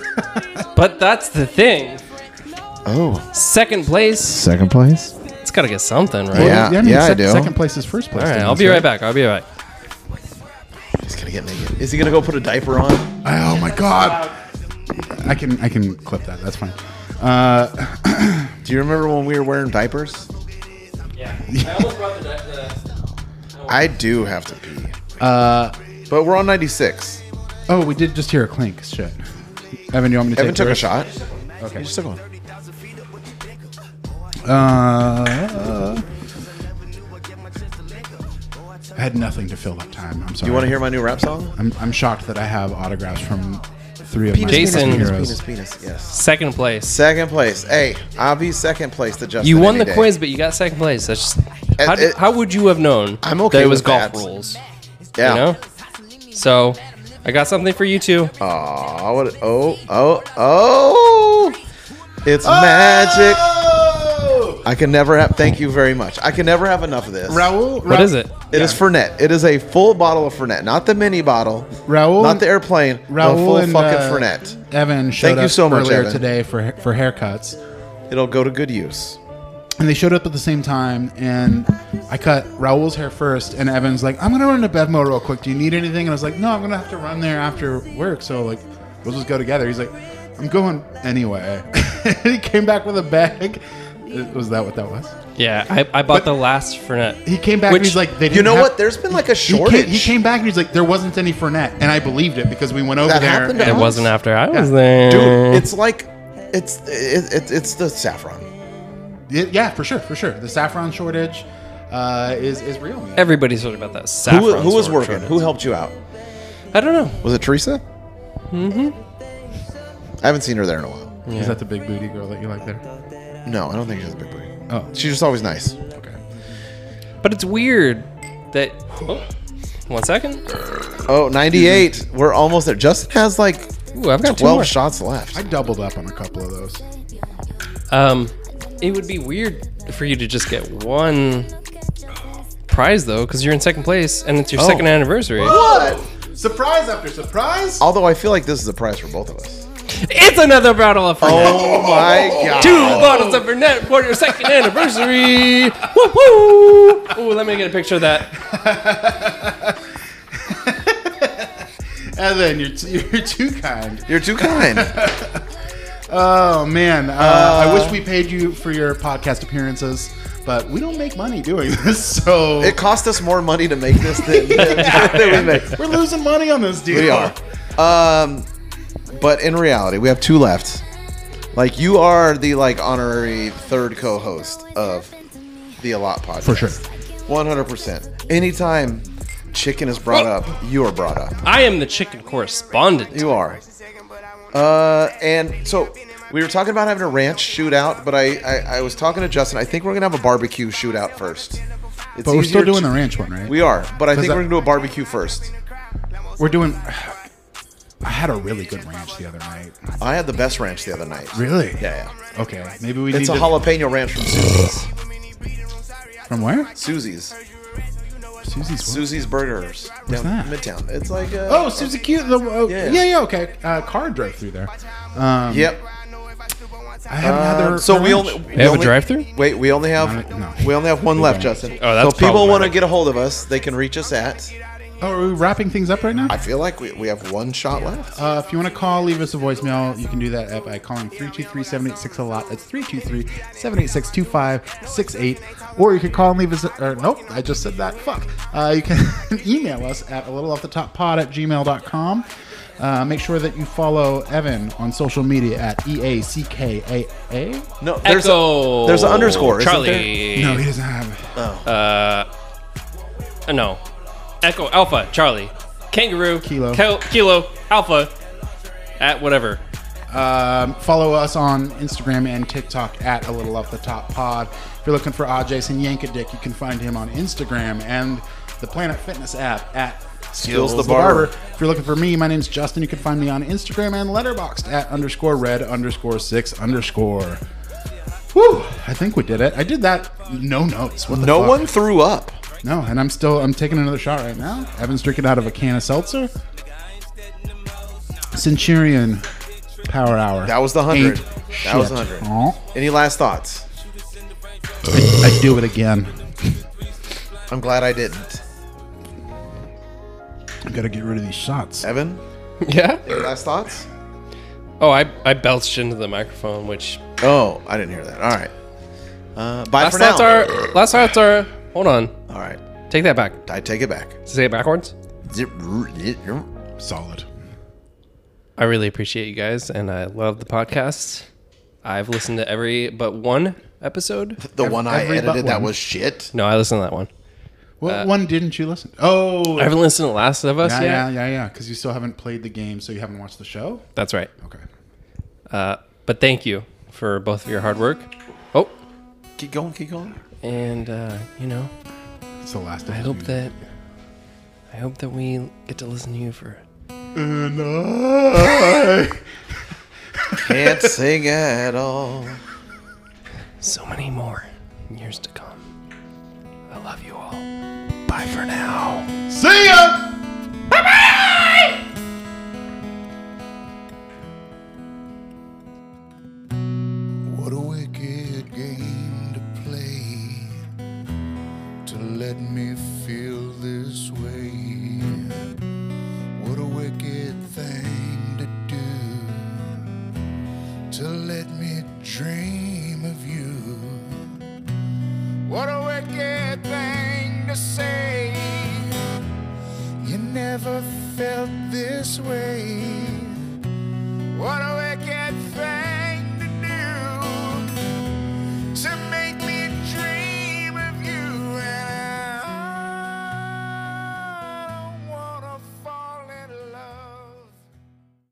C: but that's the thing.
A: oh,
C: Second place
A: second place.
C: it's That's got to get something, right?
B: Well,
A: Yeah,
B: I mean,
A: yeah, I
B: sec-
A: do.
B: Second place is first place.
C: All right,
B: to
C: I'll
B: us,
C: be right back. I'll be right back.
A: He's gonna get naked. Is he gonna go put a diaper on?
B: Oh my god. I can I can clip that. That's fine. Uh,
A: Do you remember when we were wearing diapers?
C: Yeah. I almost brought the.
A: I do have to pee. Uh, but we're on 96.
B: oh, we did just hear a clink. Shit. Evan, you want me to
A: Evan
B: take
A: took a
B: yours?
A: shot.
B: Okay.
A: He just took one.
B: Uh, I had nothing to fill that time. I'm sorry.
A: You want to hear my new rap song?
B: I'm, I'm shocked that I have autographs from three of my favorite
C: Jason.
A: penis,
B: heroes.
A: penis, penis, yes.
C: Second place.
A: Second place. Hey, I'll be second place to Justin.
C: You won
A: any
C: the
A: day.
C: quiz, but you got second place. That's just. How,
A: it-
C: how would you have known
A: I'm okay
C: that it was
A: with
C: golf
A: that.
C: rules?
A: Yeah.
C: You know? So, I got something for you two.
A: Aw, what? Oh, oh, oh! It's magic. I can never have. Thank you very much. I can never have enough of this.
B: Raul,
C: What is it?
A: It is Fernet. It is a full bottle of Fernet, not the mini bottle,
B: Raul,
A: not the airplane.
B: Raul
A: the full
B: and
A: fucking
B: uh,
A: Fernet.
B: Evan showed
A: Thank you
B: up
A: so much,
B: earlier
A: Evan.
B: today for for haircuts,
A: It'll go to good use.
B: and they showed up at the same time. And I cut Raul's hair first, and Evan's like, "I'm gonna run to Bevmo real quick. Do you need anything?" And I was like, "No, I'm gonna have to run there after work, so like, we'll just go together." He's like, "I'm going anyway." he came back with a bag. Was that what that was?
C: Yeah, I, I bought the last Fernet.
B: He came back.
C: Which-
B: and he's like, they didn't
A: You know
B: have-
A: what? There's been like a
B: He came-
A: shortage.
B: He came back and he's like, there wasn't any Fernet, and I believed it because we went over
A: That
B: there.
A: happened to
B: and-
C: It wasn't after I was
B: Yeah.
C: there.
A: Dude, it's like, it's it, it, it's the saffron.
B: Y- yeah, for sure, for sure. The saffron shortage uh, is is real. man.
C: Everybody's heard about that.
A: Who,
C: saffron
A: who was
C: sort-
A: working?
C: shortage.
A: Who helped you out?
C: I don't know.
A: Was it Teresa? Mm-hmm. I haven't seen her there in a while.
B: Is that the big booty girl that you like there?
A: No, I don't think she's a big booty.
B: Oh.
A: She's just always nice.
B: Okay.
C: But it's weird that. Oh, one second.
A: Oh, 98. We're almost there. Justin has like
C: Ooh, I've got two
A: 12
C: more.
A: shots left.
B: I doubled up on a couple of those.
C: Um, it would be weird for you to just get one prize though, because you're in second place and it's your
A: Oh.
C: second anniversary.
A: What?
B: Surprise after surprise.
A: Although I feel like this is a prize for both of us.
C: It's another bottle of Fernet.
A: Oh my god.
C: Two bottles of Fernet for your second anniversary. woo woo! Ooh, let me get a picture of that.
B: Evan, you're t- you're too kind.
A: You're too kind.
B: Oh man, uh, I wish we paid you for your podcast appearances, but we don't make money doing this, so
A: it cost us more money to make this than, than, than we make.
B: we're losing money on this deal.
A: We are. Um, but in reality, we have two left. Like you are the like honorary third co-host of the Allot podcast
B: For sure.
A: one hundred percent. Anytime chicken is brought
B: Oh.
A: up, you are brought up.
C: I am the chicken correspondent.
A: You are. Uh, and so we were talking about having a ranch shootout, but I, I, I was talking to Justin. I think we're gonna have a barbecue shootout first. It's
B: But we're still
A: easier
B: doing
A: to-
B: the ranch one, right?
A: We are, but I think
B: that-
A: we're gonna do a barbecue first.
B: We're doing. I had a really good ranch the other night.
A: I had the best ranch the other night.
B: Really?
A: Yeah, yeah.
B: Okay. Maybe we
A: It's
B: need
A: a
B: to,
A: jalapeno ranch from Susie's.
B: from where?
A: Susie's.
B: Susie's. what?
A: Susie's Burgers. down
B: What's that?
A: Midtown. It's like uh, a,
B: Oh, Susie Q. The, oh,
A: Yeah.
B: yeah. yeah, Okay. Uh, car drove through there. Um,
A: Yep.
B: I haven't had
A: Um,
B: their.
A: so
B: their
A: we
B: ranch.
A: only we
C: have a
A: only-
C: drive-thru?
A: Wait, we only have
B: No, no.
A: we only have one left, Justin.
C: Oh, that's
A: so if people want to
C: problematic.
A: get a hold of us, they can reach us at.
B: Oh, are we wrapping things up right now?
A: I feel like we, we have one shot left.
B: Uh, if you want to call, leave us a voicemail. You can do that at, by calling 323 786 a lot. That's 323 786 2568. Or you can call and leave us. Or, nope, I just said that. Fuck. Uh, you can email us at a little off the top pod at gmail.com. Uh, make sure that you follow Evan on social media at E A C K A A.
A: No, there's
C: Echo.
A: a there's an underscore. isn't there?
C: Charlie.
B: No, he doesn't have.
C: Uh, no. Echo Alpha Charlie. Kangaroo.
B: Kilo.
C: Kel- kilo Alpha. At whatever.
B: Um, follow us on Instagram and TikTok at a little off the top pod. If you're looking for Ah Jason Yankadick, you can find him on Instagram and the Planet Fitness app at
A: Skills the Barber.
B: If you're looking for me, my name's Justin. You can find me on Instagram and letterboxed at underscore red underscore six underscore. Whew, I think we did it. I did that. No notes. What the
A: No
B: fuck?
A: one threw up.
B: No, and I'm still I'm taking another shot right now. Evan's drinking out of a can of seltzer. Centurion Power Hour.
A: That was the 100.
B: Ain't
A: That was
B: shit.
A: 100.
B: Aw.
A: Any last thoughts?
B: I, I do it again.
A: I'm glad I didn't.
B: I gotta get rid of these shots.
A: Evan,
C: Yeah.
A: your last thoughts?
C: Oh, I, I belched into the microphone, which
A: Oh, I didn't hear that. All right. Uh, bye
C: last
A: for now.
C: thoughts are last thoughts are. Hold on,
A: All right.
C: take that back.
A: I take it back.
C: Say it backwards.
B: Solid.
C: I really appreciate you guys, and I love the podcast. I've listened to every but one episode.
A: The one I
B: every but
A: edited that
B: one.
A: was shit.
C: No, I listened to that one.
B: What one didn't you listen? Oh,
C: Uh, I haven't listened to Last of Us
B: yeah,
C: yet.
B: yeah, yeah, yeah. Because you still haven't played the game, so you haven't watched the show.
C: That's right.
B: Okay.
C: Uh, but thank you for both of your hard work. Oh,
A: Keep going. Keep going.
C: and uh, you know,
B: It's the last.
C: I hope that I hope that we get to listen to you for
A: Can't sing at all.
C: so many more years to come. I love you all. Bye for now.
B: See ya.
G: What a wicked game to play to let me feel this way. What a wicked thing to do to let me dream of you. What a wicked thing to say. You never felt this way.